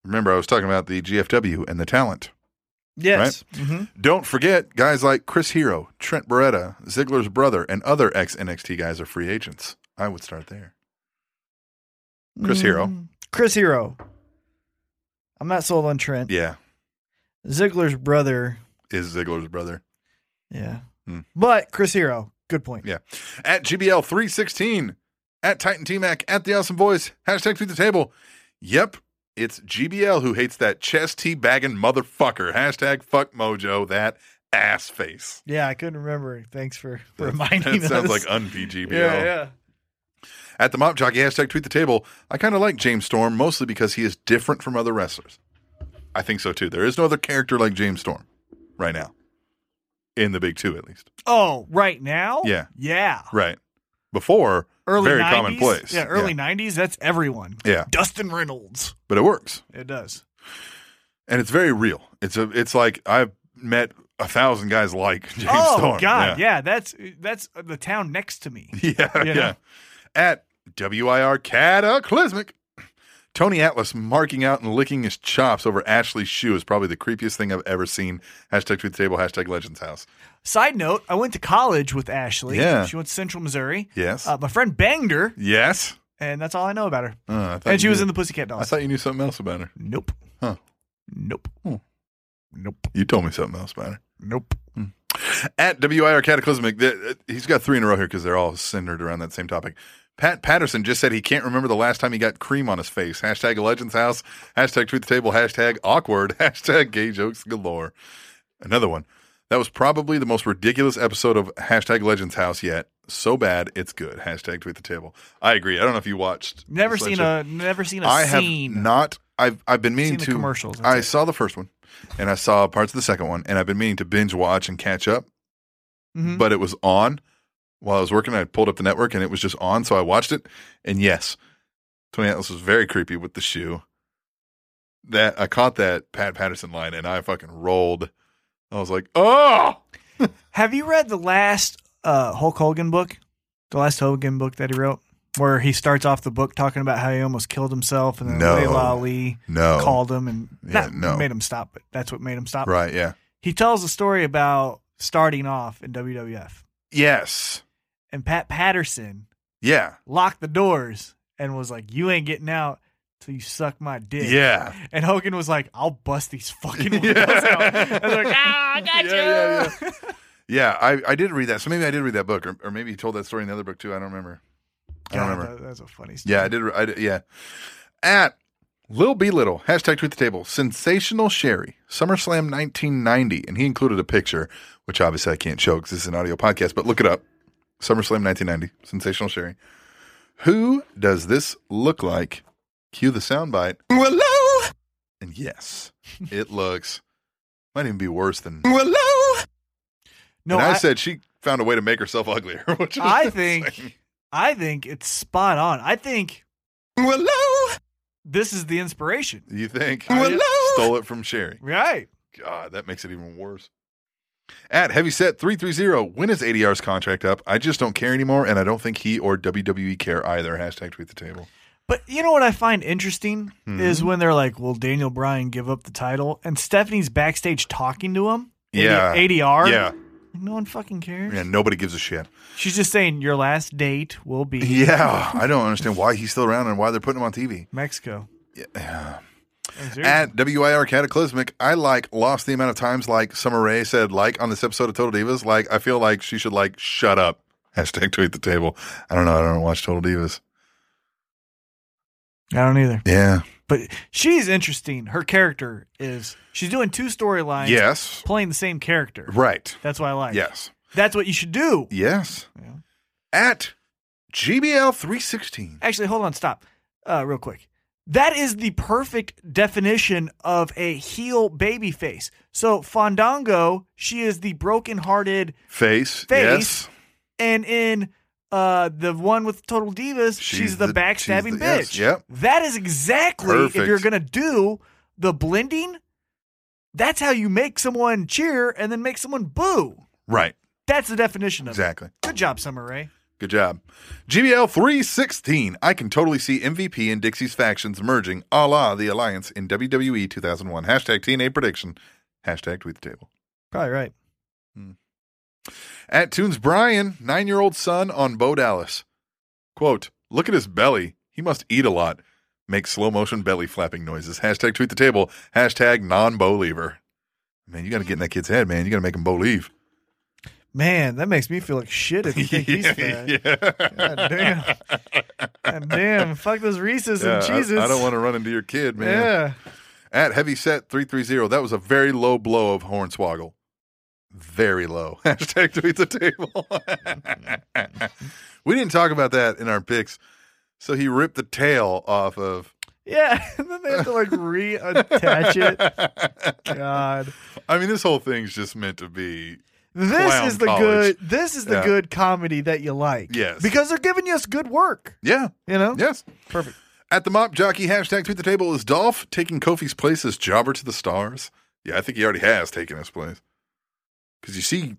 Remember, I was talking about the GFW and the talent.
yes. hmm
Don't forget, guys like Chris Hero, Trent Beretta, Ziggler's brother, and other ex NXT guys are free agents. I would start there. Chris Hero.
Mm, Chris Hero. I'm not sold on Trent.
Yeah,
Ziggler's brother.
is Ziggler's brother.
Yeah.
Hmm.
But Chris Hero, good point.
Yeah. At GBL316, at Titan T Mac, at The Awesome Voice, hashtag tweet the table. Yep, it's GBL who hates that chest tea bagging motherfucker. Hashtag fuck mojo, that ass face.
Yeah, I couldn't remember. Thanks for
That-
reminding
that
us.
sounds like un PGBL.
yeah, yeah.
At the Mop Jockey, hashtag tweet the table. I kind of like James Storm mostly because he is different from other wrestlers. I think so too. There is no other character like James Storm right now, in the big two at least.
Oh, right now?
Yeah.
Yeah.
Right. Before,
Early
very
90s.
commonplace.
Yeah, early
yeah.
90s. That's everyone.
Yeah.
Dustin Reynolds.
But it works.
It does.
And it's very real. It's a, It's like I've met a thousand guys like James
oh
Storm.
God, yeah. That's that's the town next to me.
Yeah,
You
yeah.
know?
At WIR Cataclysmic, Tony Atlas marking out and licking his chops over Ashley's shoe is probably the creepiest thing I've ever seen. Hashtag tweet the table, hashtag legends house.
Side note, I went to college with Ashley.
Yeah.
She went to Central Missouri.
Yes.
Uh, my friend banged her,
yes.
and that's all I know about her.
Uh, I thought
And she
you
was
knew-
in the
I
Pussycat Dolls.
thought you knew something else about her.
nope.
Huh.
Nope. Nope.
You told me something else about her.
Nope.
At WIR Cataclysmic, th- th- he's got three in a row here because they're all centered around that same topic. Pat Patterson just said he can't remember the last time he got cream on his face. Hashtag Legends House, hashtag Tweet the Table, hashtag Awkward, hashtag Gay Jokes Galore. Another one. That was probably the most ridiculous episode of hashtag Legends House yet. So bad, it's good. Hashtag Tweet the Table. I agree. I don't know if you watched.
Never
this
seen
legend-
a never seen a
I have
scene.
not. I've I've been meaning
Seen the
to
commercials, that's
I
it.
saw the first one, and I saw parts of the second one, and I've been meaning to binge watch and catch up.
Mhm.
But it was on while I was working. I pulled up the network, and it was just on, so I watched it. And yes, Tony Atlas was very creepy with the shoe. That I caught that Pat Patterson line, and I fucking rolled. I was like, oh,
Have you read the last uh, Hulk Hogan book? The last Hogan book that he wrote, where he starts off the book talking about how he almost killed himself, and then
No.
Layla Ali
no,
called him and
Yeah,
not
no.
made him stop, but that's what made him stop.
right, yeah,
He tells a story about starting off in WWF,
yes,
and Pat Patterson
yeah,
locked the doors and was like, "You ain't getting out." Till you suck my dick.
Yeah.
And Hogan was like, I'll bust these fucking
Yeah.
windows out. And they're like, ah, I got
Yeah,
you.
yeah, yeah. I I did read that, so maybe I did read that book, or, or maybe he told that story in the other book too. I don't remember. I don't
God,
remember.
that- that's a funny story.
Yeah, I did. I did yeah. At Lil B Little, hashtag tweet the table, sensational Sherry, SummerSlam 1990. And he included a picture, which obviously I can't show because this is an audio podcast, but look it up. SummerSlam 1990, sensational Sherry. Who does this look like? Cue the soundbite. Willow! And yes, it looks, might even be worse than. Willow!
No,
and I,
I,
said she found a way to make herself uglier. Which is
I think-
insane.
I think it's spot on. I think this is the inspiration.
You think?
Willow!
Stole it from Sherry.
Right.
God, that makes it even worse. At Heavyset 330, when is ADR's contract up? I just don't care anymore, and I don't think he or WWE care either. Hashtag tweet the table.
But you know what I find interesting
Hmm.
is when they're like, "Will Daniel Bryan give up the title?" and Stephanie's backstage talking to him.
Yeah.
ADR.
Yeah.
Like, no one fucking cares.
Yeah, nobody gives a shit.
She's just saying your last date will be
Yeah, I don't understand why he's still around and why they're putting him on TV.
Mexico.
At WIR Cataclysmic, I like lost the amount of times like Summer Rae said like on this episode of Total Divas. Like, I feel like she should like shut up. Hashtag tweet the table. I don't know. I don't watch Total Divas.
I don't either.
Yeah.
But she's interesting. Her character is she's doing two storylines.
Yes.
Playing the same character.
Right.
That's what I like.
Yes.
That's what you should do.
Yes.
Yeah.
At GBL 316.
Actually, hold on, stop, uh, real quick. That is the perfect definition of a heel baby face. So Fandango, she is the broken-hearted,
Face.
Face.
Yes.
and in uh, the one with Total Divas, she's,
She's
the,
the-
backstabbing
she's the-
bitch.
yes, yep.
That is exactly
Perfect.
if you're gonna do the blending. That's how you make someone cheer and then make someone boo.
Right.
That's the definition of
Exactly.
it. Good job, Summer Rae.
Good job. GBL 316. I can totally see MVP and Dixie's factions merging a la the alliance in E WWE 2001. Hashtag TNA prediction. Hashtag tweet the table.
Probably right.
At Tunes Brian, nine year old son on Bo Dallas. Quote, look at his belly. He must eat a lot. Make slow motion belly flapping noises. Hashtag tweet the table. Hashtag non believer. Man, you got to get in that kid's head, man. You got to make him believe.
Man, that makes me feel like shit if you think he's fat. God damn. God damn. Fuck those Reese's
Yeah,
and
I-
cheeses.
I, don't want to run into your kid, man.
Yeah.
At heavy set 330, that was a very low blow of Hornswoggle. Very low. Hashtag tweet the table. we didn't talk about that in our picks. So he ripped the tail off of.
Yeah. And then they have to like reattach it. God.
I mean, this whole thing's just meant to be.
This
Clown
is the
college.
good this is the
Yeah.
good comedy that you like.
Yes.
Because they're giving us good work.
Yeah.
You know?
Yes.
Perfect.
At the mop jockey, hashtag tweet the table. Is Dolph taking Kofi's place as jobber to the stars? Yeah, I think he already has taken his place. Because you see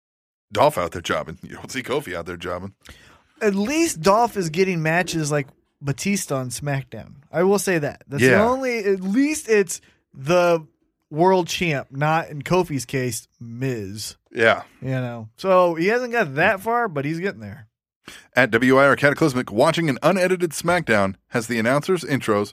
Dolph out there jobbing. You don't see Kofi out there jobbing.
At least Dolph is getting matches like Batista on SmackDown. I will say that. That's the
Yeah.
only. At least it's the world champ, not in Kofi's case, Miz.
Yeah.
You know, so he hasn't got that far, but he's getting there.
At WIR Cataclysmic, watching an unedited SmackDown has the announcers' intros.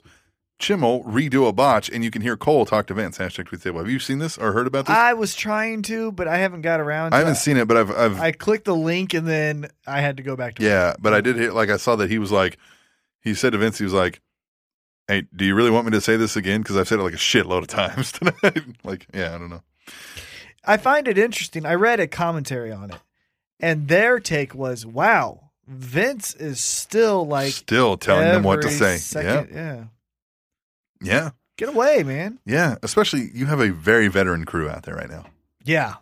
Chimmel redo a botch, and you can hear Cole talk to Vince. Hashtag tweet table. Have you seen this or heard about this? I,
I was trying to, but I haven't got around. to
haven't seen it, but I've, I've
I clicked the link and then I had to go back to
yeah, but I did hear. Like I saw that he was like, he said to Vince, he was like, "Hey, do you really want me to say this again? Because I've said it like a shitload of times tonight. like, yeah, I don't know.
I find it interesting. I read a commentary on it, and their take was, "Wow, Vince is still like
Still telling them what to
every
say.
second- yeah,
Yeah, yeah,
get away, man.
yeah. Especially you have a very veteran crew out there right now.
Yeah,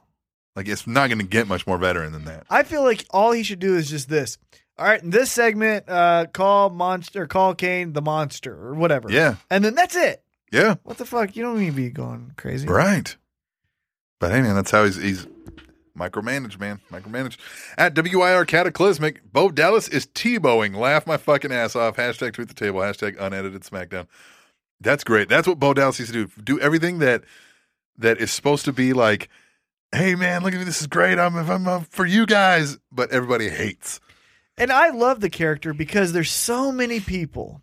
Like it's not going to get much more veteran than that.
I feel like all he should do is just this. All right, in this segment, uh, call monster, call Kane the monster or whatever.
Yeah,
and then that's it.
yeah.
What the fuck? You don't need to be going crazy.
Right. But hey, man, that's how he's he's micromanaged, man. Micromanaged. At WIR Cataclysmic, Bo Dallas is T-bowing. Laugh my fucking ass off. Hashtag tweet the table. Hashtag unedited SmackDown. That's great. That's what Bo Dallas needs to do. Do everything that that is supposed to be like, hey man, look at me. This is great. I'm I'm, I'm for you guys. But everybody hates.
And I love the character because there's so many people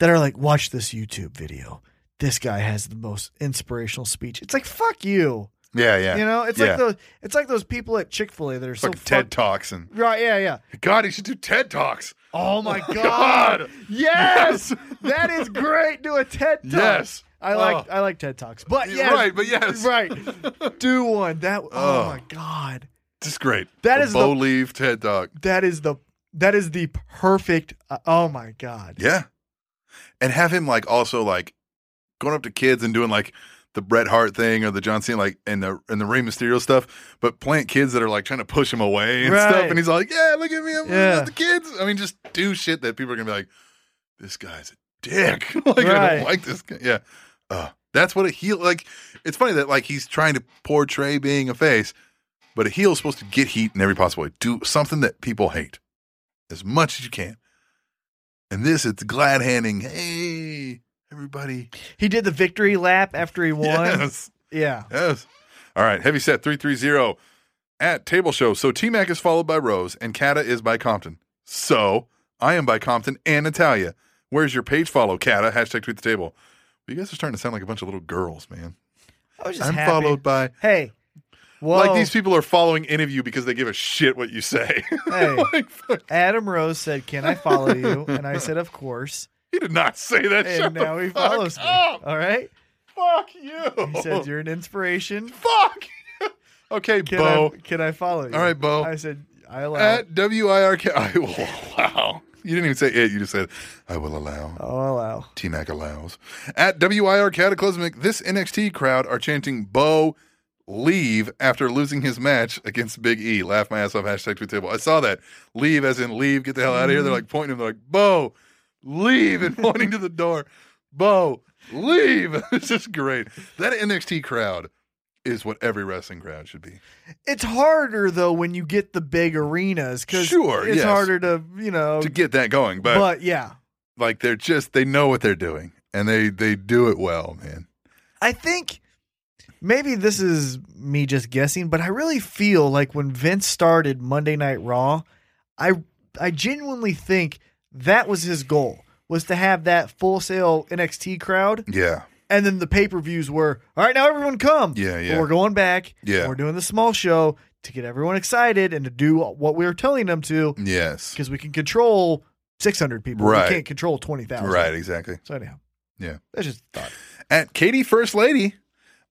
that are like, watch this YouTube video. This guy has the most inspirational speech. It's like fuck you.
Yeah, yeah.
You know, it's
Yeah.
like those it's like those people at Chick fil A that are so
fucking TED
fuck-
Talks and
Right, yeah, yeah.
God, he should do TED Talks.
Oh my god. Yes. that is great. Do a TED Talk.
Yes. Oh.
I like I like TED Talks. But yes,
Right, but yes.
Right. Do one. That oh,
Oh.
my god.
Just great.
That
That is
is the-
Bo Leave TED Talk.
That is the that is the perfect uh, oh my god.
Yeah. And have him like also like going up to kids and doing like the Bret Hart thing or the John Cena like and the and the Rey Mysterio stuff, but plant kids that are like trying to push him away and
Right.
stuff. And he's like, Yeah, look at me, I'm
Yeah.
with the kids. I mean, just do shit that people are gonna be like, This guy's a dick. like I
Right.
don't like this guy. Yeah. Uh, that's what a heel like it's funny that like he's trying to portray being a face, but a heel is supposed to get heat in every possible way. Do something that people hate as much as you can. And this, it's glad handing. Hey, everybody.
He did the victory lap after he won.
Yes.
Yeah.
Yes. All right. Heavy set 330 at table show. So T Mac is followed by Rose and Kata is by Compton. So I am by Compton and Natalia. Where's your page follow, Kata? Hashtag tweet the table. You guys are starting to sound like a bunch of little girls, man.
I was just
I'm
happy.
followed by.
Hey. Whoa.
Like these people are following any of you because they give a shit what you say.
Hey.
like, fuck,
Adam Rose said, "Can I follow you?" And I said, "Of course."
he did not say that.
And
Shut the
now he
fuck
follows me.
up. Oh.
All right.
Fuck you.
He said, "You're an inspiration."
Fuck. okay,
Can
Bo.
I can I follow you?
All right, Bo.
I said, "I allow."
At WIRK. I will allow. You didn't even say it. You just said, I will allow.
I'll Oh, allow.
T Mac allows. At WIR Cataclysmic, this NXT crowd are chanting Bo leave after losing his match against Big E. Laugh my ass off. Hashtag tweet table. I saw that. Leave as in leave. Get the hell out of here. They're like pointing him. They're like, Bo, leave. And pointing to the door. Bo, leave. it's just great. That NXT crowd is what every wrestling crowd should be.
It's harder though when you get the big arenas because
Sure,
it's
yes.
harder to you know.
To get that going.
but,
But
yeah,
like they're just they know what they're doing and they they do it well man
I think maybe this is me just guessing, but I really feel like when Vince started Monday Night Raw, I I genuinely think that was his goal was to have that full sale NXT crowd,
yeah
and then the pay per views were all right. Now everyone come,
Yeah, yeah.
But we're going back,
Yeah.
We're doing the small show to get everyone excited and to do what we were telling them to
yes
because we can control six hundred people,
Right.
We can't control twenty thousand,
right exactly
So anyhow,
Yeah.
that's just a thought.
at katie first lady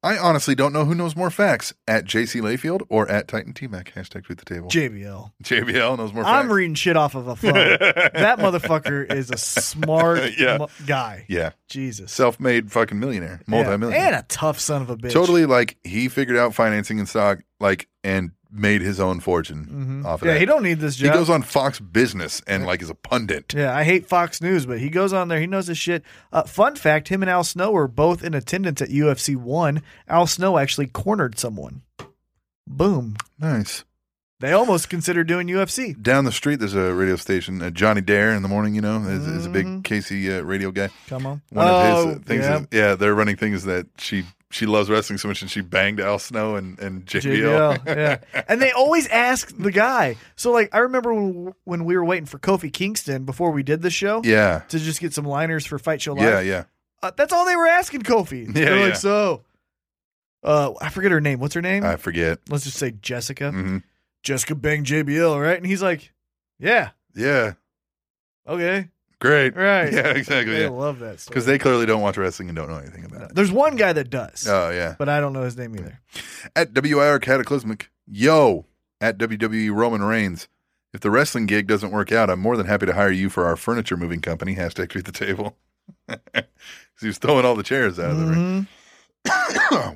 i honestly don't know who knows more facts at jc layfield or at titan t-mac hashtag tweet the table
JBL.
jbl knows more facts
I'm reading shit off of a phone. that motherfucker is a smart
Yeah.
mu- guy.
yeah
Jesus.
self-made fucking millionaire multi-millionaire
Yeah. And a tough son of a bitch.
totally like he figured out financing and stock like and made his own fortune
Mhm.
off of
Yeah,
that
he don't need this
he
job.
goes on fox business and like is a pundit
yeah, I hate Fox News, but he goes on there. He knows his shit. Uh, fun fact: Him and Al Snow were both in attendance at UFC One. Al Snow actually cornered someone. Boom.
nice
They almost considered doing UFC.
Down the street, there's a radio station, uh, Johnny Dare in the morning, you know, is, is a big Casey uh, radio guy.
Come on.
One of his
Mm-hmm. Oh,
uh, things
yeah.
is, yeah, their running thing is that she she loves wrestling so much and she banged Al Snow and, and JBL.
JBL, yeah. And they always ask the guy. So, like, I remember when- when we were waiting for Kofi Kingston before we did the show
yeah.
to just get some liners for Fight Show Live.
Yeah, yeah.
Uh, that's all they were asking Kofi.
Yeah,
They're
yeah.
like, so, uh, I forget her name. What's her name?
I forget.
Let's just say Jessica.
hmm
Jessica bang JBL, right? And he's like, yeah,
Yeah.
okay,
Great.
right.
Yeah, exactly.
They
Yeah.
love that story. Uh,
Because they clearly don't watch wrestling and don't know anything about it.
There's one guy that does,
Oh, yeah.
but I don't know his name either.
At WIR Cataclysmic, yo, at WWE Roman Reigns. If the wrestling gig doesn't work out, I'm more than happy to hire you for our furniture moving company. Hashtag treat the table. 'Cause he was throwing all the chairs out of the ring.
Mhm.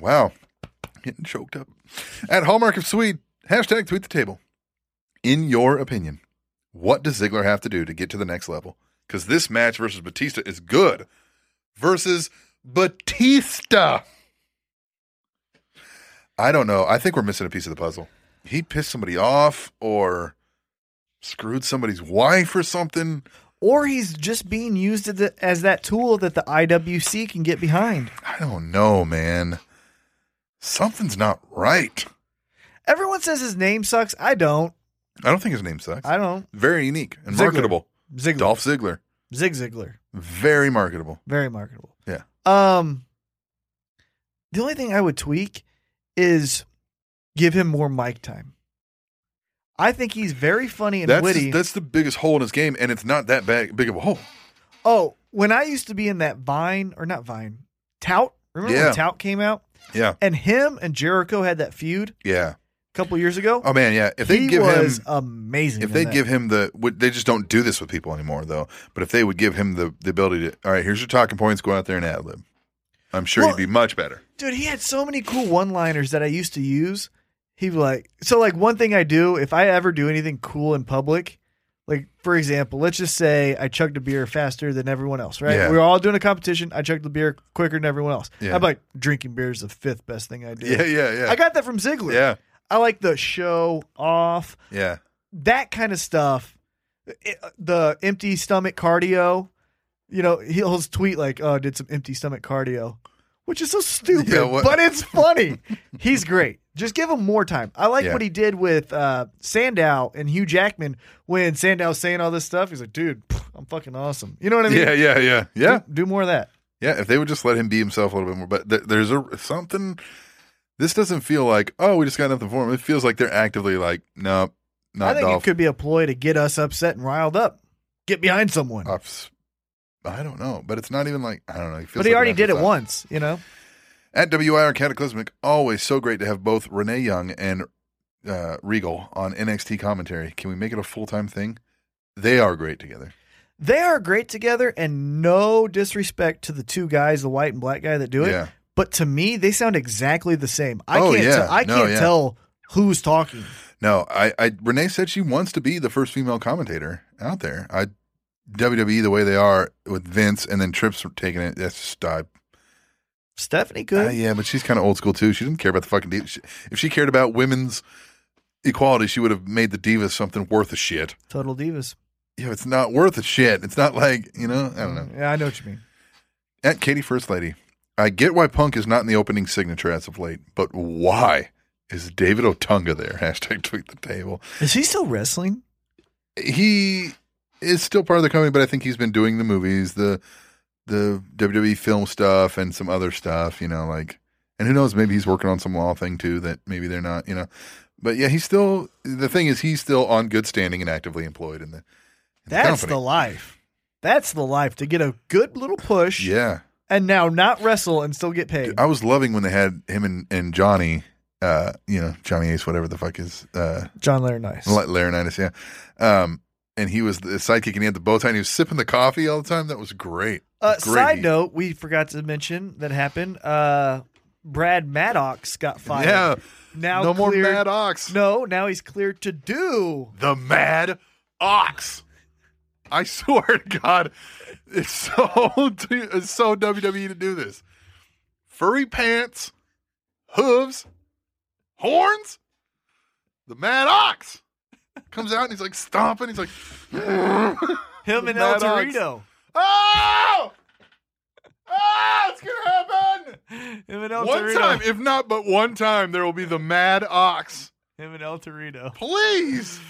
wow. Getting choked up. At Hallmark of Swede, hashtag tweet the table. In your opinion, what does Ziggler have to do to get to the next level? Because this match versus Batista is good versus Batista. I don't know. I think we're missing a piece of the puzzle. He pissed somebody off or screwed somebody's wife or something.
Or he's just being used as, the, as that tool that the IWC can get behind.
I don't know, man. Something's not right.
Everyone says his name sucks. I don't.
I don't think his name sucks.
I don't.
Very unique and
Ziggler.
marketable.
Ziggler.
Dolph Ziggler,
Zig Ziggler.
very marketable.
Very marketable.
Yeah.
Um. The only thing I would tweak is give him more mic time. I think he's very funny and
That's
witty.
that's the biggest hole in his game, and it's not that bad, big of a hole.
Oh, when I used to be in that Vine or not Vine, Tout. Remember
Yeah.
when Tout came out?
Yeah.
And him and Jericho had that feud
Yeah.
a couple years ago.
Oh man, yeah. If they
he
give him,
was amazing.
if
in
they
that.
give him the, would- they just don't do this with people anymore, though. But if they would give him the the ability to, all right, here's your talking points, go out there and ad lib. I'm sure
Well-
he'd be much better.
dude, he had so many cool one liners that I used to use. He'd be like, so like one thing I do if I ever do anything cool in public, like for example, let's just say I chugged a beer faster than everyone else, right?
Yeah.
We were all doing a competition. I chugged the beer quicker than everyone else.
Yeah.
How about drinking beer is the fifth best thing I do?
Yeah, yeah, yeah.
I got that from Ziggler.
yeah,
I like the show off,
yeah,
that kind of stuff. It- the empty stomach cardio, you know, he'll just tweet like, "Oh, I did some empty stomach cardio," which is so stupid,
Yeah, what-
but it's funny. He's great. Just give him more time. I like
Yeah.
what he did with uh, Sandow and Hugh Jackman when Sandow's saying all this stuff. He's like, "Dude, pff, I'm fucking awesome." You know what I mean?
yeah, yeah, yeah, yeah,
Do, do more of that.
yeah. If they would just let him be himself a little bit more, but th- there's a something. This doesn't feel like oh we just got nothing for him. It feels like they're actively like no,
I
not
think
Dolph.
it could be a ploy to get us upset and riled up. Get behind someone.
Ups. I don't know, but it's not even like I don't know. feels
but he
like
already
an
did it
afterthought.
once, you know.
At WIR Cataclysmic, always so great to have both Renee Young and uh, Regal on NXT commentary. Can we make it a full time thing? They are great together.
they are great together and no disrespect to the two guys the white and black guy that do it
Yeah.
but to me they sound exactly the same i
Oh,
can't
yeah.
te- i
No,
can't
yeah.
tell who's talking
No, I, I Renee said she wants to be the first female commentator out there. I WWE the way they are with Vince and then Trips taking it. That's just I,
stephanie could
uh, yeah, but she's kind of old school too. She didn't care about the fucking divas. She- If she cared about women's equality, she would have made the divas something worth a shit.
total divas
Yeah, it's not worth a shit. It's not like you know. I don't know.
Mm, yeah i know what you mean
At Katie First Lady, I get why Punk is not in the opening signature as of late, but why is David Otunga there? Hashtag tweet the table.
is he still wrestling
He is still part of the company, but I think he's been doing the movies, the the WWE film stuff, and some other stuff. You know, like, and who knows? Maybe he's working on some law thing too that maybe they're not. You know, but yeah, he's still. The thing is, he's still on good standing and actively employed in the. In
that's
the,
the
company.
life that's the life to get a good little push
yeah.
and now not wrestle and still get paid
Dude, I was loving when they had him and, and Johnny, uh, you know, Johnny Ace, whatever the fuck is, uh,
john larry nice
La- Laurinaitis, yeah. Um, and he was the sidekick and he had the bow tie and he was sipping the coffee all the time. That was great.
Uh,
Great.
side note, we forgot to mention that happened. Uh, Brad Maddox got fired.
Yeah.
Now
no more
cleared-
Mad Ox.
No, now he's cleared to do.
The Mad Ox. I swear to God, it's so it's so WWE to do this. Furry pants, hooves, horns. the mad ox comes out and he's like stomping. He's like, "Oh!
Him and El
Mad Ox.
Torito.
oh, oh, it's gonna happen.
Him and El
one
Torito.
time, if not but one time, there will be the mad ox.
Him and El Torito.
Please,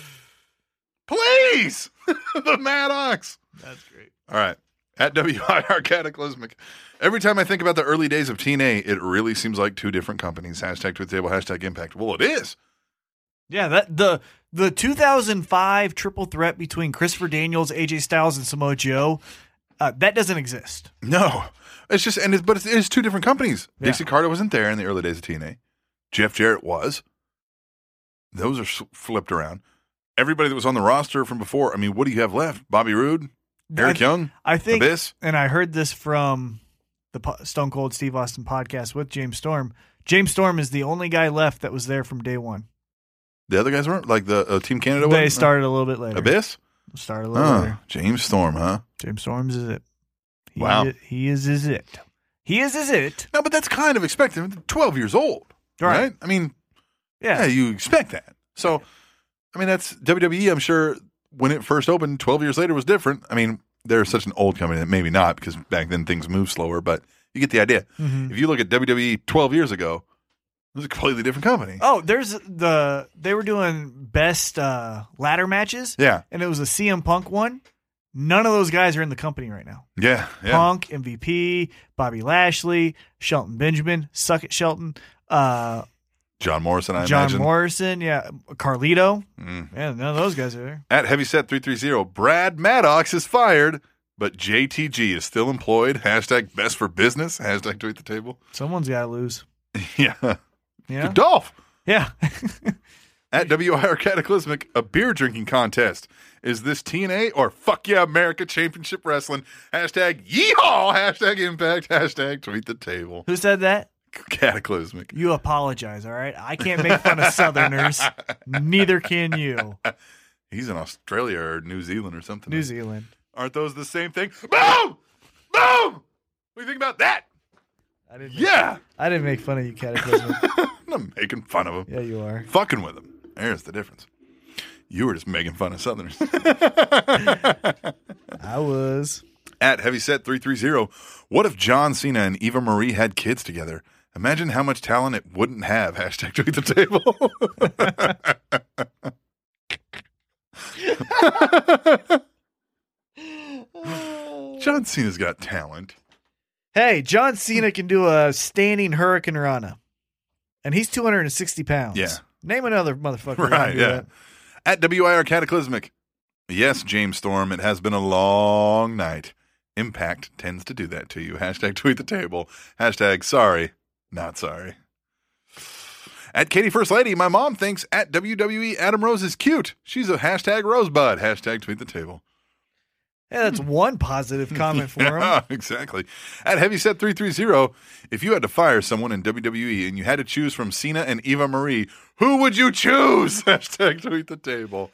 please, the mad ox.
That's great.
All right. At WIR Cataclysmic. Every time I think about the early days of Teen A, it really seems like two different companies. Hashtag Truth Table, hashtag Impact. Well, it is.
Yeah, that the the 2005 triple threat between Christopher Daniels, AJ Styles, and Samoa Joe, uh, that doesn't exist.
No. It's just, and it's, but it's, it's two different companies.
Yeah.
Dixie Carter wasn't there in the early days of Teen A. Jeff Jarrett was. Those are s- flipped around. Everybody that was on the roster from before, I mean, what do you have left? Bobby Roode, Eric
I-
Young,
I think,
Abyss.
and I heard this from the po- Stone Cold Steve Austin podcast with James Storm. James Storm is the only guy left that was there from day one.
The other guys weren't? Like the uh, Team Canada
They
wasn't?
started a little bit later.
Abyss?
Started a little
Huh.
later.
James Storm, huh?
James Storm's is it. He
Wow.
i- he is is it. He is is it.
No, but that's kind of expected. 12 years old,
Right.
right? I mean,
Yeah.
Yeah, you expect that. So, I mean, that's WWE. I'm sure when it first opened, 12 years later was different. I mean, they're such an old company that maybe not because back then things moved slower, but you get the idea.
Mhm.
If you look at WWE 12 years ago, it was a completely different company.
Oh, there's the they were doing best uh, ladder matches.
Yeah,
and it was a CM Punk one. None of those guys are in the company right now.
yeah, yeah.
Punk, MVP, Bobby Lashley, Shelton Benjamin, Suck it Shelton, uh,
John Morrison, I
John
imagine.
Morrison, yeah, Carlito.
Mm.
Yeah, none of those guys are there.
At Heavyset330, Brad Maddox is fired, but JTG is still employed. Hashtag best for business. Hashtag tweet the table.
Someone's got to lose.
yeah.
Yeah,
Dolph.
yeah.
At WIR Cataclysmic, a beer drinking contest. Is this TNA or Fuck Yeah America Championship Wrestling? Hashtag yeehaw, hashtag impact, hashtag tweet the table.
Who said that?
Cataclysmic.
You apologize, all right? I can't make fun of Southerners. Neither can you.
He's in Australia or New Zealand or something.
New Zealand.
Aren't those the same thing? Boom! Boom! What do you think about that?
I didn't. Make,
Yeah!
I didn't make fun of you, Cataclysm.
I'm not making fun of him.
yeah, you are.
Fucking with him. There's the difference. You were just making fun of Southerners.
I was.
At Heavyset330, what if John Cena and Eva Marie had kids together? Imagine how much talent it wouldn't have. Hashtag tweet the table. John Cena's got talent.
Hey, John Cena can do a standing Hurricane Rana, and he's 260 pounds.
Yeah.
Name another motherfucker. that can
Right,
do
yeah.
that.
At WIR Cataclysmic. Yes, James Storm, it has been a long night. Impact tends to do that to you. Hashtag tweet the table. Hashtag sorry, not sorry. At Katie First Lady, my mom thinks at WWE Adam Rose is cute. She's a hashtag rosebud. Hashtag tweet the table.
Hey, that's one positive comment for him.
Yeah, exactly. At Heavyset 330, if you had to fire someone in WWE and you had to choose from Cena and Eva Marie, who would you choose? Hashtag tweet the table.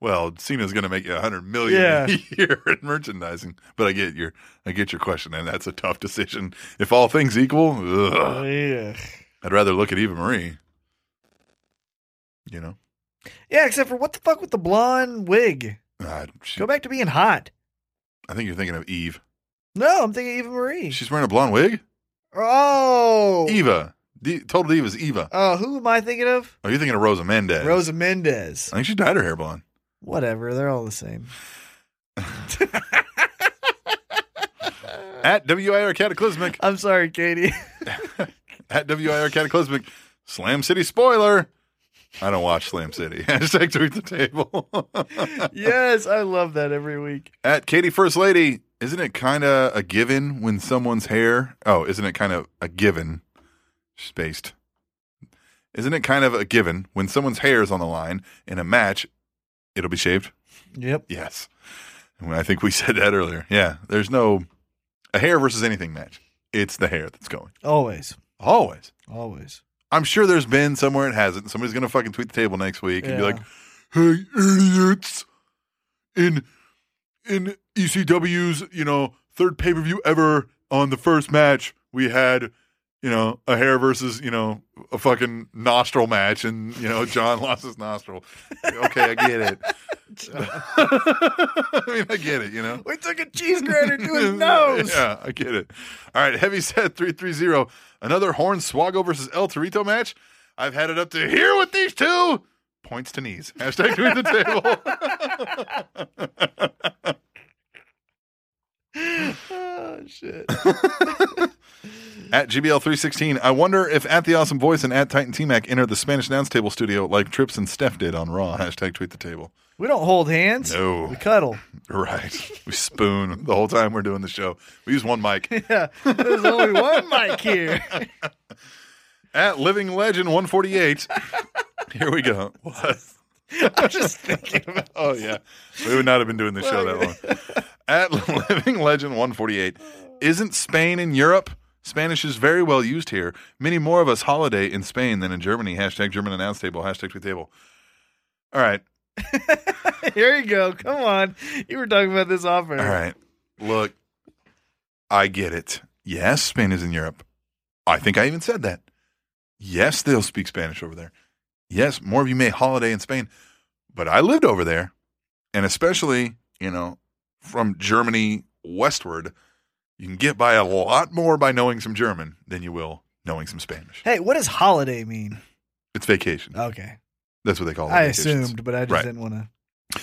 Well, Cena's going to make you 100 million
Yeah.
a year in merchandising, but I get your I get your question, and that's a tough decision. If all things equal, ugh,
Ugh.
I'd rather look at Eva Marie. You know,
Yeah, except for what the fuck with the blonde wig?
Ah, she-
Go back to being hot.
I think you're thinking of Eve.
No, I'm thinking Eva Marie.
She's wearing a blonde wig.
oh.
Eva, D- total Eva's Eva.
Oh, who am I thinking of?
Oh, you're thinking of Rosa Mendez.
Rosa Mendez.
I think she dyed her hair blonde.
Whatever, they're all the same.
At WIR Cataclysmic.
I'm sorry, Katie.
At WIR Cataclysmic. Slam City spoiler. I don't watch Slam City. Hashtag tweet the table.
yes, I love that every week.
At Katie First Lady. Isn't it kind of a given when someone's hair? Oh, isn't it kind of a given? Spaced. Isn't it kind of a given when someone's hair is on the line in a match? It'll be shaved.
Yep.
Yes. And I think we said that earlier. Yeah. There's no a hair versus anything match. It's the hair that's going.
Always.
Always.
Always.
I'm sure there's been somewhere it hasn't. Somebody's gonna fucking tweet the table next week and be
Yeah.
like, "Hey idiots, in in E ECW's you know third pay per view ever on the first match we had you know, a hair versus, you know, a fucking nostril match and, you know, John lost his nostril. Okay, I get it. I mean, I get it, you know.
We took a cheese grater to his nose.
Yeah, I get it. All right, heavy set 330. Another Horn Swago versus El Torito match. I've had it up to here with these two. Points to knees. Hashtag tweet the table.
Oh shit!
at GBL316, I wonder if at the awesome voice and at Titan T Mac entered the Spanish announce table studio like Trips and Steph did on Raw. Hashtag tweet the table.
We don't hold hands.
No.
we cuddle.
Right. We spoon the whole time we're doing the show. We use one mic.
Yeah, there's only one mic here.
At Living Legend 148. Here we go. What?
I'm just thinking about.
Oh yeah. We would not have been doing this show that long. At Living Legend 148. Isn't Spain in Europe? Spanish is very well used here. Many more of us holiday in Spain than in Germany. Hashtag German announce table. Hashtag tweet table. All right.
Here you go. Come on. You were talking about this off air.
All right. Look, I get it. Yes, Spain is in Europe. I think I even said that. Yes, they'll speak Spanish over there. Yes, more of you may holiday in Spain. But I lived over there. And especially, you know, from Germany westward, you can get by a lot more by knowing some German than you will knowing some Spanish.
Hey, what does holiday mean?
It's vacation.
Okay,
That's what they call it.
I
vacations.
assumed, but I just
Right.
didn't want to.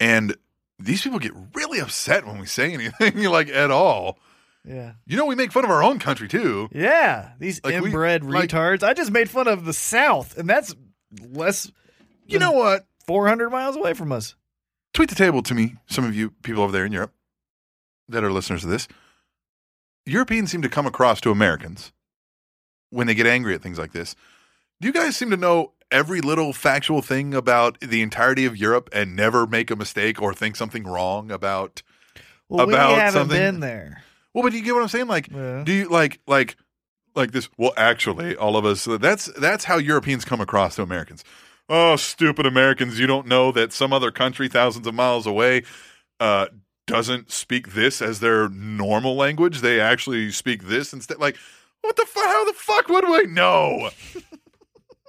And these people get really upset when we say anything like at all.
Yeah,
You know, we make fun of our own country too.
yeah. These
Like, we-
inbred
like-
retards. I just made fun of the South, and that's less
You know what?
400 miles away from us.
Tweet the table to me, some of you people over there in Europe that are listeners of this. Europeans seem to come across to Americans when they get angry at things like this. Do you guys seem to know every little factual thing about the entirety of Europe and never make a mistake or think something wrong about
Well,
About
we haven't
something-
been there.
Well, but you get what I'm saying? Like,
Yeah.
do you like like like this? Well, actually, all of us. That's that's how Europeans come across to Americans. Oh, stupid Americans! You don't know that some other country thousands of miles away uh, doesn't speak this as their normal language. They actually speak this instead. Like, what the fuck? How the fuck would we know?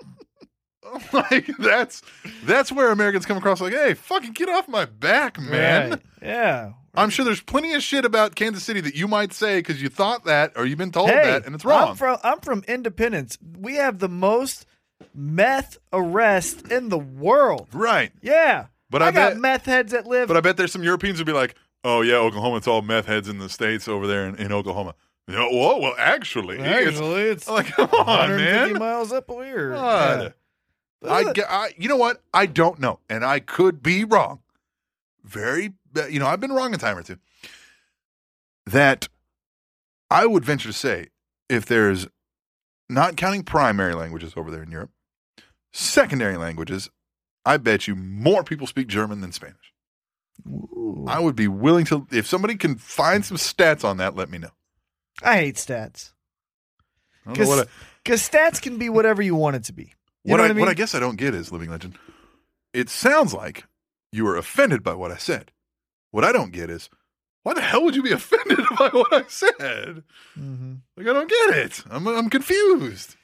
like that's that's where Americans come across. Like, hey, fucking get off my back, man.
Right. Yeah.
I'm sure there's plenty of shit about Kansas City that you might say because you thought that or you've been told
hey,
that and it's wrong.
I'm from I'm from Independence. We have the most meth arrest in the world.
right.
Yeah.
But I
got
bet-
meth heads that live.
But I bet there's some Europeans who'd be like, oh, yeah, Oklahoma, it's all meth heads in the States over there in, in Oklahoma. No, whoa, well, actually. it's-
actually, it's
like, come on,
150
man.
miles up here. Yeah.
God. I, ge- I, you know what? I don't know. And I could be wrong. Very, uh, you know, I've been wrong a time or two. That I would venture to say, if there's not counting primary languages over there in Europe, secondary languages, I bet you more people speak German than Spanish. I would be willing to, if somebody can find some stats on that, let me know.
I hate stats
I don't know
because
what I-
stats can be whatever you want it to be. You
what
know
I,
what I mean?
what I guess I don't get is living legend. It sounds like you were offended by what I said. What I don't get is why the hell would you be offended by what I said?
Mhm.
Like I don't get it. I'm I'm confused.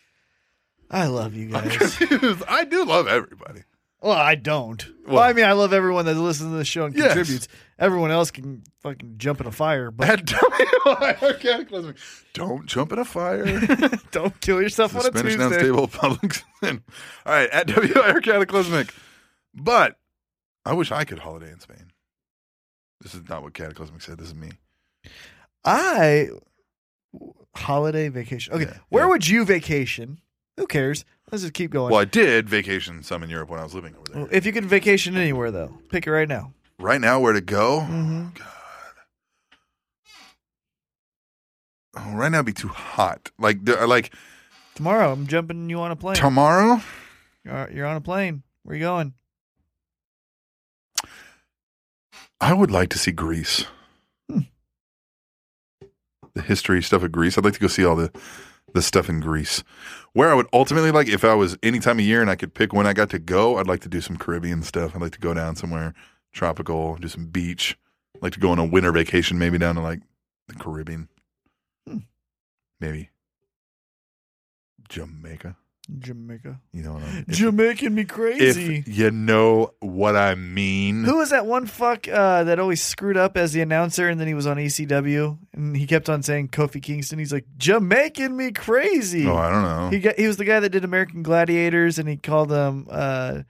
I love you
I'm
guys.
confused. I do love everybody.
Well, I don't. Well,
Well-
I mean, I love everyone that listens to the show and
Yes.
contributes. Everyone else can fucking jump in a fire, but
At WIRCast, don't jump in a fire.
don't kill yourself
the
on a
Spanish
Tuesday.
announce table public. sin. All right, at WIR Cataclysmic. But I wish I could holiday in Spain. This is not what Cataclysmic said. This is me.
I holiday vacation. Okay,
Yeah,
where
yeah.
would you vacation? Who cares? Let's just keep going.
Well, I did vacation some in Europe when I was living over there.
Well, If you could vacation anywhere, though, pick it right now.
Right now, where to go?
Mhm.
God. Oh, right now, it'd be too hot. Like, the- like
Tomorrow, I'm jumping you on a plane.
tomorrow,
You're you're on a plane. Where you going?
I would like to see Greece.
Hmm.
The history stuff of Greece. I'd like to go see all the the stuff in Greece. Where I would ultimately like, if I was any time of year and I could pick when I got to go, I'd like to do some Caribbean stuff. I'd like to go down somewhere tropical, do some beach. I'd like to
Hmm.
go on a winter vacation, maybe down to like the Caribbean. Maybe. Jamaica.
Jamaica.
You know what I mean?
Jamaican me crazy.
If you know what I mean.
Who was that one fuck uh, that always screwed up as the announcer and then he was on ECW and he kept on saying Kofi Kingston? He's like, Jamaican me crazy.
Oh, I don't know.
He got, he was the guy that did American Gladiators and he called them, uh,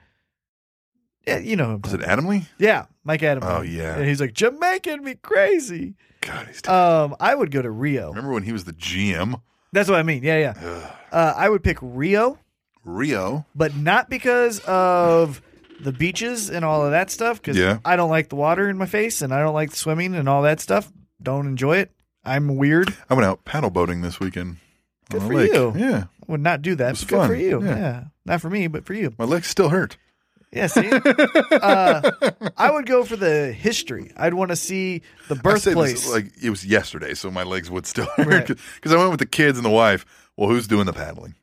yeah, you know him.
was it Adam Lee?
Yeah, Mike Adam.
Oh, yeah.
And he's like, Jamaican me crazy.
God, he's. terrible.
Um, I would go to Rio.
Remember when he was the GM?
That's what I mean. Yeah, yeah.
Ugh.
Uh, I would pick Rio.
Rio.
but not because of the beaches and all of that stuff. Because
Yeah.
I don't like the water in my face, and I don't like swimming and all that stuff. Don't enjoy it. I'm weird.
I went out paddle boating this weekend.
Good
on
for
the lake.
you.
Yeah.
Would not do that.
was
but Good for
fun,
you.
yeah.
Yeah. not for me, but for you.
My legs still hurt.
Yeah. See, uh, I would go for the history. I'd want to see
I say
the
this
birthplace.
is like it was yesterday, so my legs would still hurt.
Right.
Because I went with the kids and the wife. Well, who's doing the paddling?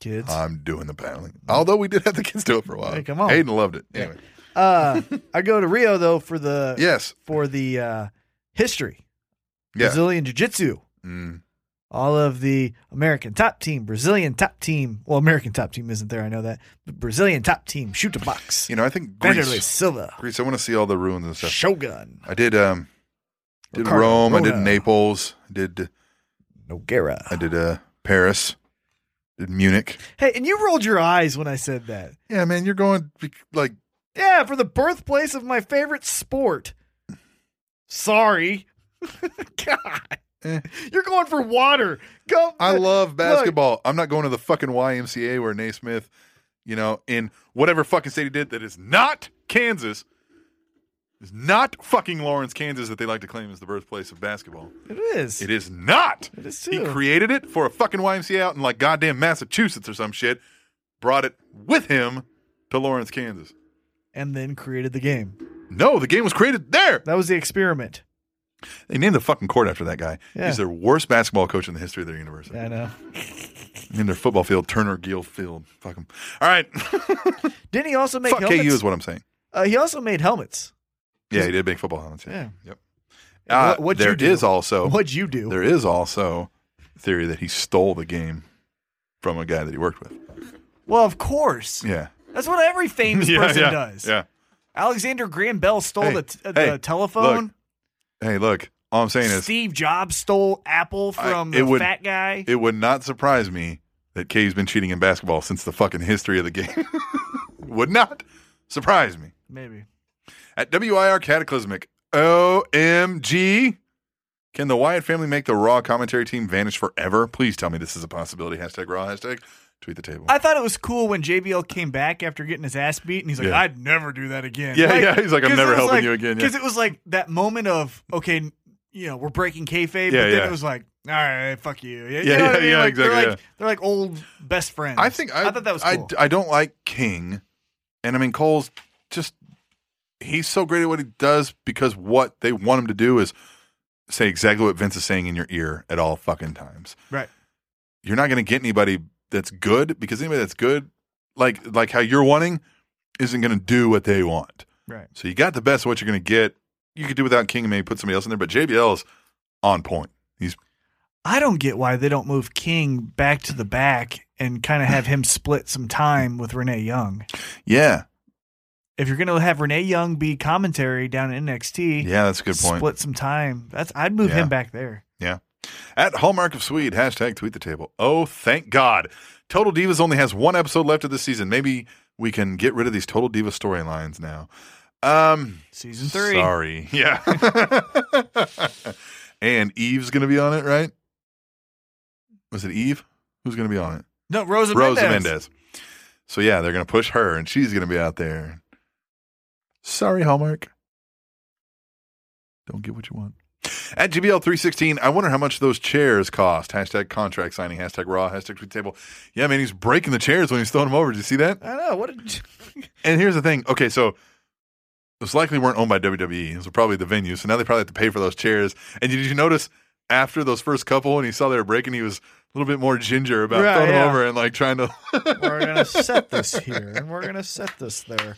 kids.
I'm doing the paddling. Although we did have the kids do it for a while.
Hey, come on.
Hayden loved it. Anyway.
Uh, I go to Rio though for the
Yes.
for the uh, history.
Yeah.
Brazilian Jiu Jitsu.
Mm.
all of the American top team, Brazilian top team. Well, American top team isn't there. I know that. But Brazilian top team, shoot the box.
You know, I think
Vanderlei
Greece.
Silva,
Greece. I want to see all the ruins and stuff.
Shogun,
I did. Um, did
Ricardo
Rome. I did
Rona.
Naples. I did. I
Noguera.
did uh, Paris. Did Munich.
Hey, and you rolled your eyes when I said that.
Yeah, man, you're going be- like
Yeah, for the birthplace of my favorite sport. Sorry. God.
Eh.
You're going for water. Go.
I love
Look,
basketball. I'm not going to the fucking YMCA where Naismith, you know, in whatever fucking state he did that is not Kansas, is not fucking Lawrence, Kansas that they like to claim is the birthplace of basketball.
it is.
It is not.
It is
He
too.
created it for a fucking YMCA out in like goddamn Massachusetts or some shit. Brought it with him to Lawrence, Kansas.
and then created the game.
No, the game was created there.
That was the experiment.
They named the fucking court after that guy.
Yeah.
He's their worst basketball coach in the history of their university.
I know.
In their football field, Turner Gill Field. Fuck him. All right.
Didn't he also make
Fuck
helmets?
KU is what I'm saying.
uh, he also made helmets.
Yeah, he did make football helmets.
Yeah.
Yep.
Yeah,
Uh,
what- what'd you
there
do?
is also
What'd you do?
Oh. there is also theory that he stole the game from a guy that he worked with.
Well, of course.
Yeah.
That's what every famous
yeah,
person
yeah,
does.
Yeah.
Alexander Graham Bell stole
Hey,
the, t- uh,
hey,
the telephone.
Hey, look. All I'm saying is
Steve Jobs stole Apple
I-
from
it
the
would-
fat guy.
it would not surprise me that Kay's been cheating in basketball since the fucking history of the game. would not surprise me.
Maybe.
At WIR Cataclysmic, OMG. Can the Wyatt family make the Raw commentary team vanish forever? Please tell me this is a possibility. Hashtag Raw, hashtag tweet the table.
I thought it was cool when JBL came back after getting his ass beat, and he's like,
Yeah.
"I'd never do that again."
Yeah, yeah, he's like, "I'm never helping you again, yeah."
Because it was like that moment of, okay, you know, we're breaking kayfabe,
Yeah,
but then
yeah.
it was like, all right, fuck you.
Yeah,
You know what
yeah,
I mean?
yeah,
Like,
exactly,
They're
yeah.
like, they're like old best friends.
I think I,
thought that was
I-
cool.
I, don't like King, and I mean Cole's just he's so great at what he does because what they want him to do is say exactly what Vince is saying in your ear at all fucking times.
Right.
You're not going to get anybody that's good because anybody that's good, like like how you're wanting, isn't going to do what they want.
right.
So you got the best of what you're going to get. You could do without King and maybe put somebody else in there, but JBL's on point. He's
I don't get why they don't move King back to the back and kind of have him split some time with Renee Young.
yeah,
If you're going to have Renee Young be commentary down in NXT,
yeah. That's a good point.
split some time. That's I'd move
Yeah.
him back there.
Yeah. At Hallmark of Swede, hashtag tweet the table. Oh, thank God. Total Divas only has one episode left of this season. Maybe we can get rid of these Total Divas storylines now. Um,
Season three.
Sorry. Yeah. and Eve's going to be on it, right? Was it Eve? Who's going to be on it?
No, Rosa,
Rosa
Mendez.
Mendez. So, yeah, they're going to push her and she's going to be out there. Sorry, Hallmark. Don't get what you want. At GBL316, I wonder how much those chairs cost. Hashtag contract signing, hashtag raw, hashtag tweet table. Yeah, man, he's breaking the chairs when he's throwing them over. Did you see that?
I know. What did
And here's the thing. Okay, so those likely weren't owned by WWE. Those were probably the venue. So now they probably have to pay for those chairs. And did you notice after those first couple, when he saw they were breaking, he was a little bit more ginger about
Right,
throwing
yeah.
them over and like trying to.
we're gonna set this here and we're gonna set this there.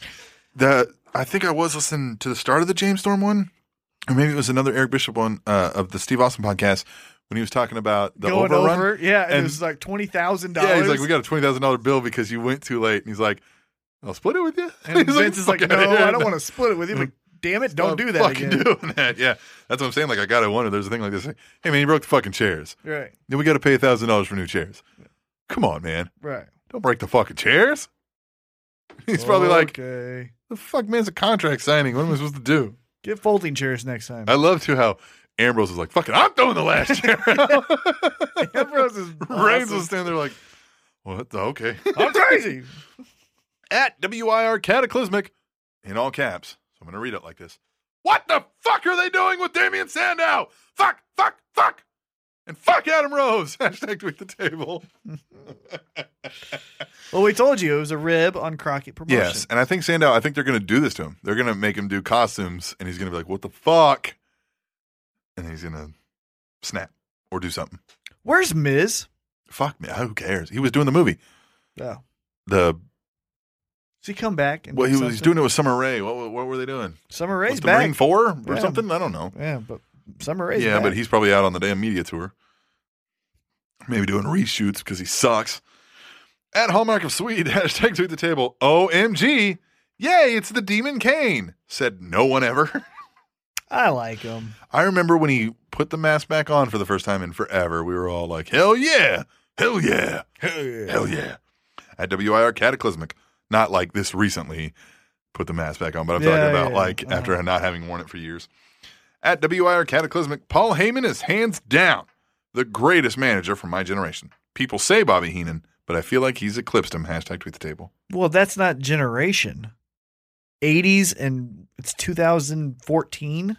the I think I was listening to the start of the James Storm one, or maybe it was another Eric Bishop one uh, of the Steve Austin podcast when he was talking about the
going
overrun.
over. Yeah, and, it
And-
was like twenty thousand
Yeah,
dollars.
he's like, we got a twenty thousand dollar bill because you went too late, and he's like, I'll split it with you.
And
He's
Vince is like,
"Fuck
no,
outta here."
I don't want to split it with you. But damn it, don't
Stop
do that
Fucking
again.
doing that. Yeah, that's what I'm saying. Like, I gotta wonder. There's a thing like this. Like, hey man, you broke the fucking chairs.
Right,
Then we got to pay thousand dollars for new chairs. Come on, man,
right.
don't break the fucking chairs. He's probably like,
okay,
the fuck, man, it's a contract signing. What am I supposed to do?
get folding chairs next time.
I love too how Ambrose is like, fucking, I'm throwing the last chair. out."
Ambrose is
Reigns
awesome.
was standing there like, what? The, okay.
I'm crazy.
at WIR Cataclysmic in all caps. So I'm going to read it like this. What the fuck are they doing with Damian Sandow? Fuck, fuck, fuck. And fuck Adam Rose. Hashtag tweet the table.
Well, we told you it was a rib on Crockett promotion.
Yes. And I think Sandow, I think they're going to do this to him. They're going to make him do costumes and he's going to be like, what the fuck? And he's going to snap or do something.
Where's Miz?
Fuck me. Who cares? He was doing the movie.
Oh,
The
does he come back? And
well,
do
he was he's
something?
doing it with Summer Rae. What, what were they doing?
Summer Rae's
was the
back.
Ring Four or
Yeah.
something? I don't know.
Yeah, but Summer Rae's
yeah,
back.
but he's probably out on the damn media tour. Maybe doing reshoots because he sucks. At Hallmark of Swede, hashtag tweet the table. OMG. Yay, it's the Demon Kane, said no one ever.
I like him.
I remember when he put the mask back on for the first time in forever, we were all like, hell yeah, hell yeah,
Hell yeah.
hell yeah. At WIR Cataclysmic, not like this recently, put the mask back on, but I'm
Yeah,
talking about
yeah,
like
uh-huh.
after not having worn it for years. At WIR Cataclysmic, Paul Heyman is hands down the greatest manager from my generation. People say Bobby Heenan, but I feel like he's eclipsed him. Hashtag tweet the table.
Well, that's not generation. 80s and it's 2014.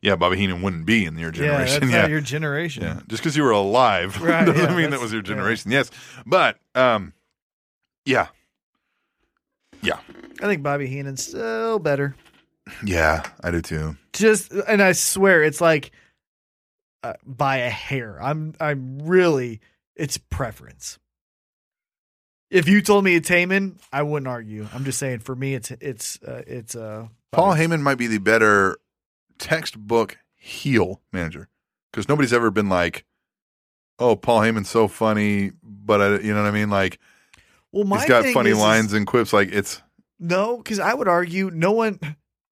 Yeah, Bobby Heenan wouldn't be in your
Yeah, that's
generation.
not your generation.
Yeah, just because you were alive
Right,
doesn't
yeah,
mean that
that's-
was your
yeah.
generation. Yes, but um, yeah, yeah,
I think Bobby Heenan's still better.
yeah, I do too.
Just and I swear it's like uh, by a hair. I'm I'm really it's preference. If you told me it's Heyman, I wouldn't argue. I'm just saying for me it's it's uh, it's uh
Paul
Bobby.
Heyman might be the better textbook heel manager because nobody's ever been like, "Oh, Paul Heyman's so funny," but I, you know what I mean? Like
Well, my
he's got
thing
funny
is- is-
lines and quips. Like it's
No, because I would argue no one.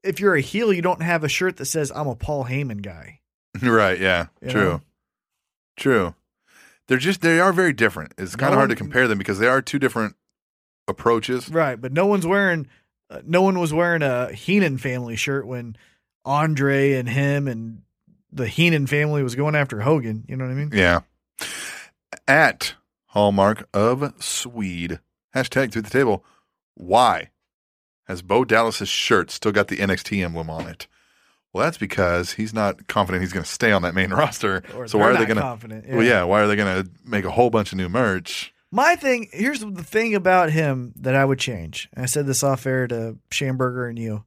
If you're a heel, you don't have a shirt that says "I'm a Paul Heyman guy."
right, yeah,
Yeah.
true, true. They're just they are very different. It's kind of
No
hard to
one-
compare them because they are two different approaches.
Right, but no one's wearing. Uh, no one was wearing a Heenan family shirt when Andre and him and the Heenan family was going after Hogan. You know what I mean?
Yeah. At Hallmark of Swede. Hashtag through the table. Why has Bo Dallas's shirt still got the NXT emblem on it? Well, that's because he's not confident he's going to stay on that main roster.
Or
so why
they're
are they
not
going to?
confident?
Well, yeah. Why are they going to make a whole bunch of new merch?
My thing here's the thing about him that I would change. And I said this off air to Schamberger and you.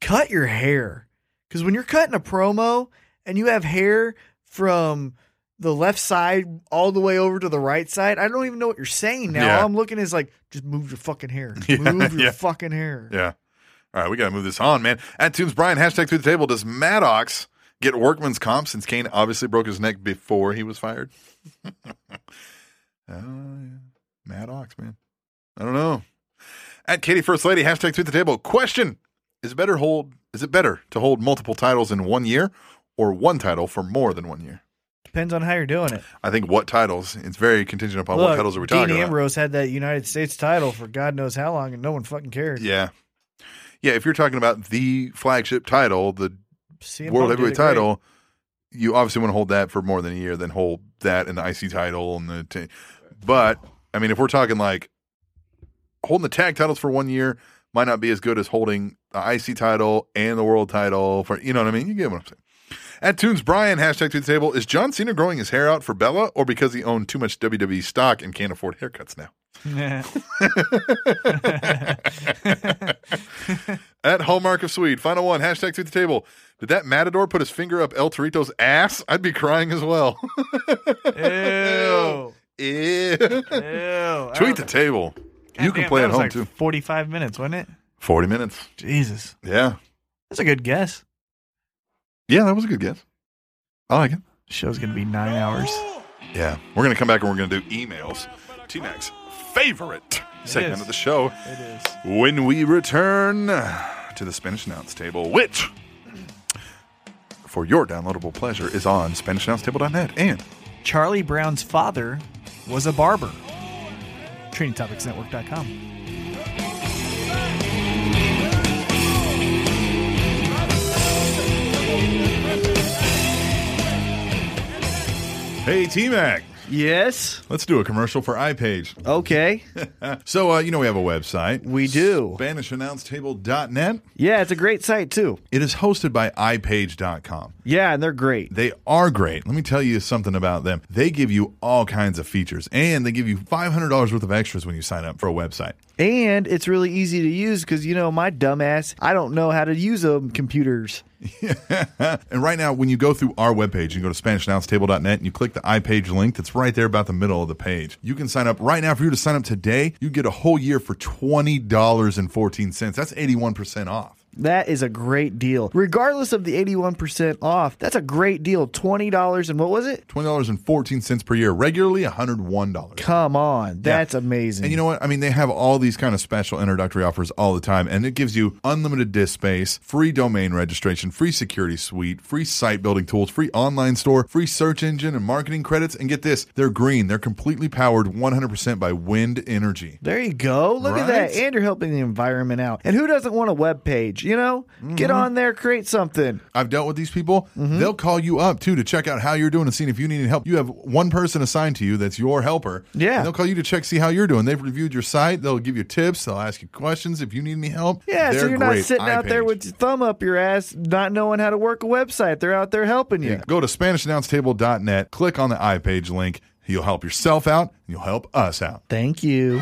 Cut your hair. Because when you're cutting a promo and you have hair from the left side all the way over to the right side, I don't even know what you're saying now.
Yeah.
All I'm looking is like, just move your fucking hair.
Yeah,
move your
yeah.
fucking hair.
Yeah. All right, we got to move this on, man. At Tombs Brian, hashtag through the table. Does Maddox get workman's comp since Kane obviously broke his neck before he was fired? oh, yeah. Maddox, man. I don't know. At Katie First Lady, hashtag through the table. Question Is better hold is it better to hold multiple titles in one year or one title for more than one year?
Depends on how you're doing it.
I think what titles, it's very contingent upon what titles are we talking
Dean
about.
Ambrose had that United States title for God knows how long and no one fucking cared.
Yeah. Yeah, if you're talking about the flagship title, the
CM Punk
world
did
heavyweight
it great.
title, you obviously want to hold that for more than a year, then hold that and the IC title and the. T- but I mean, if we're talking like holding the tag titles for one year might not be as good as holding the IC title and the world title for you know what I mean. You get what I'm saying. At Toons Brian hashtag to the table is John Cena growing his hair out for Bella or because he owned too much WWE stock and can't afford haircuts now. At Hallmark of Swede, final one, hashtag to the table. Did that matador put his finger up El Torito's ass? I'd be crying as well.
Ew.
Ew.
Ew.
Tweet the table. you can play at home too.
45 minutes, wasn't it?
40 minutes.
Jesus.
Yeah.
That's a good guess.
Yeah, that was a good guess. I like it.
Show's gonna be nine hours.
Yeah. We're going to come back and we're going to do emails. T Mac's favorite segment
is.
of the show
It is.
when we return to the Spanish Announce Table, which for your downloadable pleasure is on SpanishAnnounceTable.net. And
Charlie Brown's father was a barber. TrainingTopicsNetwork.com.
hey, T Mac,
Yes.
let's do a commercial for iPage.
Okay.
So, uh, you know, we have a website.
We do.
SpanishAnnounceTable.net.
Yeah, it's a great site too.
It is hosted by iPage.com.
Yeah, and they're great.
They are great. Let me tell you something about them. They give you all kinds of features and they give you $500 worth of extras when you sign up for a website.
And it's really easy to use because, you know, my dumbass, I don't know how to use them computers.
And right now, when you go through our webpage, you go to SpanishAnnounceTable.net and you click the iPage link that's right there about the middle of the page. You can sign up right now. If you were to sign up today, you get a whole year for $20.14. That's 81% off.
That is a great deal. Regardless of the 81% off, that's a great deal. $20 and what was it?
$20.14 per year, regularly $101.
Come on. That's amazing.
And you know what? I mean, they have all these kind of special introductory offers all the time, and it gives you unlimited disk space, free domain registration, free security suite, free site building tools, free online store, free search engine and marketing credits. And get this, they're green. They're completely powered 100% by wind energy.
there you go. Look at that.
Right?
And you're helping the environment out. And who doesn't want a web page? You know, get
Mm-hmm.
on there, create something.
I've dealt with these people.
Mm-hmm.
They'll call you up too to check out how you're doing and seeing if you need any help. You have one person assigned to you that's your helper.
Yeah.
And they'll call you to check see how you're doing. They've reviewed your site. They'll give you tips. They'll ask you questions if you need any help.
Yeah, so
They're
you're
great.
not sitting out there
iPage.
with your thumb up your ass, not knowing how to work a website. They're out there helping you.
Go to SpanishAnnounceTable.net, click on the iPage link. You'll help yourself out, and you'll help us out.
Thank you.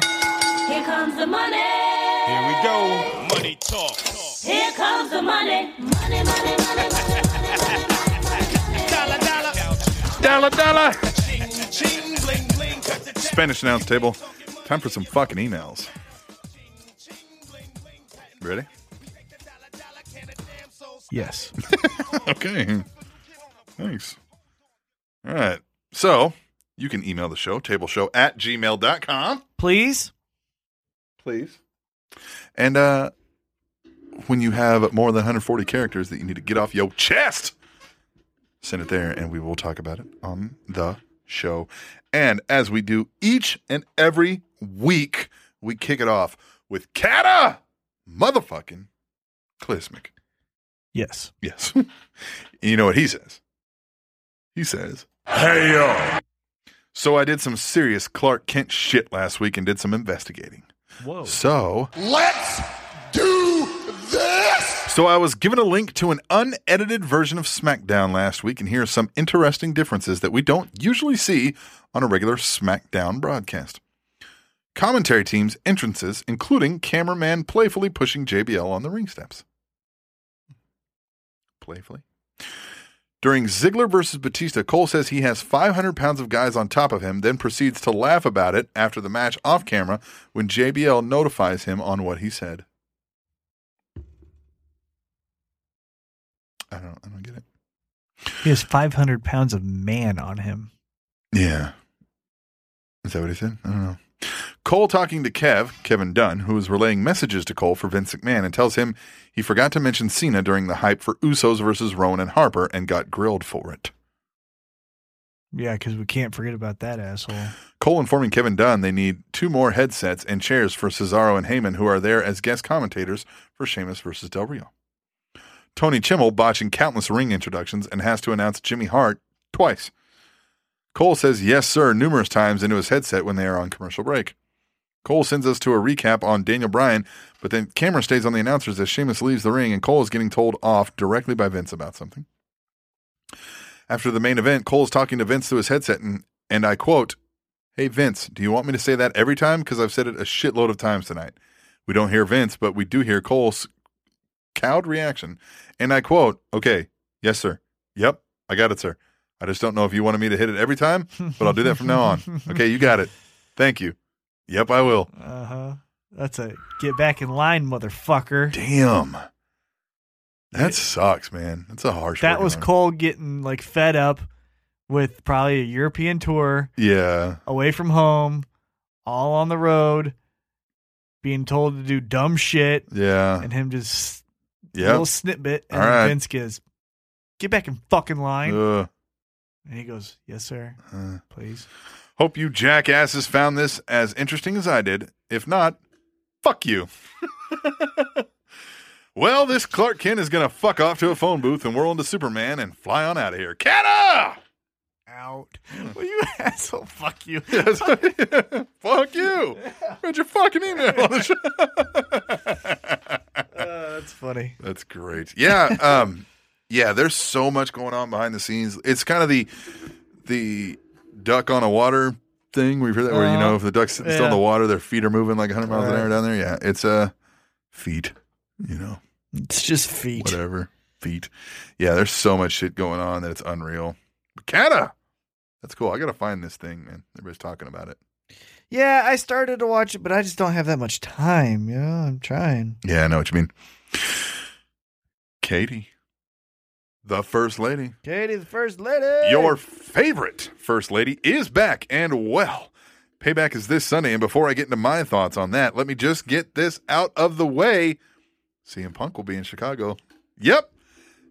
Here comes the money.
Here we go. Money talk.
Here comes the money. Money, money, money, money, money, money, money, money.
Dollar, dollar.
Dollar, dollar.
Ching, ching, bling, bling. Cut the check.
Spanish Announce Table. Time for some fucking emails. Ready?
Yes.
Okay. Thanks. All right. So you can email the show, tableshow at gmail.com.
Please.
Please. And uh, when you have more than 140 characters that you need to get off your chest, send it there and we will talk about it on the show. And as we do each and every week, we kick it off with Kata motherfucking Klismic.
Yes.
Yes. And you know what he says? He says,
Hey yo!
So I did some serious Clark Kent shit last week and did some investigating.
Whoa.
So,
Let's do this.
so I was given a link to an unedited version of SmackDown last week, and here are some interesting differences that we don't usually see on a regular SmackDown broadcast. Commentary teams' entrances, including cameraman playfully pushing JBL on the ring steps. Playfully. During Ziggler versus Batista, Cole says he has 500 pounds of guys on top of him, then proceeds to laugh about it after the match off camera when JBL notifies him on what he said. I don't, I don't get it.
He has 500 pounds of man on him.
Yeah. Is that what he said? I don't know. Cole talking to Kev, Kevin Dunn, who is relaying messages to Cole for Vince McMahon and tells him he forgot to mention Cena during the hype for Usos versus Rowan and Harper and got grilled for it.
Yeah, because we can't forget about that asshole.
Cole informing Kevin Dunn they need two more headsets and chairs for Cesaro and Heyman, who are there as guest commentators for Sheamus versus Del Rio. Tony Chimmel botching countless ring introductions and has to announce Jimmy Hart twice. Cole says yes, sir, numerous times into his headset when they are on commercial break. Cole sends us to a recap on Daniel Bryan, but then camera stays on the announcers as Sheamus leaves the ring and Cole is getting told off directly by Vince about something. After the main event, Cole is talking to Vince through his headset and, and I quote, Hey Vince, do you want me to say that every time? Because I've said it a shitload of times tonight. We don't hear Vince, but we do hear Cole's cowed reaction. And I quote, okay, yes, sir. Yep, I got it, sir. I just don't know if you wanted me to hit it every time, but I'll do that from now on. Okay, you got it. Thank you. Yep, I will.
Uh huh. That's a get back in line, motherfucker.
Damn. That sucks, man. That's a harsh
That
working
was
on-
Cole getting like fed up with probably a European tour
Yeah.
away from home, all on the road, being told to do dumb shit,
Yeah.
and him just a
Yeah.
little snippet,
All
and then
right.
Vince goes, "Get back in fucking line,"
Ugh.
and he goes, "Yes, sir,
Uh.
please."
Hope you jackasses found this as interesting as I did. If not, fuck you. well, this Clark Kent is going to fuck off to a phone booth and whirl into Superman and fly on out of here. Kata!
Out. Well, you asshole. Fuck you.
Yes. fuck you. Read your fucking email. on the show.
Uh, that's funny.
That's great. Yeah, um, yeah. There's so much going on behind the scenes. It's kind of the the duck on a water thing. We've heard that where you know
Uh-huh.
if the duck's still
Yeah.
in the water, their feet are moving like 100 miles an
Right.
hour down there. Yeah, it's uh, feet. You know,
It's just feet.
whatever feet. Yeah, there's so much shit going on that it's unreal. But Kata, that's cool. I gotta find this thing, man. Everybody's talking about it.
Yeah, I started to watch it, but I just don't have that much time. Yeah, I'm trying.
Yeah, I know what you mean. Katie, the first lady.
Katie, the first lady.
Your favorite First Lady is back and well. Payback is this Sunday, and before I get into my thoughts on that, let me just get this out of the way. CM Punk will be in Chicago. Yep.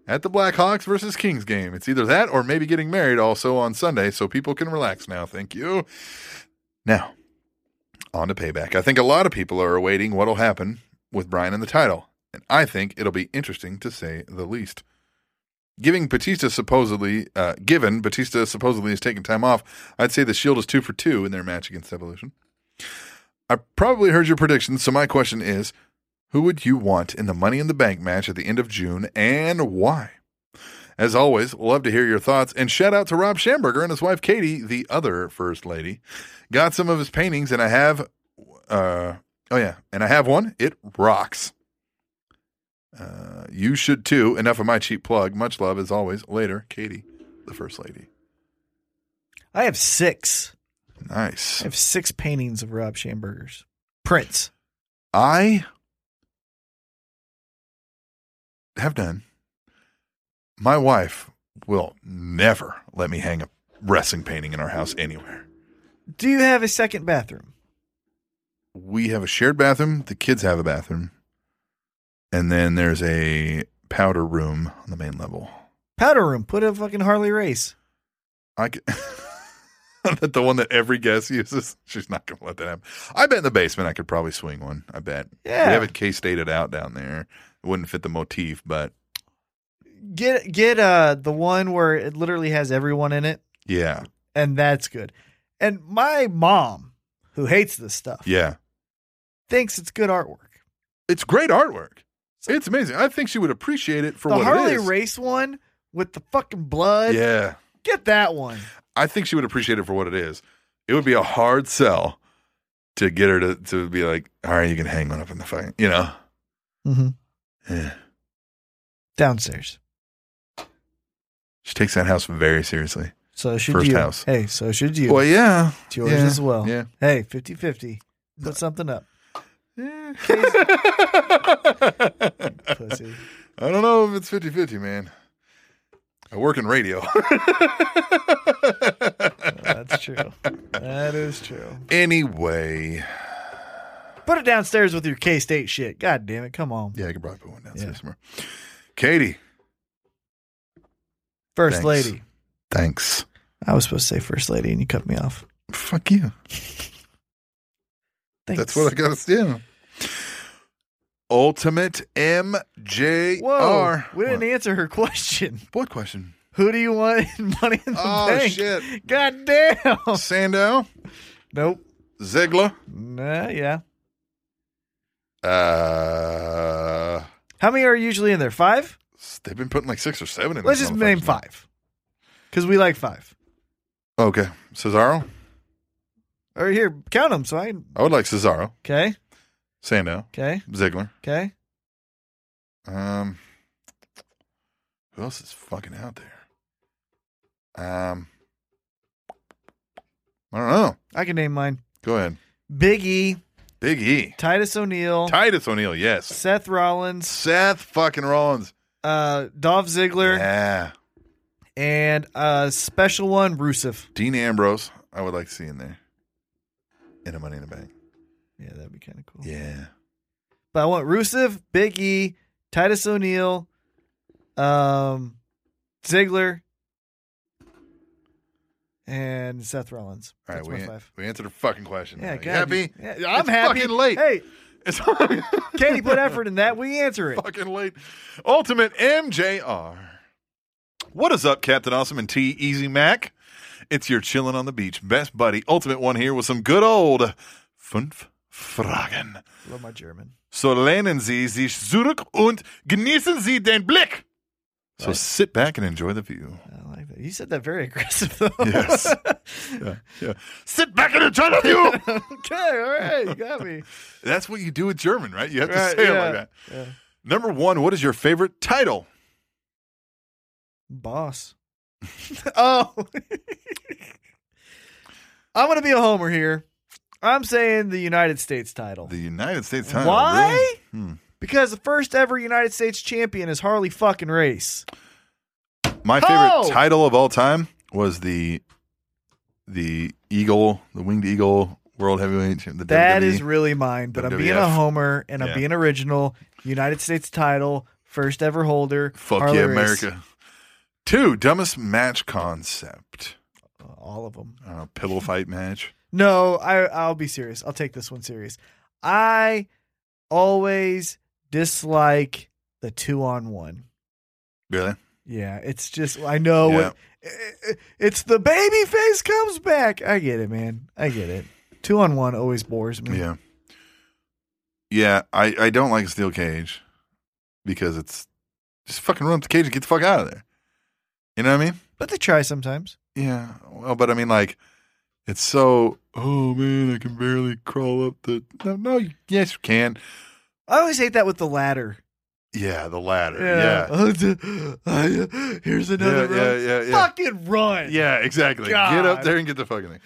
At the Blackhawks versus Kings game. It's either that or maybe getting married also on Sunday, so people can relax now. Thank you. Now, on to payback. I think a lot of people are awaiting what'll happen with Brian and the title, and I think it'll be interesting to say the least giving Batista supposedly uh, given Batista supposedly has taken time off. I'd say the Shield is two for two in their match against Evolution. I probably heard your predictions, so my question is, who would you want in the Money in the Bank match at the end of June, and why? As always, love to hear your thoughts, and shout out to Rob Schamberger and his wife Katie, the other First Lady. Got some of his paintings, and I have, uh, oh yeah, and I have one. It rocks. Uh, you should too. Enough of my cheap plug. Much love as always. Later, Katie, the first lady.
I have six. I
Nice.
have six paintings of Rob Schamberger's prints.
I have done. My wife will never let me hang a wrestling painting in our house anywhere.
Do you have a second bathroom?
We have a shared bathroom. The kids have a bathroom. And then there's a powder room on the main level.
Powder room. Put a fucking Harley race.
I c- that the one that every guest uses. She's not going to let that happen. I bet in the basement I could probably swing one. I bet.
Yeah.
We haven't case stated out down there. It wouldn't fit the motif, but
Get get uh the one where it literally has everyone in it,
yeah,
and that's good. And my mom, who hates this stuff,
yeah.
thinks it's good artwork.
It's great artwork. It's amazing. I think she would appreciate it for
the
what
Harley
it is.
race one with the fucking blood.
yeah,
Get that one.
I think she would appreciate it for what it is. It would be a hard sell to get her to to be like, all right, you can hang one up in the fucking, you know.
Mm-hmm.
Yeah.
Downstairs.
She takes that house very seriously.
So should
First
you.
house.
Hey, so should you.
Well, yeah,
It's yours
Yeah.
as well.
Yeah.
Hey, 50 50. Put something up. Pussy.
I don't know if it's 50 50, man. I work in radio.
That's true. That is true.
anyway.
Put it downstairs with your K State shit. God damn it. Come on.
Yeah, I could probably put one downstairs
Yeah.
somewhere. Katie,
First
Thanks.
lady.
thanks.
I was supposed to say first lady and you cut me off.
Fuck you.
Thanks.
That's what I got to do. Ultimate MJR.
Whoa. we didn't
what,
answer her question.
what question?
Who do you want in Money in the
Oh,
Bank?
shit.
God damn.
Sandow,
Nope.
Ziggler,
Nah, yeah.
uh,
How many are usually in there? Five?
they've been putting like six or seven in
Let's
this
just name
motherfucker.
five. Because we like five.
Okay. Cesaro.
Or here, count them. So I.
I would like Cesaro,
Okay.
Sandow,
Okay.
Ziggler.
Okay.
Um, who else is fucking out there? Um, I don't know.
I can name mine.
Go ahead.
Big E,
Big E,
Titus O'Neil,
Titus O'Neil. Yes,
Seth Rollins,
Seth fucking Rollins.
uh, Dolph Ziggler,
Yeah,
and a special one, Rusev.
Dean Ambrose, I would like to see in there. In a Money in the Bank.
Yeah, that'd be kind of cool.
Yeah.
But I want Rusev, Big E, Titus O'Neil, um, Ziggler, and Seth Rollins.
All right,
That's
we,
my five.
we answered a fucking question.
Yeah,
Are you
God,
happy?
you- yeah, I'm
It's
happy.
fucking late.
Hey,
It's
can you put effort in that? We answer it.
fucking late. Ultimate MJR. What is up, Captain Awesome and T Easy Mac? It's your chilling on the beach best buddy, Ultimate One here with some good old Fünf Fragen.
Love my German.
So lehnen Sie sich zurück und genießen Sie den Blick. So sit back and enjoy the view.
I like that. You said that very aggressive though.
Yes. yeah, yeah. Sit back and enjoy the view.
okay, all right, you got me.
That's what you do with German, right? You have
Right,
to say it
yeah,
like that.
yeah.
Number one, what is your favorite title?
Boss. oh. I'm going to be a homer here. I'm saying the United States title.
The United States title.
Why?
really? Hmm.
because the first ever United States champion is Harley fucking Race.
My favorite
Oh!
title of all time was the the Eagle, the Winged Eagle World Heavyweight. Champ- The E.
That
WWE.
is really mine, but I'm being a
WWF.
homer and I'm
Yeah.
being original. United States title, first ever holder.
fuck
Harley
yeah,
Race.
America. Two dumbest match concept.
All of them.
Uh, pillow fight match.
No, I I'll be serious. I'll take this one serious. I always dislike the two on one.
Really?
Yeah, it's just I know
Yeah.
what- i- i- it's the baby face comes back. I get it, man. I get it. Two on one always bores me.
Yeah. Yeah, I, I don't like a steel cage because it's just fucking run up the cage and get the fuck out of there. You know what I mean?
But they try sometimes.
Yeah. Well, but I mean, like, it's so. Oh man, I can barely crawl up the. No, no. you- Yes, you can.
I always hate that with the ladder.
Yeah, the ladder. Yeah.
Oh, it's a- I, uh, here's another
yeah,
run.
yeah, yeah, yeah.
Fucking run.
Yeah, exactly. Get up
God.
there and get the fucking thing.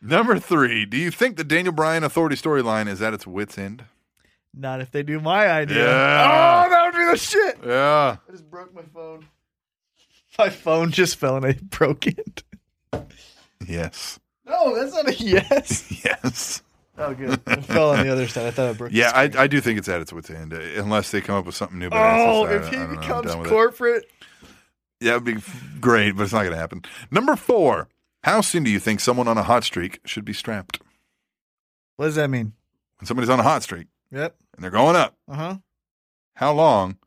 Number three. Do you think the Daniel Bryan authority storyline is at its wits end?
Not if they do my idea.
Yeah.
Oh, that would be the shit.
Yeah.
I just broke my phone. My phone just fell and I broke it.
Yes.
No, that's not a yes.
Yes.
Oh, good. It fell on the other side. I thought I broke. the
Yeah, I,
screen.
I do think it's at its wits end uh, unless they come up with something new. But I-
oh,
I
if
don't-
he
I don't know. I'm
becomes
done with it.
corporate,
Yeah, it'd be f- great, but it's not going to happen. Number four. How soon do you think someone on a hot streak should be strapped?
what does that mean?
When somebody's on a hot streak
Yep.
and they're going up,
Uh huh.
how long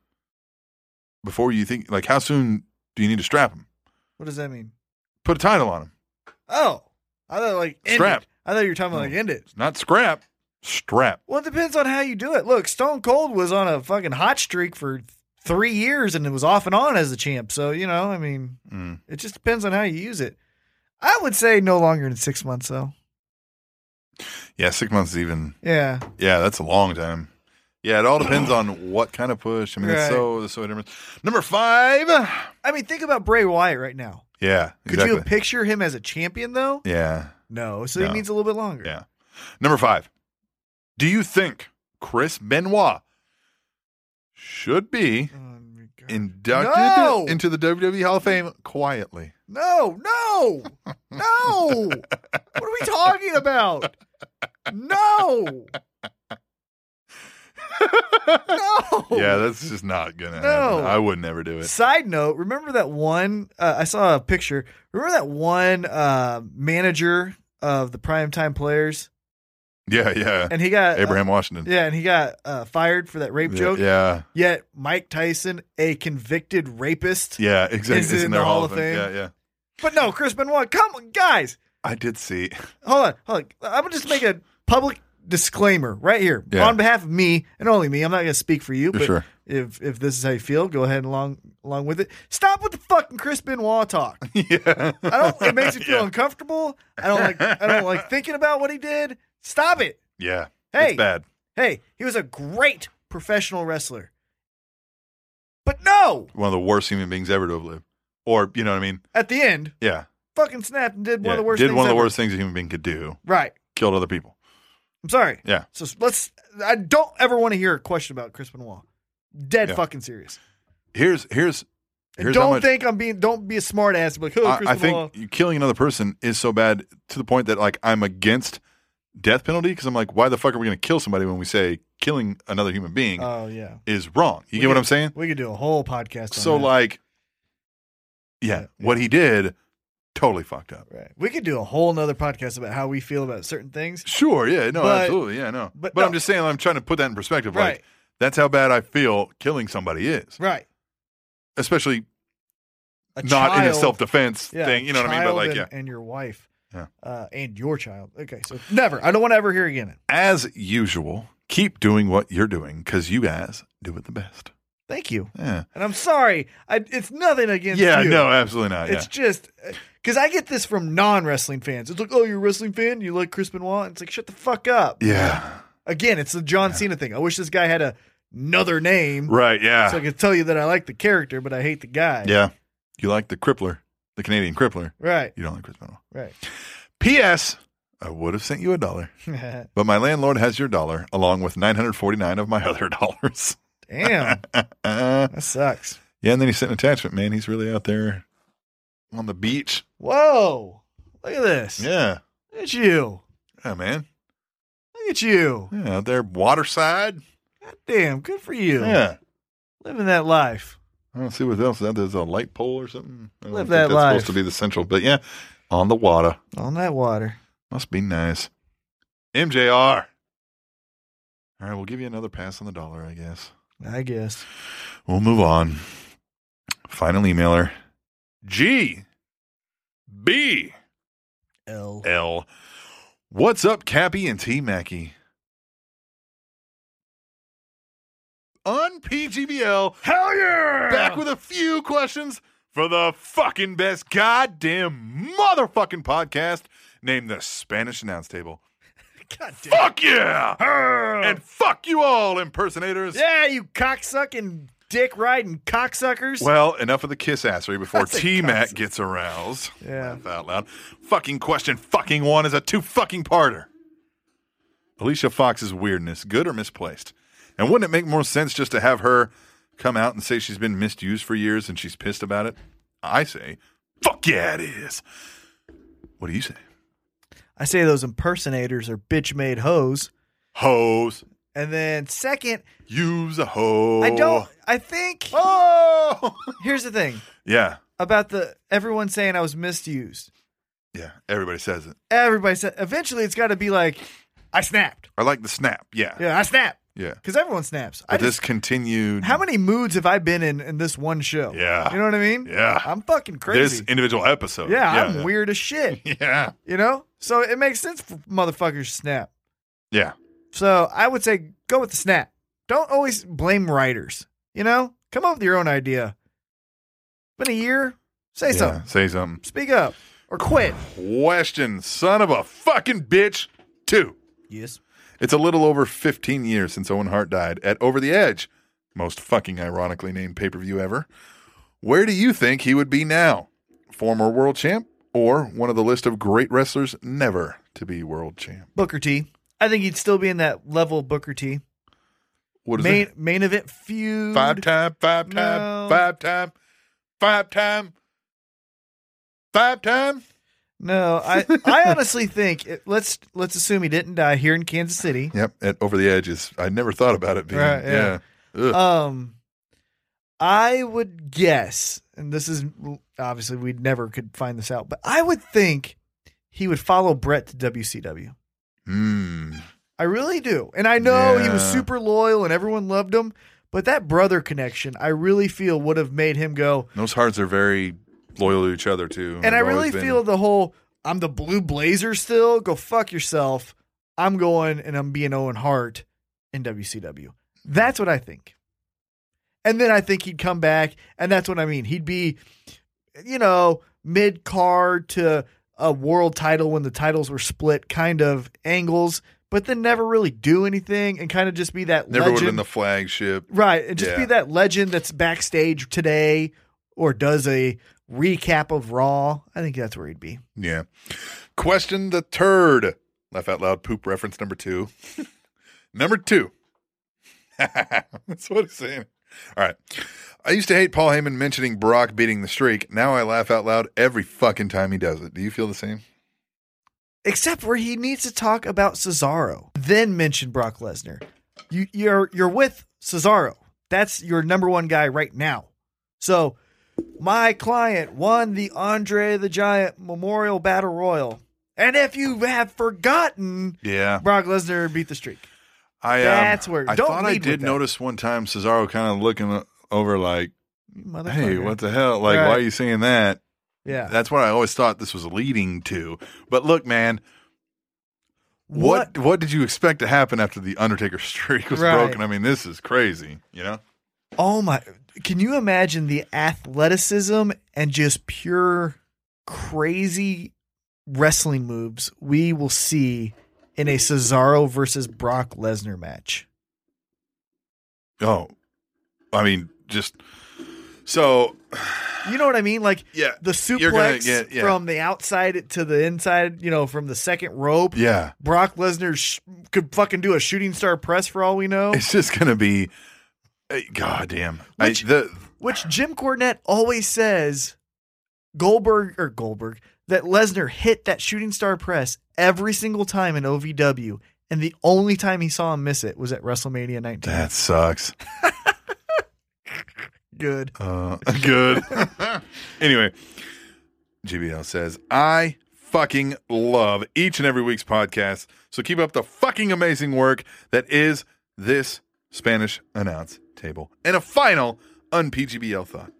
before you think, like, how soon do you need to strap them?
What does that mean?
Put a title on them.
Oh, I thought like end
Strap.
It. I thought you were talking about like end it.
Not scrap, strap.
Well, it depends on how you do it. Look, Stone Cold was on a fucking hot streak for three years, and it was off and on as a champ. So you know, I mean,
Mm.
it just depends on how you use it. I would say no longer than six months, though.
Yeah, six months is even.
Yeah,
Yeah, that's a long time. Yeah, it all depends on what kind of push. I mean, it's
Right.
so, it's so different. Number five.
I mean, think about Bray Wyatt right now.
Yeah,
Could you
exactly.
picture him as a champion though?
yeah.
No, so
No.
he needs a little bit longer.
Yeah. Number five. Do you think Chris Benoit should be
Oh, my God.
inducted
No!
into the WWE Hall of Fame quietly?
No, no, no. what are we talking about? No. no.
Yeah, that's just not gonna
Oh. No.
happen. I would never do it.
Side note, remember that one? Uh, I saw a picture. Remember that one uh, manager of the primetime players?
Yeah, yeah.
And he got. uh,
Abraham Washington.
yeah, and he got uh, fired for that rape
yeah,
joke.
Yeah,
Yet Mike Tyson, a convicted rapist.
yeah, exactly.
Is it
It's
in
their
the Hall of
Yeah,
Fame?
yeah.
But no, Chris Benoit, come on, guys.
I did see.
hold on, hold on. I'm gonna just make a public disclaimer right here
Yeah.
on behalf of me and only me. I'm not gonna speak for you, but
Sure.
if if this is how you feel, go ahead and along along with it. Stop with the fucking Chris Benoit talk.
yeah,
I don't. It makes me feel
Yeah.
uncomfortable. I don't like. I don't like thinking about what he did. Stop it.
yeah.
Hey.
it's bad.
Hey, he was a great professional wrestler. But no,
One of the worst human beings ever to have lived, or you know what I mean?
at the end,
Yeah,
fucking snapped and did one
yeah.
of the worst.
did
things
one of the
ever.
worst things a human being could do,
Right.
killed other people.
I'm sorry.
Yeah.
So s- let's. I don't ever want to hear a question about Chris Benoit. Dead
Yeah.
fucking serious.
here's here's
And
Here's how
don't
much-
think I'm being. Don't be a smart ass. Like, oh,
I, I
Cristobal.
think you- killing another person is so bad to the point that like I'm against death penalty because I'm like, why the fuck are we going to kill somebody when we say killing another human being
Oh yeah.
is wrong? You get what I'm saying?
We could do a whole podcast. on
So
that.
like, yeah, what he did totally fucked up.
Right. we could do a whole nother podcast about how we feel about certain things.
Sure, yeah, no,
But-
absolutely, yeah, no.
but
But,
no.
I'm just saying, I'm trying to put that in perspective.
Right.
Like that's how bad I feel killing somebody is,
Right.
especially
A
not in a
child-
self defense
yeah,
thing. You know what I mean? But
child
like,
and,
yeah.
and your wife.
Yeah.
Uh, and your child. Okay, so never. I don't want to ever hear again.
As usual, keep doing what you're doing because you guys do it the best.
Thank you.
Yeah.
And I'm sorry. I, it's nothing against
Yeah,
you.
no, absolutely not.
It's just because I get this from non wrestling fans. It's like, oh, you're a wrestling fan. You like Chris Benoit. It's like, shut the fuck up.
yeah. Yeah.
Again, it's the John Cena thing. I wish this guy had a, another name
Right. Yeah.
so I could tell you that I like the character, but I hate the guy.
yeah. You like the crippler, the Canadian crippler.
Right.
You don't like Chris Benoit.
Right.
P.S. I would have sent you a dollar,
Damn.
but my landlord has your dollar along with 949 of my other dollars.
That
Uh,
sucks.
yeah. And then he sent an attachment, man. He's really out there on the beach.
Whoa. Look at this.
Yeah.
Look at you.
Yeah, man.
Look at you.
Yeah. Out there, waterside.
Damn. Good for you.
Yeah.
Living that life.
I don't see what else. is out there. There's a light pole or something. I don't
Live
think
that
that's
life.
supposed to be the central, but yeah, on the water.
On that water.
Must be nice. MJR. All right, we'll give you another pass on the dollar, I guess.
I guess.
We'll move on. Final emailer. G. B.
L.
L. What's up, Cappy and T Mackey? On PGBL.
Hell yeah!
back with a few questions for the fucking best goddamn motherfucking podcast named the Spanish Announce Table.
God damn.
Fuck yeah! And fuck you all, impersonators.
Yeah, you cocksucking, dick riding cocksuckers.
Well, enough of the kiss assery before
That's a
T Mac
cuss.
gets aroused.
Yeah.
Laugh out loud. Fucking question, fucking one is a two fucking parter. Alicia Fox's weirdness, good or misplaced? And wouldn't it make more sense just to have her come out and say she's been misused for years and she's pissed about it? I say, fuck yeah, it is. What do you say?
I say those impersonators are bitch made hoes.
Hose.
And then second,
Use a hoe.
I don't. I think
Oh!
here's the thing
yeah.
about the everyone saying I was misused.
Yeah. Everybody says it.
Everybody said eventually it's got to be like I snapped.
I like the snap. Yeah.
Yeah, I snapped
Yeah.
because everyone snaps. I
But this
just,
continued.
how many moods have I been in in this one show?
Yeah.
you know what I mean.
Yeah.
I'm fucking crazy.
This individual episode.
yeah, I'm weird as shit.
Yeah.
You know, so it makes sense for motherfuckers to snap.
Yeah.
So I would say go with the snap. Don't always blame writers. You know, come up with your own idea. Been a year, say
yeah.
something,
Say something.
speak up, or quit.
Question, son of a fucking bitch. Two.
Yes.
It's a little over 15 years since Owen Hart died at Over the Edge, most fucking ironically named pay per view ever. Where do you think he would be now? Former world champ or one of the list of great wrestlers never to be world champ?
Booker T. I think he'd still be in that level of Booker T.
What is
Main
it?
main event feud.
Five time, five time,
No.
five time, five time, five time.
No, I I honestly think it, let's let's assume he didn't die here in Kansas City.
Yep, at Over the Edge is, I never thought about it being.
Right, yeah.
yeah. Ugh.
Um, I would guess, and this is obviously we never could find this out, but I would think he would follow Brett to WCW.
Hmm.
I really do, and I know he was
Yeah.
super loyal and everyone loved him, but that brother connection, I really feel would have made him go.
Those hearts are very loyal to each other too.
And I
They've
really
always been-
feel the whole "I'm the Blue Blazer" still go fuck yourself. I'm going and I'm being Owen Hart in WCW. That's what I think. And then I think he'd come back, and that's what I mean. He'd be, you know, mid card to a world title when the titles were split, kind of angles, but then never really do anything and kind of just be that
never would have been
legend.
the flagship.
Right. And just be
Yeah.
that legend that's backstage today or does a recap of Raw. I think that's where he'd be.
Yeah. Question the turd. Laugh out loud. Poop reference number two. number two. That's what he's saying. All right. I used to hate Paul Heyman mentioning Brock beating the streak. Now I laugh out loud every fucking time he does it. Do you feel the same?
Except where he needs to talk about Cesaro, then mention Brock Lesnar. You, you're you're with Cesaro. That's your number one guy right now. So, my client won the Andre the Giant Memorial Battle Royal, and if you have forgotten,
Yeah.
Brock Lesnar beat the streak.
I, um,
That's where-
I
don't
thought I
lead with
did
that.
notice one time Cesaro kind of looking o- over like, hey,
Motherfucker.
what the hell? Like, why
Right.
are you saying that?
Yeah.
That's what I always thought this was leading to. But look, man,
What-
what what, did you expect to happen after the Undertaker streak was
Right.
broken? I mean, this is crazy, you know?
Oh my! Can you imagine the athleticism and just pure crazy wrestling moves we will see in a Cesaro versus Brock Lesnar match?
Oh, I mean, just so
You know what I mean? Like
Yeah,
the
you're gonna
suplex
get- yeah.
from the outside to the inside. You know, from the second rope.
yeah,
Brock Lesnar sh- could fucking do a shooting star press for all we know.
it's just gonna be, eh, goddamn. I-
Which-
the-
which Jim Cornette always says Goldberg or Goldberg that Lesnar hit that shooting star press every single time in OVW, and the only time he saw him miss it was at WrestleMania 19.
that sucks.
Good.
Uh, good. anyway, GBL says, I fucking love each and every week's podcast. So keep up the fucking amazing work that is this Spanish announce table. And a final unPGBL thought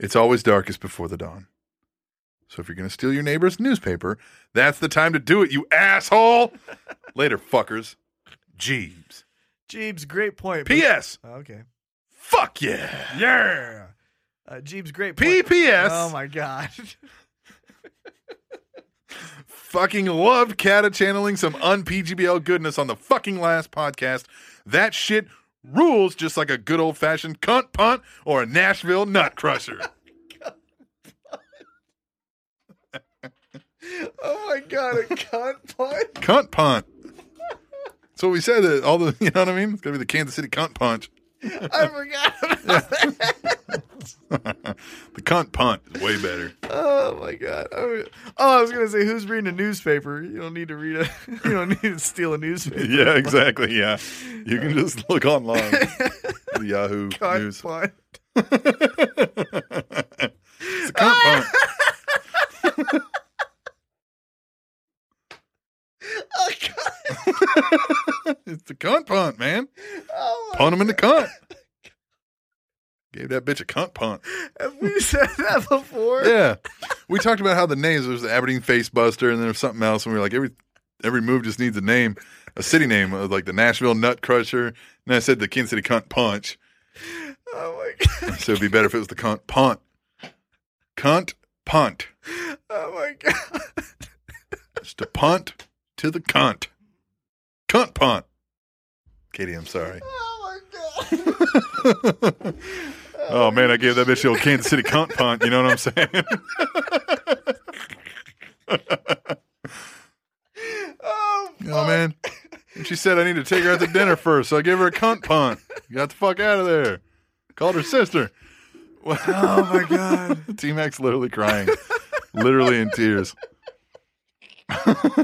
it's always darkest before the dawn. So if you're going to steal your neighbor's newspaper, that's the time to do it, you asshole. Later, fuckers. Jeebs.
Jeebs, great point. but-
P.S.
Oh, okay.
Fuck yeah.
Yeah. Uh, Jeebs, great point.
PPS.
Oh my God.
fucking loved Kata channeling some unPGBL goodness on the fucking last podcast. That shit rules just like a good old fashioned cunt punt or a Nashville nut crusher.
oh my God. A cunt punch.
cunt punt. So we said that all the you know what I mean? It's gonna be the Kansas City cunt punch.
I forgot about that.
The cunt punt is way better.
Oh my god! Oh, oh, I was gonna say, who's reading a newspaper? You don't need to read a. You don't need to steal a newspaper.
Yeah, exactly. Yeah. You can just look online. The Yahoo
God,
News.
fine.
It's a cunt punt.
Oh, God.
It's the cunt punt, man.
Oh, my-
Punt him in the cunt. Gave that bitch a cunt punt.
Have we said that before?
Yeah. We talked about how the names there's the Aberdeen Face Buster and then there's something else and we were like every every move just needs a name, a city name uh, like the Nashville Nut Crusher. And I said the Kansas City Cunt Punch.
Oh my god!
So it'd be better if it was the cunt punt. Cunt punt.
Oh my god!
It's to punt to the cunt. Cunt punt. Katie, I'm sorry.
Oh my god!
Oh man, I gave that bitch the old Kansas City cunt punt. You know what I'm saying?
Oh,
Oh man. And she said I need to take her out to dinner first, so I gave her a cunt punt. Got the fuck out of there. Called her sister.
oh my god!
T Max literally crying. literally in tears.
I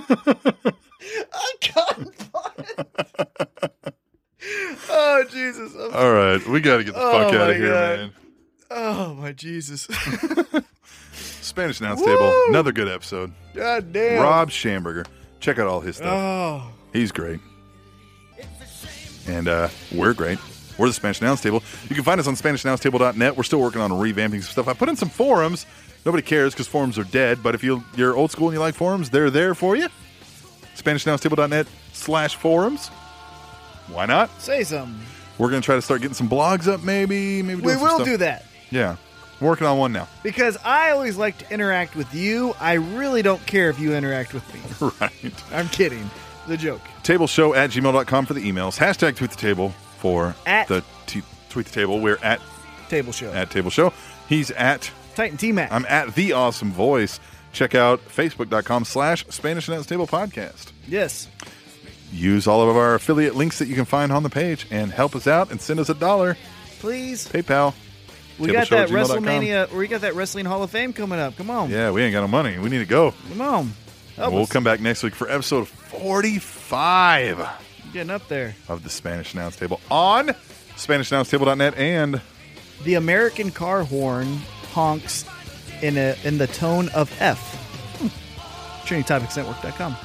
can't find it. Oh Jesus! I'm-
All right. We gotta get the
Oh,
fuck out
my
of here,
God.
man.
Oh my Jesus!
Spanish Announce Table,
Woo!
another good episode.
God damn!
Rob Schamberger. Check out all his stuff.
Oh.
He's great. And uh, we're great. We're the Spanish Announce Table. You can find us on SpanishAnnounceTable.net. We're still working on revamping some stuff. I put in some forums. Nobody cares because forums are dead. But if you, you're old school and you like forums, they're there for you. SpanishAnnounceTable.net slash forums. Why not?
Say something.
We're going to try to start getting some blogs up, maybe. Maybe
We
doing some
will
stuff.
do that.
Yeah. Working on one now.
Because I always like to interact with you. I really don't care if you interact with me.
right.
I'm kidding. The joke.
tableshow at gmail.com for the emails hashtag tweet the table for
At-
the t- tweet the table we're at
Table show.
at table show he's at
Titan T Mac.
i'm at the awesome voice check out facebook.com slash spanish announce table podcast
Yes.
use all of our affiliate links that you can find on the page and help us out and send us a dollar.
Please.
PayPal.
We got that
tableshow@gmail.com.
WrestleMania. We got that Wrestling Hall of Fame coming up. Come on.
Yeah, we ain't got no money. We need to go.
Come on. Help
we'll
us.
come back next week for episode 45
Getting up there.
of the Spanish Announce Table on SpanishAnnounceTable.net and
The American car horn Hmm. honks in a in the tone of F. Trinity Topics Network.com.